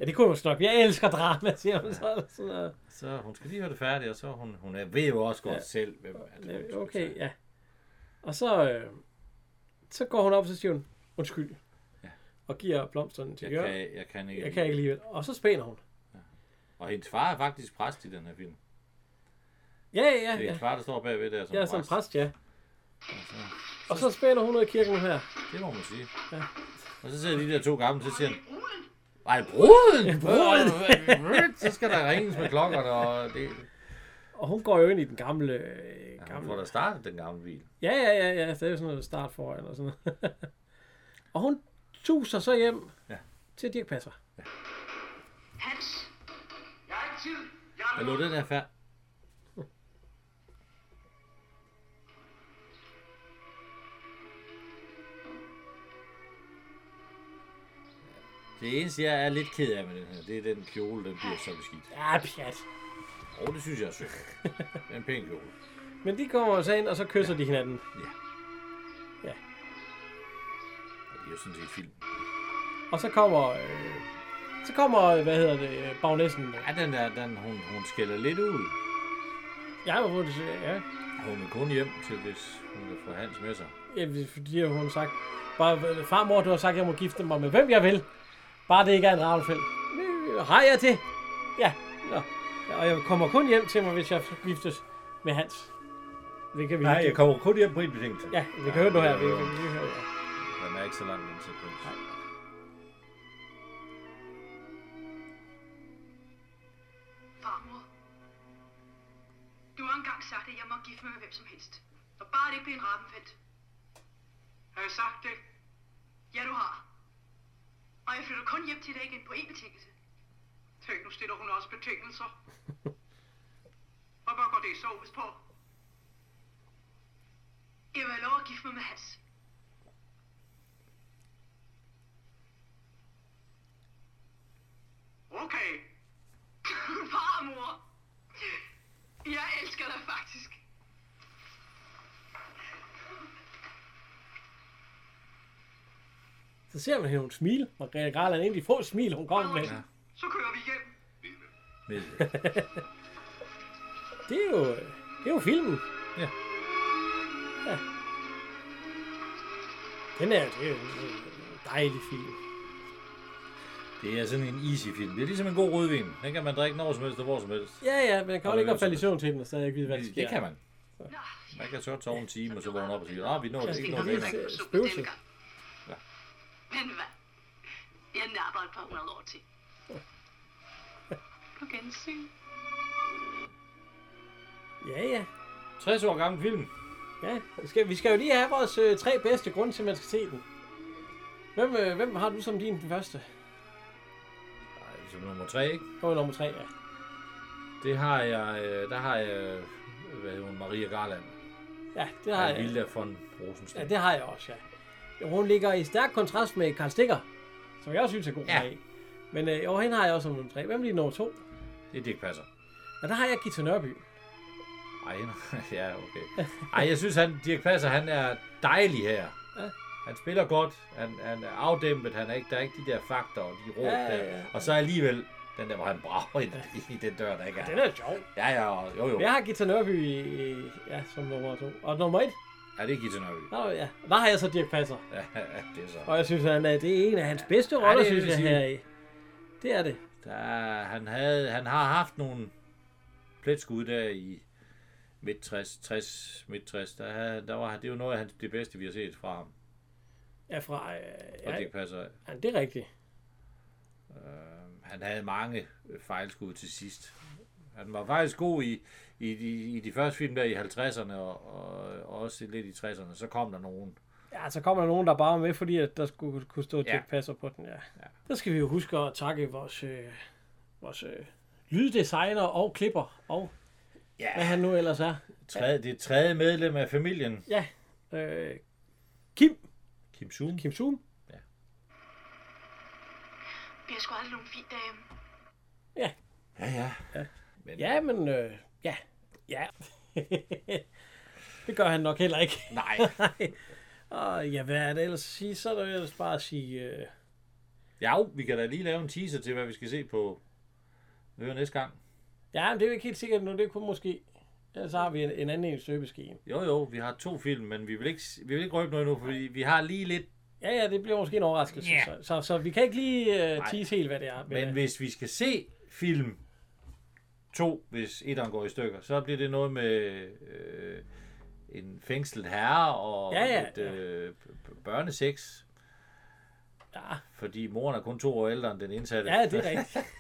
Ja, det kunne man nok. Jeg elsker drama, siger hun så. Sådan noget. Så hun skal lige høre det færdigt, og så hun, hun er, ved jo også godt Ja. ja. selv, hvem er det, hun Øh, skal Okay, tage. ja. Og så, øh, så går hun op, og så siger hun, undskyld. Og giver blomsterne til Jeg Jørgen. kan, jeg kan ikke. Jeg kan ikke lide Og så spænder hun. Og hendes far er faktisk præst i den her film. Ja, ja, Det er ja. hendes far, der står bagved der som Jeg er som præst, ja. Og så spænder hun ud i kirken nu her. Det må man sige. Ja. Og så sidder de der to gamle, så siger han, Bruden? nej, bruden! bruden! Øh, så skal der ringes med klokkerne, og det... Og hun går jo ind i den gamle... Øh, Ja, hun gamle. får da startet den gamle bil. Ja, ja, ja, ja. Det er jo sådan noget start foran og sådan noget. og hun tuser så hjem Ja. til Dirk Passer. Hans, Jeg har ikke tid. Jeg er Jeg lå den her færd. Det eneste, jeg er lidt ked af med den her, det er den kjole, den bliver så beskidt. Ja, pjat. Og det synes jeg er sødt. Det er en pæn kjole. Men de kommer så ind, og så kysser de hinanden. Og det er jo sådan set film. Og så kommer... Øh, så kommer, øh, hvad hedder det, øh, bagnæssen. Ja, den der, den, hun, hun skælder lidt ud. Jeg har fået det, ja. Hun vil kun hjem til, hvis hun vil få Hans med sig. ja hvis- fordi hun har sagt, bare, øh, farmor, du har sagt, at jeg må gifte mig med hvem jeg vil. Bare det ikke er en ravnfæld. Øh, Har jeg det? Ja. Nå. Ja, Og jeg kommer kun hjem til mig, hvis jeg giftes med Hans. Det kan vi ikke. kommer kun hjem på en betingelse. Ja, vi kan høre nu her. Vi, vi, vi hører, ja. Den er ikke så langt den sekvens. farmor. Du har engang sagt, at jeg må gifte mig med hvem som helst. Og bare det ikke bliver en rappenfelt. Har jeg sagt det? Ja, du har. Og jeg flytter kun hjem til dig igen på én betingelse. Tænk, nu stiller hun også betingelser. Og hvor går det så ud på? Jeg vil have lov at gifte mig med Hans. Okay. Farmor! Jeg elsker dig faktisk. Så ser man hende, hun smiler. Margrethe Garland, en af de få smil, hun kommer med. Så kører vi hjem. Ned. Det er jo, det er jo filmen. Ja. ja. Den er, det er jo en dejlig film. Det er sådan en easy film. Det er ligesom en god rødvin. Den kan man drikke når som helst og hvor som helst. Ja, ja, men jeg kan godt Og det ikke er godt falde i sådan- søvn til den, og stadig ikke vide, hvad der sker. Det kan man. Nå, Man kan så tage en time, og så vågne op og sige, ah, vi nåede Jeg ikke skal noget lige med. se. det." jeg så spøgelse. denne gang. Ja. Men hvad? Jeg napper et par hundrede år til. På gensyn. Ja, ja. 60 år gammel film. ja. Vi, skal, vi skal jo lige have vores øh, tre bedste grunde til, at man skal se den. Hvem, øh, hvem har du som din første? Ej, som nummer 3, ikke? Det var nummer 3, ja. Det har jeg, øh, der har jeg, øh, hvad hedder hun, Maria Garland. Ja, det har Ja, jeg. Hilda von Rosenstein. Ja, det har jeg også, ja. Jo, hun ligger i stærk kontrast med Karl Stikker, som jeg også synes er god Ja. ja. Men øh, jo, hende har jeg også som nummer 3. Hvem er lige nummer 2? det er Dirk Passer. Ja, der har jeg Gita Nørby. Ej, ja, okay. Ej, jeg synes, han, Dirk Passer, han er dejlig her. Ja. Han spiller godt, han, han er afdæmpet, han er ikke, der er ikke de der fakter og de råb Ja, ja, ja, ja. der. Og så alligevel den der, hvor han brager ind i den dør, der ikke er. Den er sjov. Ja, ja, og- jo, jo. Jeg Ja. har Gita Nørby i, i- ja, som nummer 2. Og nummer 1, Er det Gita Nørby? der, var- ja, der har jeg så Dirk Passer. Ja, det er så. Og jeg synes, han er, det er en af hans bedste Ja, roller, det ja, vil synes jeg, sige. her i. Det er det. Der, han, havde, han har haft nogle pletskud der i midt 60, 60 midt 60. Der, havde, der var, det var noget af hans- det bedste, vi har set fra ham. Ja, fra, øh, Og ja, det passer. ja, det er rigtigt. Øh, han havde mange øh, fejlskud til sidst. Han var faktisk god i, i, de, i de første film der i 50'erne og, og, og også lidt i 60'erne. Så kom der nogen. Ja, så kommer der nogen, der bare var med, fordi at der skulle kunne stå ja. Ja. Dirk Passer på den, ja. ja. Der skal vi jo huske at takke vores, øh, vores øh, lyddesigner og klipper, og Ja. hvad han nu ellers er. Tredje, det tredje medlem af familien, Ja, øh, Kim, Kim Zoom. Kim Zoom. Vi har sgu aldrig nogen fin dame. Ja, ja. Ja, men øh, ja, ja. det gør han nok heller ikke. Nej. og ja, hvad er det ellers at sige? Så er der jo ellers bare at sige, øh, Ja, vi kan da lige lave en teaser til, hvad vi skal se på høre næste gang. ja, men det er jo ikke helt sikkert nu, det kunne måske... Ellers har vi en, en anden en i støbeskeen. Jo, jo, vi har to film, men vi vil ikke, vi vil ikke røbe noget nu, fordi vi har lige lidt... Ja, ja, det bliver måske en overraskelse. Ja. Så, så, så, vi kan ikke lige øh, Nej. tease helt, hvad det er. Men øh, hvis vi skal se film 2, hvis etteren går i stykker, så bliver det noget med øh, en fængslet herre og Ja, ja, et øh, børneseks. Ja. Fordi moren er kun to år ældre end den indsatte. Ja, det er rigtigt.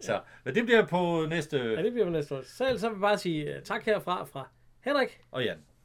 så, men det bliver på næste... Ja, det bliver vi næste år. Så ellers så vil jeg bare sige øh, tak herfra fra Henrik Og Jan.